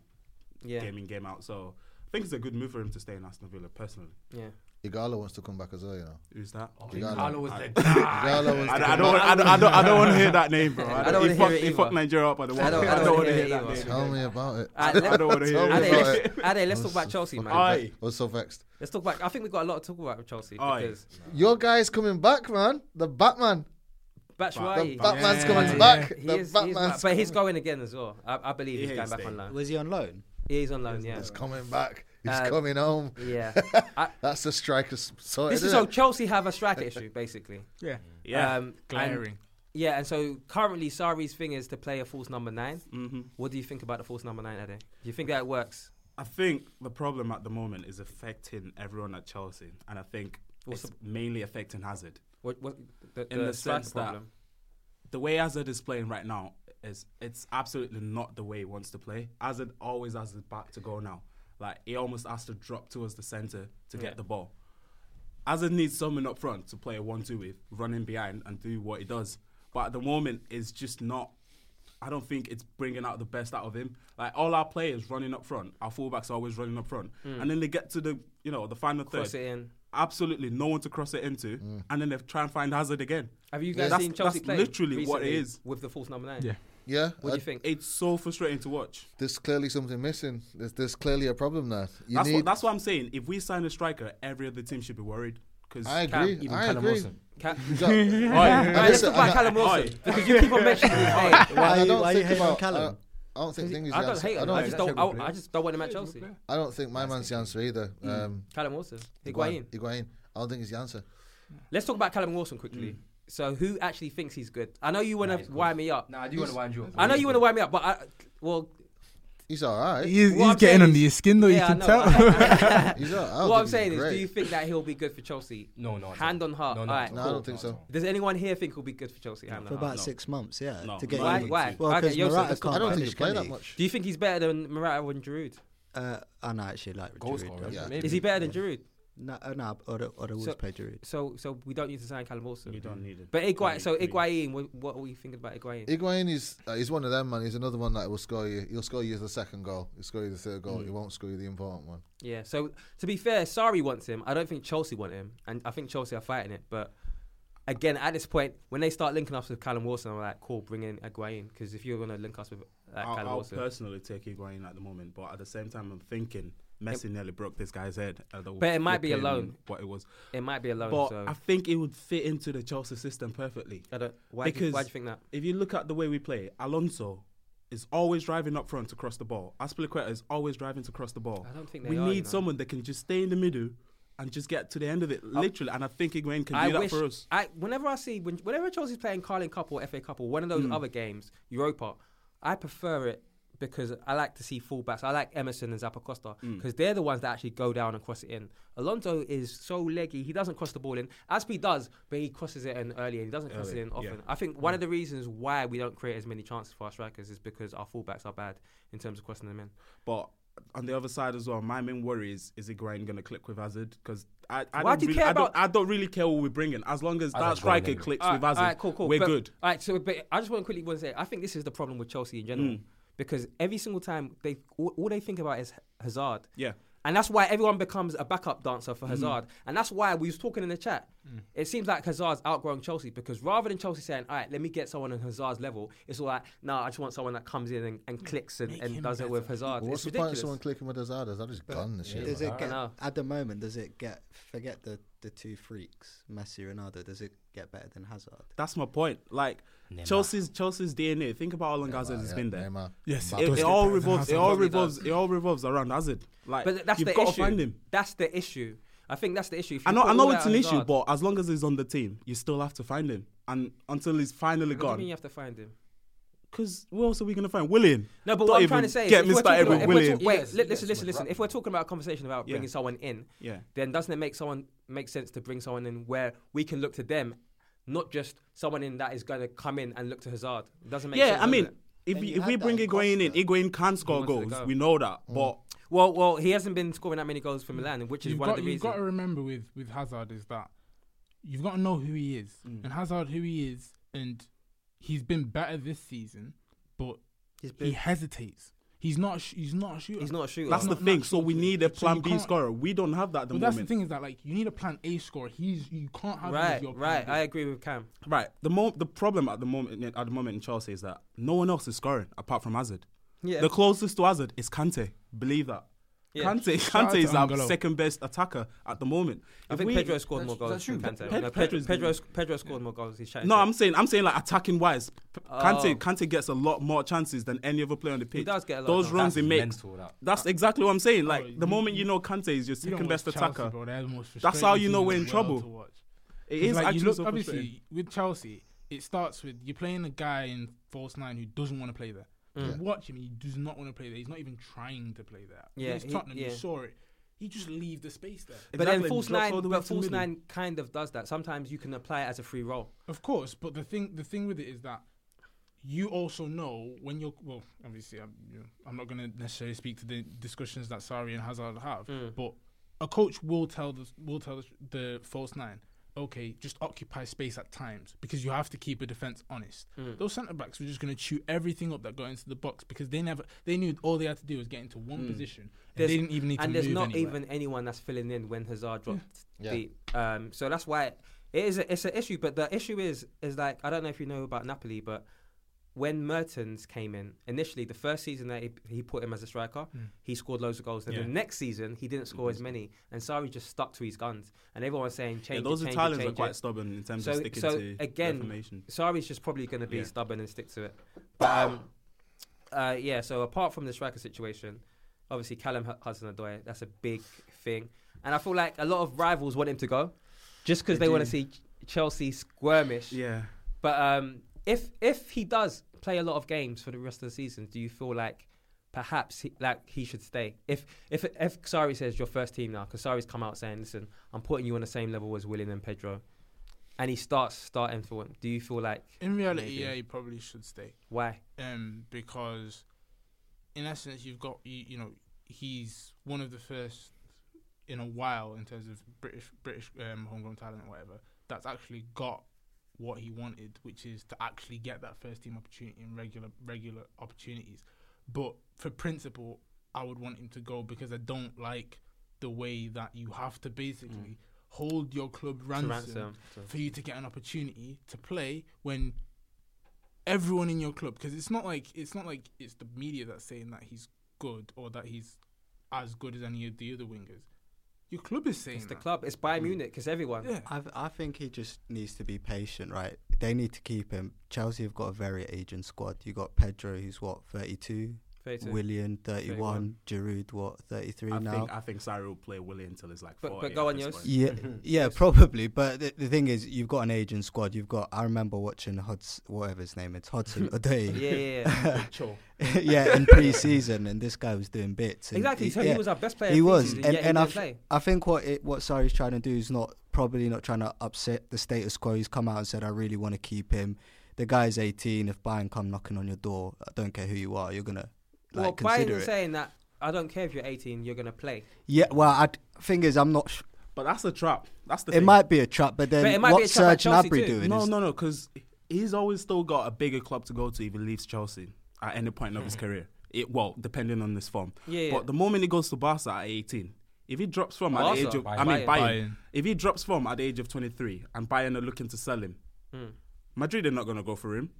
B: Yeah.
J: game in game out. So I think it's a good move for him to stay in Aston Villa personally.
B: Yeah.
C: Igalo wants to come back as well, you know.
J: Who's that? Oh,
C: Igalo
J: was
C: I-
J: the guy.
C: Igalo wants
J: I-
C: to
J: I
C: come
J: don't-
C: back.
J: I don't- I don't- I don't wanna hear that name, bro. I
C: I
J: don't-
C: don't
J: he
C: wanna
J: fucked-
C: hear it
J: he
C: either.
J: fucked Nigeria up at the World Cup. I don't wanna hear that name.
C: Tell me about it.
B: All right, let-
C: Tell me
B: Ade,
C: about
B: let's-
C: it.
B: Ade, let's
C: I
B: talk
C: was
B: about
C: so
B: Chelsea,
C: vexed.
B: man.
C: I was so vexed.
B: Let's talk about. I think we've got a lot to talk about with Chelsea
C: Aye.
B: because
C: Your guy's coming back, man. The Batman.
B: Batshuayi.
C: The Batman's coming
B: Yeah.
C: back.
B: He
C: The
B: is- he is
C: Batman's
B: back, but he's going again as well. I, I believe
C: Yeah,
B: he's going
C: he's
B: back on
C: staying.
B: loan.
G: Was he on loan?
B: He is on loan. Yeah, Uh,
C: he's coming back. He's coming home.
B: Yeah.
C: That's the striker's sorted.
B: This is how Chelsea have a striker issue, basically. Um,
C: Yeah.
J: Yeah.
B: and-
J: Glaring.
B: yeah, and so currently Sari's thing is to play a false number 9
J: Mhm.
B: What do you think about the false number nine, Ade? Do you think that works?
J: I think the problem at the moment is affecting everyone at Chelsea, and I think
B: What's
J: it's mainly affecting Hazard.
B: What, what, the,
J: in the,
B: striker
J: sense that the way Hazard is playing right now is it's absolutely not the way he wants to play. Hazard always has his back to go now. Like he almost has to drop towards the center to
B: Yeah.
J: get the ball. Hazard needs someone up front to play a one-two with, running behind and do what he does. But at the moment, it's just not. I don't think it's bringing out the best out of him. Like all our players running up front, our fullbacks are always running up front,
B: Mm.
J: and then they get to the you know the final third.
B: Cross it in.
J: Absolutely, no one to cross it into,
C: Mm.
J: and then they try and find Hazard again.
B: Have you guys
J: That's-
B: seen Chelsea
J: That's
B: play
J: literally what it
B: recently
J: is.
B: with the false number nine?
J: Yeah.
C: Yeah. uh,
B: What do you
C: I-
B: think?
J: It's so frustrating to watch.
C: There's clearly something missing. There's, there's clearly a problem there. You
J: that's, what,
C: need.
J: that's what I'm saying. If we sign a striker, every other team should be worried. Because
C: I agree. I agree.
B: Ca-
C: You got-
J: Oi.
C: And
J: Alright,
C: listen,
J: let's talk about
C: and I-
J: Callum Wilson,
C: Oi.
J: because you keep on mentioning his name.
C: And
J: Why
C: I
J: you-
C: don't
J: why you
C: think
J: hating on
C: about
J: Callum?
C: I don't, I don't think
B: Because
C: think he's
B: I
C: the
B: don't
C: answer.
B: hate him. I, just don't. I, I just don't want him at Chelsea.
C: I don't think my man's the answer either. Um,
B: Callum Wilson,
C: Higuain.
B: Higuain.
C: Higuain. I don't think he's the answer.
B: Let's talk about Callum Wilson quickly. So, who actually thinks he's good? I know you want to wind me up.
D: Nah, I do wanna wind you up.
B: I know you want to wind me up, but I, well,
C: He's all right.
E: He's, he's getting under your skin though.
B: Yeah, I
E: you can
B: know.
E: tell.
C: He's all right. I
B: What
C: think
B: I'm
C: he's
B: saying is, do
C: great.
B: you think that he'll be good for Chelsea?
C: No, no, I
B: Hand on heart.
C: No, no,
B: all right,
C: no, I don't
B: cool.
C: think so.
B: Does anyone here think he'll be good for Chelsea? hand
G: For
B: on
G: about
B: heart? No.
G: six months, yeah.
B: No.
G: To get
B: why?
G: you-
B: Why?
G: Well,
B: Okay,
G: 'cause
B: Joseph,
G: Morata
B: let's go
G: can't
B: on.
G: finish, can he?
B: Do you think he's better than Morata and Giroud?
G: Uh, I know, actually like
B: Goal
G: Giroud,
B: scorer,
G: don't
B: yeah.
G: I?
B: Maybe. Is he better than Giroud?
G: No, uh, no, Oda, Oda
B: So-
G: was played Giroud.
B: So, so we don't need to sign Callum Wilson. You
J: don't need it.
B: But
J: Don't
B: Iguain,
J: need
B: so
J: three.
B: Iguain, what, what are we thinking about Iguain?
C: Higuain is uh, he's one of them, man. He's another one that will score you. He'll score you the second goal. He'll score you the third goal.
B: Mm.
C: He won't score you the important one.
B: Yeah. So to be fair, Sari wants him. I don't think Chelsea want him, and I think Chelsea are fighting it. But again, at this point, when they start linking us with Callum Wilson, I'm like, cool, bring in Aguain because if you're gonna link us with uh,
J: I'll,
B: Callum
J: I'll
B: Wilson,
J: personally take Higuain at the moment, but at the same time, I'm thinking Messi nearly broke this guy's head. at the
B: But it might be a
J: flipping-
B: loan.
J: What it was.
B: It might be a loan,
J: But
B: so-
J: I think it would fit into the Chelsea system perfectly.
B: I don't, why do you- why do you think that?
J: If you look at the way we play, Alonso is always driving up front to cross the ball. Aspilicueta is always driving to cross the ball.
B: I don't think they
J: we
B: are, you
J: need
B: know.
J: someone that can just stay in the middle and just get to the end of it, literally. and I think Higuain can do that for us.
B: Oh. I whenever I see when, whenever Chelsea's playing Carling Cup or FA Cup or one of those
J: Mm.
B: other games, Europa, I prefer it because I like to see fullbacks. I like Emerson and Zappacosta
J: Mm.
B: because they're the ones that actually go down and cross it in. Alonso is so leggy; he doesn't cross the ball in. Aspi does, but he crosses it in early and he doesn't cross
J: Early,
B: it in
J: yeah. Hmm.
B: often. I think one of the reasons why we don't create as many chances for our strikers is because our fullbacks are bad in terms of crossing them in.
J: But on the other side as well, my main worry is is Higuain going to click with Hazard? Because I, I
B: Why
J: don't
B: do you
J: really,
B: care
J: I don't,
B: about-
J: I don't really care what we're bringing as long as that striker clicks
B: All
J: with
B: right,
J: Hazard.
B: all right, cool, cool.
J: We're
B: But-
J: good.
B: All right, so but I just want to quickly want to say, I think this is the problem with Chelsea in general
J: Mm.
B: because every single time they all, all they think about is Hazard.
J: Yeah.
B: And that's why everyone becomes a backup dancer for
J: Mm.
B: Hazard. And that's why we was talking in the chat.
E: Hmm.
J: Mm.
B: It seems like Hazard's outgrowing Chelsea because rather than Chelsea saying, all right, let me get someone on Hazard's level, it's all like, no, I just want someone that comes in and,
J: Mm.
B: and clicks and, and does it with Hazard.
C: Well,
B: it's
C: what's the point of
B: ridiculous.
C: someone clicking with Hazard? Hazard is gone this year.
G: Does
C: man.
G: it get at the moment? Does it get forget the the two freaks, Messi, Ronaldo? Does it get better than Hazard?
J: That's my point. Like
G: Neymar.
J: Chelsea's Chelsea's DNA. Think about how long Hazard has
G: yeah,
J: been there.
G: Neymar.
J: Yes,
G: Yes,
J: it,
G: it
J: it
G: does
J: all
G: get better than
J: revolves. It
G: Hazard.
J: all
G: Probably
J: revolves.
G: does.
J: It all revolves around Hazard. Like,
B: but that's
J: you've
B: the
J: got
B: issue.
J: to find him.
B: That's the issue. I think that's the issue. If
J: I
B: you
J: know,
B: put
J: I know
B: all
J: it's
B: that
J: an
B: on
J: issue,
B: Hazard-
J: but as long as he's on the team, you still have to find him, and until he's finally
B: What do you mean
J: gone.
B: you have to find him?
J: Because where else are we gonna find William?
B: No, but
J: Don't
B: what I'm
J: even
B: trying to say is,
J: get
B: if we're
J: Mr.
B: talking,
J: Edward
B: if we're
J: William.
B: talk- wait, li- listen, listen, listen. If we're talking about a conversation about
J: Yeah.
B: bringing someone in,
J: Yeah.
B: then doesn't it make someone make sense to bring someone in where we can look to them, not just someone in that is going to come in and look to Hazard? doesn't make
J: yeah,
B: sense.
J: I
B: does
J: mean,
B: it?
J: if, we- if we bring Higuain in, Higuain can score
B: wants to
J: goals.
B: go.
J: We know that,
E: Mm.
J: but
B: well, well, he hasn't been scoring that many goals for Milan, which is
E: you've
B: one
E: got,
B: of the
E: you've got
B: reasons.
E: to remember with with Hazard is that you've got to know who he is
B: Mm.
E: and Hazard who he is, and he's been better this season, but he
B: been-
E: hesitates. He's not. a sh- He's not a shooter.
B: He's not a shooter.
J: that's the
E: Not-
J: thing.
E: not
J: So we need a
E: So
J: Plan
E: you
J: B
E: can't-
J: scorer. We don't have that at the
E: but that's the
J: moment.
E: thing is that like you need a Plan A scorer. He's you can't have him as
B: Right,
E: your plan
B: right.
E: B.
B: I agree with Cam.
J: Right. The mo- the problem at the moment at the moment in Chelsea is that no one else is scoring apart from Hazard.
B: Yeah.
J: The closest to Hazard is Kante. Believe that.
B: Yeah.
J: Kante,
B: Shout out
J: Kante
B: to
J: is our
B: Angolo.
J: second best attacker at the moment.
B: I
J: If
B: think
J: we-
B: Pedro scored more goals than Kante.
J: Pe-
B: no, Pedro,
J: Pedro's-
B: Pedro, Pedro scored more goals. He's shouting.
J: no, I'm saying I'm saying like attacking wise, P-
B: Oh.
J: Kante Kante gets a lot more chances than any other player on the pitch.
B: does get a lot
J: Those
B: of
J: runs
B: chances.
J: he makes.
B: That's mental, that.
J: That's exactly what I'm saying. Like the moment you know Kante is your
E: You don't
J: second
E: watch
J: best
E: Chelsea,
J: attacker,
E: bro. They're the most
J: that's how
E: frustrating
J: you know
E: team
J: we're
E: in
J: in
E: the world to
J: trouble.
E: watch.
J: It
E: 'Cause,
J: is
E: like,
J: actually
E: you look,
J: so frustrating.
E: obviously with Chelsea. It starts with you're playing a guy in false nine who doesn't want to play there.
B: Mm.
E: You watch him; he does not want to play there. He's not even trying to play there.
B: Yeah,
E: Against
B: he-
E: Tottenham, you
B: yeah.
E: saw it. He just leave the space there.
B: But then false nine, but false nine kind of does that. Sometimes you can apply it as a free roll.
E: Of course, but the thing the thing with it is that you also know when you're well. Obviously, I'm, you know, I'm not going to necessarily speak to the discussions that Sari and Hazard have,
B: Hmm.
E: but a coach will tell the will tell the, the false nine, okay, just occupy space at times because you have to keep a defense honest.
B: Mm.
E: Those centre backs were just going to chew everything up that got into the box because they never they knew all they had to do was get into one
B: Mm.
E: position. And
B: There's-
E: they didn't even need to
B: and there's
E: move
B: not
E: anywhere. Hmm.
B: even anyone that's filling in when Hazard dropped
E: Yeah.
B: deep. Um, so that's why it is a, it's an issue. But the issue is is like I don't know if you know about Napoli, but when Mertens came in initially, the first season that he, he put him as a striker,
E: Mm.
B: he scored loads of goals. Then
J: Yeah.
B: the next season he didn't score as many, and Sari just stuck to his guns. And everyone was saying change.
J: Yeah,
B: it,
J: those
B: change it,
J: Italians are
B: change
J: quite
B: it."
J: stubborn in terms
B: so,
J: of sticking
B: so
J: to
B: again,
J: their formation.
B: Sari's just probably going to be
J: Yeah.
B: stubborn and stick to it. But um, uh, yeah, so apart from the striker situation, obviously Callum Hu- Hudson-Odoi, that's a big thing, and I feel like a lot of rivals want him to go, just because
J: They
B: they, want to
J: do.
B: see Ch- Chelsea squirmish.
J: Yeah.
B: But um, if if he does play a lot of games for the rest of the season, do you feel like perhaps he, like he should stay. If if if Sari says your first team now, because Sari's come out saying, "Listen, I'm putting you on the same level as Willian and Pedro," and he starts starting for him. Do you feel like
E: In reality,
B: maybe-
E: yeah, he probably should stay.
B: Why?
E: Um, because in essence, you've got you, you know he's one of the first in a while in terms of British British um, homegrown talent or whatever that's actually got what he wanted, which is to actually get that first team opportunity in regular regular opportunities. But for principle, I would want him to go because I don't like the way that you have to basically hold your club ransom,
B: Mm. ransom, so-
E: for you to get an opportunity to play when everyone in your club because it's not like it's not like it's the media that's saying that he's good or that he's as good as any of the other wingers. Your club is saying
B: It's the
E: that.
B: club. It's Bayern Munich. It's everyone.
G: I, I think he just needs to be patient, right? They need to keep him. Chelsea have got a very aging squad. You got Pedro, who's what, 32?
B: 32.
G: Willian, 31. Giroud, what, 33
J: I
G: now?
J: think I think Cyril will play Willie until he's like
B: But-
J: 40.
B: but go on,
J: at this
B: Yos.
J: point.
G: Yeah, yeah, probably. But the, the thing is, you've got an aging squad. You've got. I remember watching Hudson, whatever his name is, Hudson O'Day.
B: Yeah, yeah, yeah. Cho.
G: yeah, in pre-season, and this guy was doing bits. and
B: Exactly, so he was our best player
G: He
B: in
G: was,
B: pre-season,
G: and,
B: yet he
G: and I,
B: didn't play.
G: I think what it, what Sari's trying to do is not probably not trying to upset the status quo. He's come out and said, "I really want to keep him." The guy's 18. If Bayern come knocking on your door, I don't care who you are, you're gonna like
B: well, Bayern
G: consider
B: is
G: it.
B: saying that I don't care if you're 18, you're gonna play.
G: yeah, well, I thing is, I'm not. Sh-
J: but that's a trap. That's the
G: it
J: thing.
G: might be a trap, but then
J: But it might be a trap
G: what Serge
J: at Chelsea too.
G: Gnabry doing?
J: No,
G: is,
J: no, no, because he's always still got a bigger club to go to if he leaves Chelsea at any point of his career. It well, depending on this form.
E: Yeah, yeah.
J: But the moment he goes to Barca at 18, if he drops from at the
E: Barca?
J: age of, I
E: Bayern.
J: mean, Bayern.
E: Bayern.
J: If he drops from at the age of 23 and Bayern are looking to sell him,
B: Mm.
J: Madrid are not going to go for him.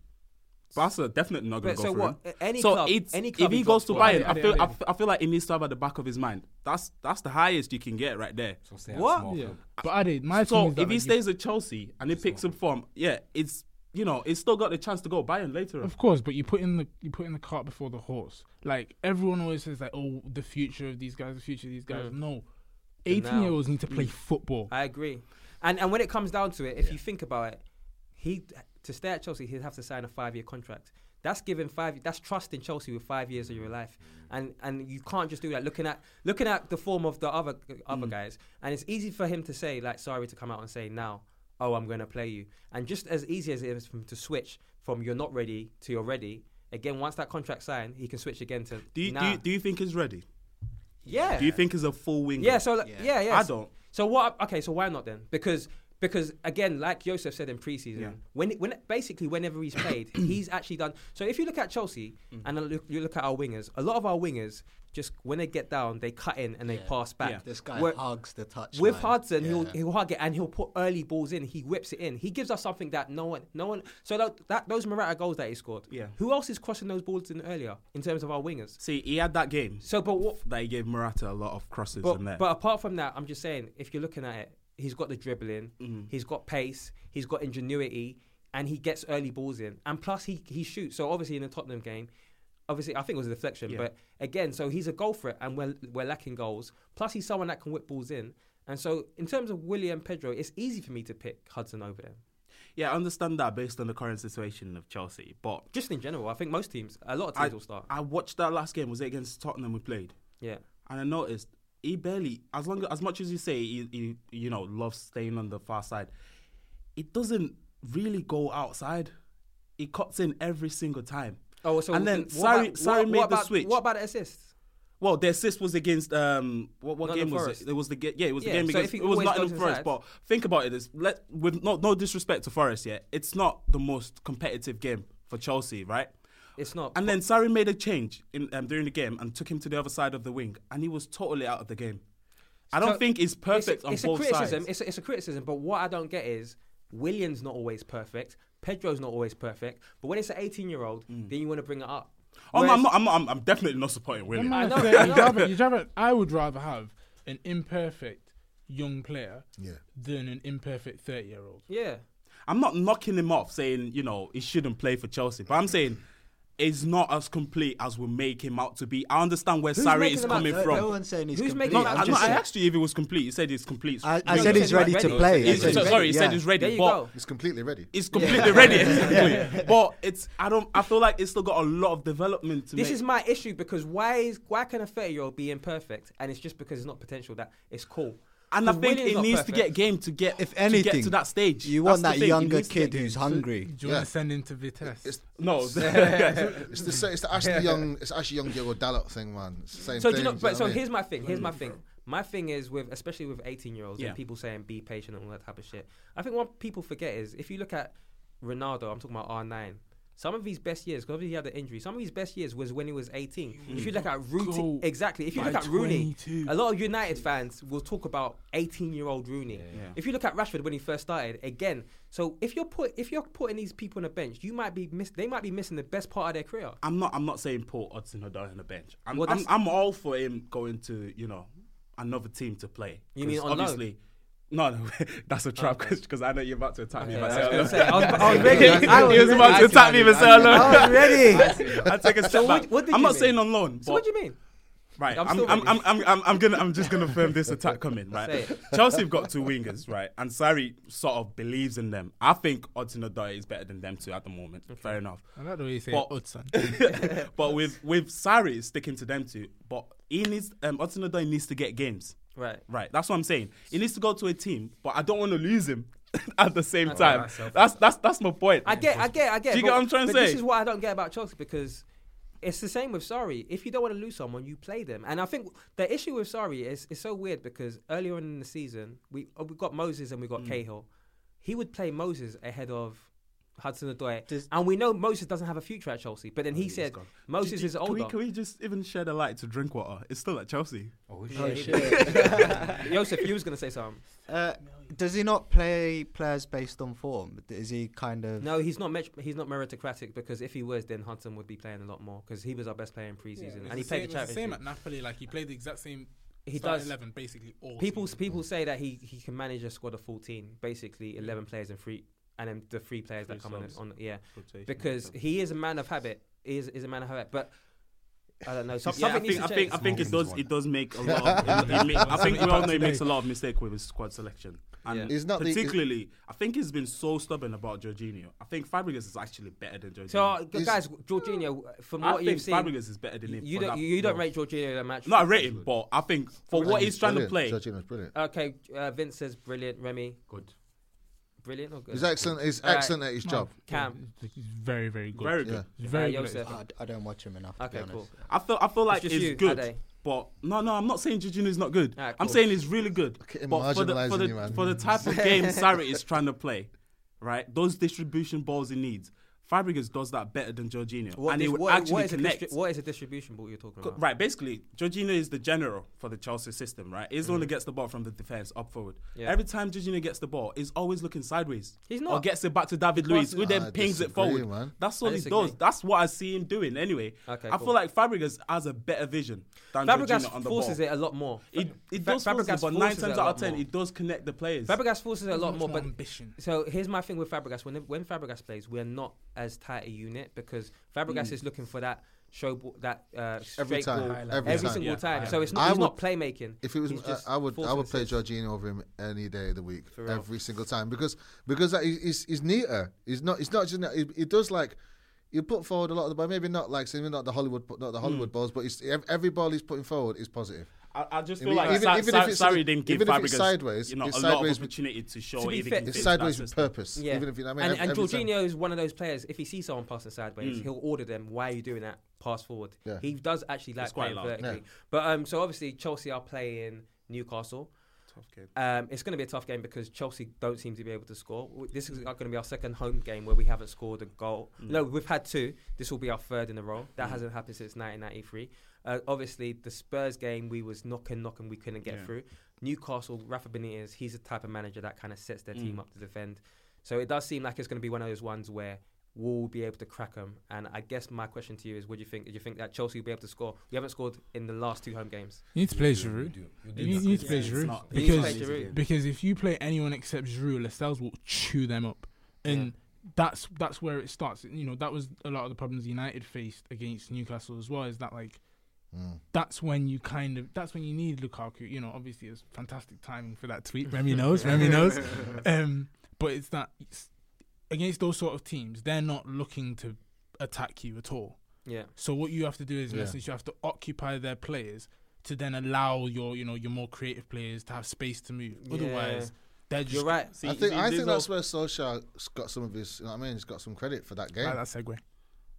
J: Barca definitely not going
B: But
J: to go
B: so
J: for
B: what?
J: him.
B: A- any
J: so
B: club-
J: it's,
B: any
J: if
B: club
J: he
B: he drops
J: goes to
B: for.
J: Bayern,
B: Yeah,
J: I
B: yeah,
J: feel, I
B: yeah.
J: f- I feel like it needs to have at the back of his mind. That's that's the highest you can get right there.
E: stay at What? small Yeah. club. But I did- my
J: so
E: thing is
J: if
E: that,
J: he
E: like, you-
J: stays at Chelsea and he picks up form, yeah, it's you know it's still got the chance to go Bayern later. on.
E: Of course, but you put in the you put in the cart before the horse. Like everyone always says, like, oh, the future of these guys, the future of these guys.
B: Mm.
E: No,
B: But
E: eighteen year olds
B: now-
E: need to play football.
B: I agree. And and when it comes down to it, if you think about it, he to stay at Chelsea, he'd have to sign a five year contract. That's giving five. That's trust in Chelsea with five years of your life,
E: Mm.
B: and and you can't just do that. Looking at looking at the form of the other other
E: Mm.
B: guys, and it's easy for him to say like sorry to come out and say now, oh I'm going to play you, and just as easy as it is for him to switch from you're not ready to you're ready. Again, once that contract's signed, he can switch again to
J: Do you, do
B: "Nah."
J: you do you think he's ready?
B: Yeah.
J: Do you think he's a full winger?
B: Yeah, so like, yeah, yeah.
J: I don't.
B: So what? Okay, so why not then? Because because again, like Joseph said in preseason,
J: Yeah.
B: when when basically whenever he's played, he's actually done. So if you look at Chelsea
J: Mm.
B: and then look, you look at our wingers, a lot of our wingers just when they get down, they cut in and they pass back.
G: Yeah. This guy hugs the touchline.
B: With Hudson, he'll
G: Yeah.
B: he'll hug it and he'll put early balls in. He whips it in. He gives us something that no one, no one. So that, that those Morata goals that he scored.
J: Yeah.
B: Who else is crossing those balls in earlier in terms of our wingers?
J: See, he had that game.
B: So, but what
J: that he gave Morata a lot of crosses
B: but,
J: in there.
B: but apart from that, I'm just saying, if you're looking at it, he's got the dribbling, he's got pace, he's got ingenuity, and he gets early balls in. And plus, he, he shoots. So obviously, in the Tottenham game, obviously, I think it was a deflection.
J: Yeah.
B: But again, so he's a goal threat, and we're, we're lacking goals. Plus, he's someone that can whip balls in. And so, in terms of William Pedro, it's easy for me to pick Hudson over them.
J: yeah, I understand that based on the current situation of Chelsea, but
B: Just in general, I think most teams, a lot of teams
J: I,
B: will start.
J: I watched that last game. Was it against Tottenham we played?
B: Yeah.
J: And I noticed he barely, as long as much as you say he, he you know, loves staying on the far side, it doesn't really go outside. It cuts in every single time.
B: Oh, so
J: and then
B: what
J: Sari,
B: about-
J: Sari
B: what-
J: made
B: what
J: the
B: about-
J: switch.
B: What about the assists?
J: Well, the assist was against um what, what
B: Nottingham
J: game was
B: Forest.
J: it? It was the ga- yeah, it was
B: Yeah,
J: the game
B: so
J: against
B: if he
J: it was
B: always
J: Nottingham
B: goes
J: Forest.
B: inside-
J: But think about it, is let with no no disrespect to Forest, yeah, it's not the most competitive game for Chelsea, right?
B: It's not.
J: And then Sarri made a change in, um, during the game and took him to the other side of the wing, and he was totally out of the game. I don't
B: So
J: think it's perfect
B: it's,
J: on
B: it's
J: both
B: a criticism.
J: sides.
B: It's a, it's a criticism, but what I don't get is William's not always perfect. Pedro's not always perfect. But when it's an 18 year old, then you want to bring it up.
J: Hmm. Oh, no,
B: Whereas-
J: I'm, not, I'm, not, I'm, I'm definitely not supporting William.
E: I know, you'd rather, you'd rather, I would rather have an imperfect young player
J: Yeah.
E: than an imperfect 30 year old.
B: Yeah.
J: I'm not knocking him off, saying you know he shouldn't play for Chelsea, but I'm saying is not as complete as we make him out to be. I understand where
G: Who's
J: Sarri
G: making
J: is
G: him out-
J: coming
G: no-
J: from.
G: no one's saying he's Who's complete.
J: No,
G: making him
J: I,
G: out?
J: no,
G: I'm
J: I
G: just-
J: asked you if he was complete. You said he's complete.
G: I- I said he's ready to play. I
J: He's-
G: said he's
J: sorry,
G: ready,
J: he said
G: yeah.
J: he's ready.
G: There you
J: but
G: go.
C: He's completely ready.
J: It's
C: Yeah.
J: completely ready.
C: Yeah.
J: exactly.
C: Yeah.
J: But it's I don't I feel like it's still got a lot of development to
B: This
J: make.
B: is my issue because why is why can a 30 year old be imperfect and it's just because it's not potential that it's cool.
J: and I
B: 'Cause
J: think
B: Willian's
J: it
B: not
J: needs
B: perfect.
J: to get game to get if to, get
G: anything,
J: to that stage.
G: you
J: That's
G: want
J: the
G: that
J: thing, it
G: younger
J: needs to get
G: kid
J: game.
G: who's hungry.
E: Do you want to send him to Vitesse?
J: no.
C: it's the sa- it's the Ashley Young it's Ashley Young Diego Dalot thing, man. It's the same
B: So do you
C: thing.
B: know?
C: do you
B: But so
C: what I mean?
B: here's my thing. Here's my thing. My thing is with especially with 18 year olds
J: Yeah.
B: and people saying be patient and all that type of shit. I think what people forget is if you look at Ronaldo, I'm talking about R9. Some of his best years, because he had an injury. Some of his best years was when he was 18. If you look at Rooney,
E: Go
B: exactly. If you
E: by
B: look at Rooney,
E: 22.
B: a lot of United fans will talk about 18 year old Rooney.
E: Yeah.
B: If you look at Rashford when he first started, again. So if you're put if you're putting these people on the bench, you might be miss, they might be missing the best part of their career.
J: I'm not. I'm not saying Paul Hudson Odoi on the bench. I'm,
B: Well,
J: I'm.
B: that's-
J: I'm all for him going to you know another team to play.
B: You mean
J: 'Cause
B: on loan?
J: obviously? No, no, that's a trap because I know you're about to attack me.
B: Okay,
J: if
B: I was
J: say
B: gonna say,
J: hello.
B: I was- I was ready. I
J: he
B: was
J: was about
B: ready.
J: to attack me if I say hello.
B: I was ready. I see.
J: I take a step
B: So what-
J: back.
B: what did
J: I'm
B: you
J: not
B: mean?
J: saying on loan.
B: So what do you mean?
J: Right,
B: I'm
J: I'm,
B: still
J: I'm,
B: with
J: I'm,
B: you.
J: I'm, I'm, I'm gonna, I'm just gonna firm this attack coming. Right,
B: Say it.
J: Chelsea have got two wingers, right, and Sari sort of believes in them. I think Odson Odoi is better than them two at the moment. Fair enough.
E: I like the way you say
J: Odson. but with with Sari sticking to them two, but he needs um, Odson Odoi needs to get games.
B: Right.
J: Right, that's what I'm saying. He needs to go to a team, but I don't want to lose him at the same
B: That's
J: time.
B: right.
J: That's that's that's my point.
B: I get, I get, I get.
J: Do you
B: but,
J: get what I'm trying to
B: but
J: say?
B: This is why I don't get about Chelsea because it's the same with Sorry. If you don't want to lose someone, you play them. And I think the issue with Sorry is it's so weird because earlier on in the season we uh, we got Moses and we
J: Mm.
B: got Cahill. He would play Moses ahead of. Hudson Odoi, and we know Moses doesn't have a future at Chelsea.
J: Oh,
B: But then he said Moses
J: Do- do-
B: is
J: Can we,
B: older.
J: can we just even shed a light to drink water? It's still at Chelsea.
G: Oh
B: Joseph, you was gonna say something.
G: Uh, does he not play players based on form? Is he kind of
B: No, he's not. Met- he's not meritocratic because if he was, then Hudson would be playing a lot more because he was our best player in preseason
E: It's
B: and he played
E: the same,
B: the
E: it's
B: Champions
E: same
B: League.
E: at Napoli. Like he played the exact same.
B: He
E: starting
B: does.
E: eleven basically all.
B: People
E: season.
B: people say that he, he can manage a squad of fourteen, basically eleven players and three, and then the three players that come on,
J: subs.
B: on. Yeah,
J: Rotation,
B: because he is a man of habit. He is, is a man of habit, but I don't know.
J: Yeah,
B: Some, something
J: I
B: needs
J: think,
B: to
J: I think, I
B: change.
J: think it does. It does make a lot. Of, it, it make, I think we all know he makes a lot of mistake with his squad selection, and
C: It's not the- it's-
J: particularly, I think he's been so stubborn about Jorginho. I think Fabregas is actually better than Jorginho.
B: So uh, guys, Jorginho, from
J: I
B: what you've
J: think
B: seen,
J: Fabregas is better than him.
B: You
J: for
B: don't
J: that
B: you don't
J: role.
B: rate Jorginho in a match.
J: No, I rate him, but I think for what he's trying to play,
C: Jorginho's brilliant.
B: Okay, uh, Vince says brilliant. Remy,
E: Good.
B: brilliant or good?
C: He's excellent- he's
B: All right.
C: excellent at his job.
B: Cam,
E: He's very, very good.
J: Very good.
E: He's very
B: Uh,
E: good. at his
B: Joseph.
E: job.
G: I, I don't watch him enough. to be
B: Okay,
G: honest.
B: cool.
J: I feel I feel like
B: just
J: it's,
B: you,
J: good.
B: Ade.
J: But no, no, I'm not saying Jorginho's not good.
B: Alright,
J: I'm
B: cool.
J: saying he's really good. But for the, for,
C: marginalising
J: the,
C: you, man.
J: for the type of game Sarri is trying to play, right? Those distribution balls he needs, Fabregas does that better than Jorginho.
B: What
J: and
B: dis-
J: he would
B: what-
J: actually
B: what is a distri-
J: connect.
B: what is a distribution ball you're talking
J: Co-
B: about?
J: Right, basically, Jorginho is the general for the Chelsea system, right? He's the one that gets the ball from the defence up forward.
B: Mm-hmm. Yeah.
J: Every time Jorginho gets the ball, he's always looking sideways.
B: He's
J: Or
B: not.
J: gets it back to David
B: Of course
J: Luiz, who
B: he's
J: then
C: not. I
J: pings it
C: disagree,
J: forward.
C: man.
J: That's
B: I
J: what he
B: disagree.
J: does. That's what I see him doing anyway.
B: Okay,
J: I
B: cool.
J: feel like Fabregas has a better vision than Jorginho on
B: Fabregas
J: the
B: forces
J: ball.
B: it a lot more.
J: It, it
B: Fa-
J: does force it, but nine
B: forces
J: times
B: it a
J: out
B: lot
J: of ten,
B: more.
J: it does connect the players.
B: Fabregas forces it a
E: He's
B: lot
E: much
B: more, but
E: ambition.
B: so here's my thing with Fabregas. When when Fabregas plays, we're not as tight a unit because Fabregas
E: Mm.
B: is looking for that show ball, that uh, straight
C: time.
B: ball
C: Highlight. Every time.
B: single
C: Yeah.
B: time.
C: Highlight.
B: So it's
C: I
B: not, he's not
C: would-
B: playmaking.
C: If it was,
B: He's
C: uh,
B: just
C: I would, I
B: forcing
C: would play
B: assists.
C: Jorginho over him any day of the week,
B: For real.
C: every single time, because because that, he- he's he's neater. He's not. It's not just. He, he does like. You put forward a lot of the ball, maybe not like, maybe not the Hollywood, not the
J: Hmm.
C: Hollywood balls, but it's, ev- every ball he's putting forward is positive.
J: I, I just feel
C: Even-
J: like
C: even-
J: Sa-
C: even
J: Sa-
C: if it's-
J: Sarri didn't give
C: even if it's
J: Fabregas
C: sideways,
J: you know,
C: it's
J: a lot
C: sideways-
J: of opportunity to show
B: To be
J: if he
B: fair-
J: can
B: It's
J: fit
C: It's
J: that
C: sideways with
J: system.
C: purpose.
B: Yeah.
C: Even if you know, what I mean,
B: and, and
C: Every- every time.
B: Jorginho is one of those players. If he sees someone passing sideways,
J: Hmm.
B: he'll order them. Why are you doing that? Pass forward.
C: Yeah.
B: He does actually like
J: It's quite
B: playing
J: loud.
B: vertically. But um, so obviously Chelsea are playing Newcastle. Um, it's going to be a tough game because Chelsea don't seem to be able to score. W- This is going to be our second home game where we haven't scored a goal.
J: Hmm.
B: No, we've had two. This will be our third in a row. That hasn't happened since 1993. Uh, obviously, the Spurs game we was knocking, knocking, we couldn't get through. Newcastle, Rafa Benitez, he's the type of manager that kind of sets their
E: Mm.
B: team up to defend. So it does seem like it's going to be one of those ones where we'll be able to crack them. And I guess my question to you is, what do you think? Do you think that Chelsea will be able to score? We haven't scored in the last two home games.
E: You need to play Giroud. You need- you need to play Giroud
B: You need to play
E: because
B: Giroud.
E: because if you play anyone except Giroud, Lascelles will chew them up. And that's that's where it starts. You know, that was a lot of the problems United faced against Newcastle as well. Is that like
C: Mm.
E: that's when you kind of that's when you need Lukaku. You know, obviously it's fantastic timing for that tweet. Remy knows, Remy knows. Um, but it's that it's, against those sort of teams, they're not looking to attack you at all.
B: Yeah.
E: So what you have to do is, in
B: Yeah.
E: essence, you have to occupy their players to then allow your you know your more creative players to have space to move.
B: Yeah.
E: Otherwise, they're just
C: I think I think that's where Solskjaer got some of his. You know what I mean? He's got some credit for that game.
E: Like that segue.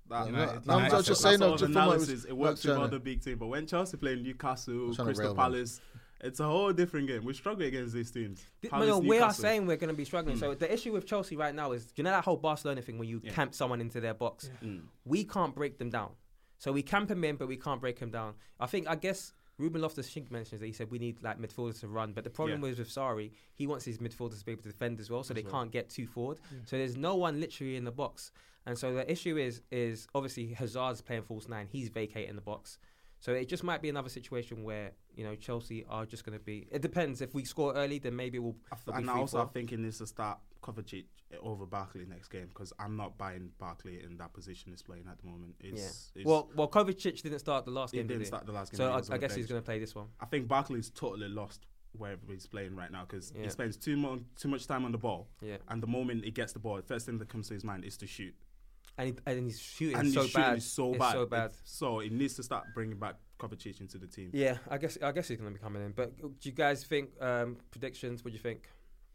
C: No,
J: That-
C: no,
J: United-
C: no, I'm
J: United-
C: just
J: that's
C: saying,
J: all the
C: no, just from what it was-
J: analysis. It
C: not
J: works with
C: China.
J: other big teams, but when Chelsea play Newcastle,
C: I'm trying to
J: Crystal
C: rail them.
J: Palace, it's a whole different game. We struggle against these teams.
B: Th-
J: Palace,
B: no, we are
J: Newcastle.
B: saying we're going to be struggling.
J: Mm.
B: So the issue with Chelsea right now is, you know, that whole Barcelona thing where you
J: Yeah.
B: camp someone into their box.
J: Yeah. Mm.
B: We can't break them down. So we camp him in, but we can't break him down. I think, I guess, Ruben Loftus-Cheek mentions that he said we need like midfielders to run, but the problem
J: Yeah.
B: was with Sari, he wants his midfielders to be able to defend as well, so they
J: As well.
B: can't get too forward.
J: Yeah.
B: So there's no one literally in the box, and so the issue is is obviously Hazard's playing false nine, he's vacating the box. So it just might be another situation where you know Chelsea are just going to be. It depends. If we score early, then maybe we'll. it'll be
J: And I also
B: 3-4.
J: I'm thinking this to start Kovacic over Barkley next game because I'm not buying Barkley in that position he's playing at the moment. It's,
B: yeah.
J: it's
B: well, well, Kovacic didn't start the last
J: He
B: game. did
J: didn't start the last game.
B: So
J: he
B: I,
J: was on
B: I
J: the
B: guess he's
J: bench.
B: going to play this one.
J: I think Barkley's totally lost wherever he's playing right now because
B: Yeah.
J: he spends too much too much time on the ball.
B: Yeah.
J: And the moment he gets the ball, the first thing that comes to his mind is to shoot.
B: And, he, and he's shooting
J: and
B: so
J: his shooting
B: bad.
J: is so
B: It's
J: bad.
B: so bad.
J: It- so he needs to start bringing back Kovacic into the team.
B: Yeah, I guess I guess he's going to be coming in. But do you guys think um, predictions? What do you think?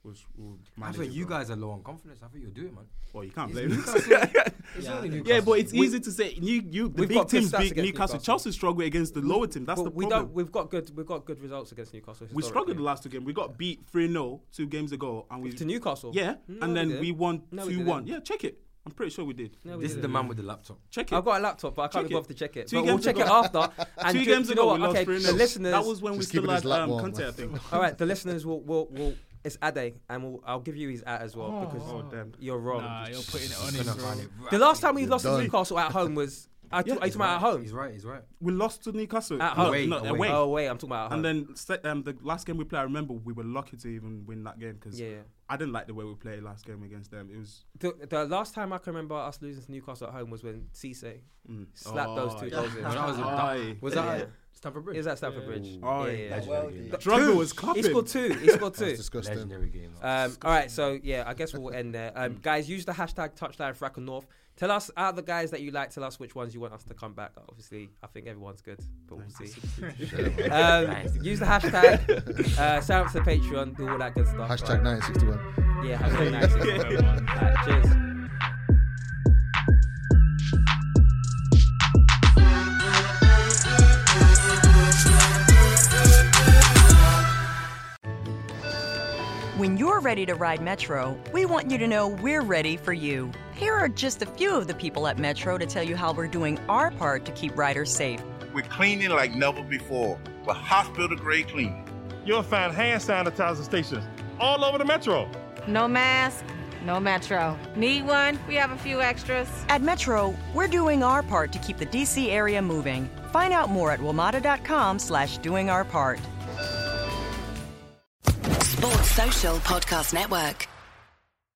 J: Which will
D: I
J: manage
D: think
J: it
D: you
J: well.
D: guys are low on confidence. I think you'll do it, man.
J: Well, you can't
D: It's
J: blame us.
D: Newcastle. It's only
J: yeah,
D: Newcastle.
J: but it's
D: We-
J: easy to say. You, you, the
B: We've got
J: big
B: good
J: teams
B: stats
J: beat
B: against
J: Newcastle.
B: Newcastle.
J: Chelsea struggle against the lower team. That's
B: Well,
J: the
B: we
J: problem.
B: don't. We've got good. We've got good results against Newcastle.
J: We struggled the
B: historically.
J: last two games. We got beat 3 0 two games ago. and we
B: to Newcastle.
J: Yeah,
B: No,
J: and then
B: didn't.
J: we won
B: No,
J: 2
B: didn't.
J: 1. Yeah, check it. I'm pretty sure we did.
B: No, we
D: This is the
B: didn't.
D: man with the laptop.
J: Check it.
B: I've got a laptop, but I can't
J: Check
B: be bothered
J: it.
B: to check it.
J: Two
B: but we'll
J: games
B: check
J: ago.
B: it after. And
J: two
B: do you-
J: games
B: do you know
J: ago,
B: what?
J: we lost
B: okay,
J: 3
B: the listeners.
J: That was when we
C: Just
J: still
C: keeping his
J: had
C: lap
J: um,
C: warm,
J: Conte,
C: man.
J: I think.
B: All right, the listeners will will will. It's Ade, and we'll, I'll give you his at as well because
J: Oh, damn.
B: you're wrong.
E: Nah, you're putting it on him. bro.
B: The last time we
C: You're
B: lost to
C: done.
B: Newcastle at home was. I
J: Yeah,
B: are you talking about at
D: He's
B: home?
D: right. He's right.
J: We lost to Newcastle.
B: At
J: No,
B: home.
J: no,
D: Away,
J: away.
B: Oh, wait, I'm talking about at home.
J: And then se- um, the last game we played, I remember we were lucky to even win that game because
B: Yeah, yeah.
J: I didn't like the way we played last game against them. It was
B: the, the last time I can remember us losing to Newcastle at home was when Cisse
J: mm.
B: slapped those two goals in.
D: No, that was a-
J: Aye.
D: Was that
B: Yeah.
D: at Stamford Bridge?
B: It was at Stamford Bridge.
J: Oh,
B: yeah,
J: yeah.
B: yeah.
C: Legendary Well, game.
J: Drogba
B: Two.
J: was clapping.
B: He scored two. He scored
C: That's
B: two.
C: disgusting.
H: Legendary game.
B: Um, all right, so yeah, I guess we'll end there.
C: Mm.
B: Um, guys, use the hashtag touchline Fracker North. Tell us out of the guys that you like. Tell us which ones you want us to come back. Obviously, I think everyone's good, but we'll see. um, use the hashtag. Uh, sign up to the Patreon. Do all that good stuff.
C: Hashtag 1961.
B: Yeah, hashtag nice. Alright, cheers.
L: When you're ready to ride Metro, we want you to know we're ready for you. Here are just a few of the people at Metro to tell you how we're doing our part to keep riders safe.
M: We're cleaning like never before with hospital grade cleaning. You'll find hand sanitizer stations all over the metro.
N: No mask, no metro. Need one? We have a few extras.
L: At Metro, we're doing our part to keep the DC area moving. Find out more at WMATA.com slash doing our part.
O: Sports Social Podcast Network.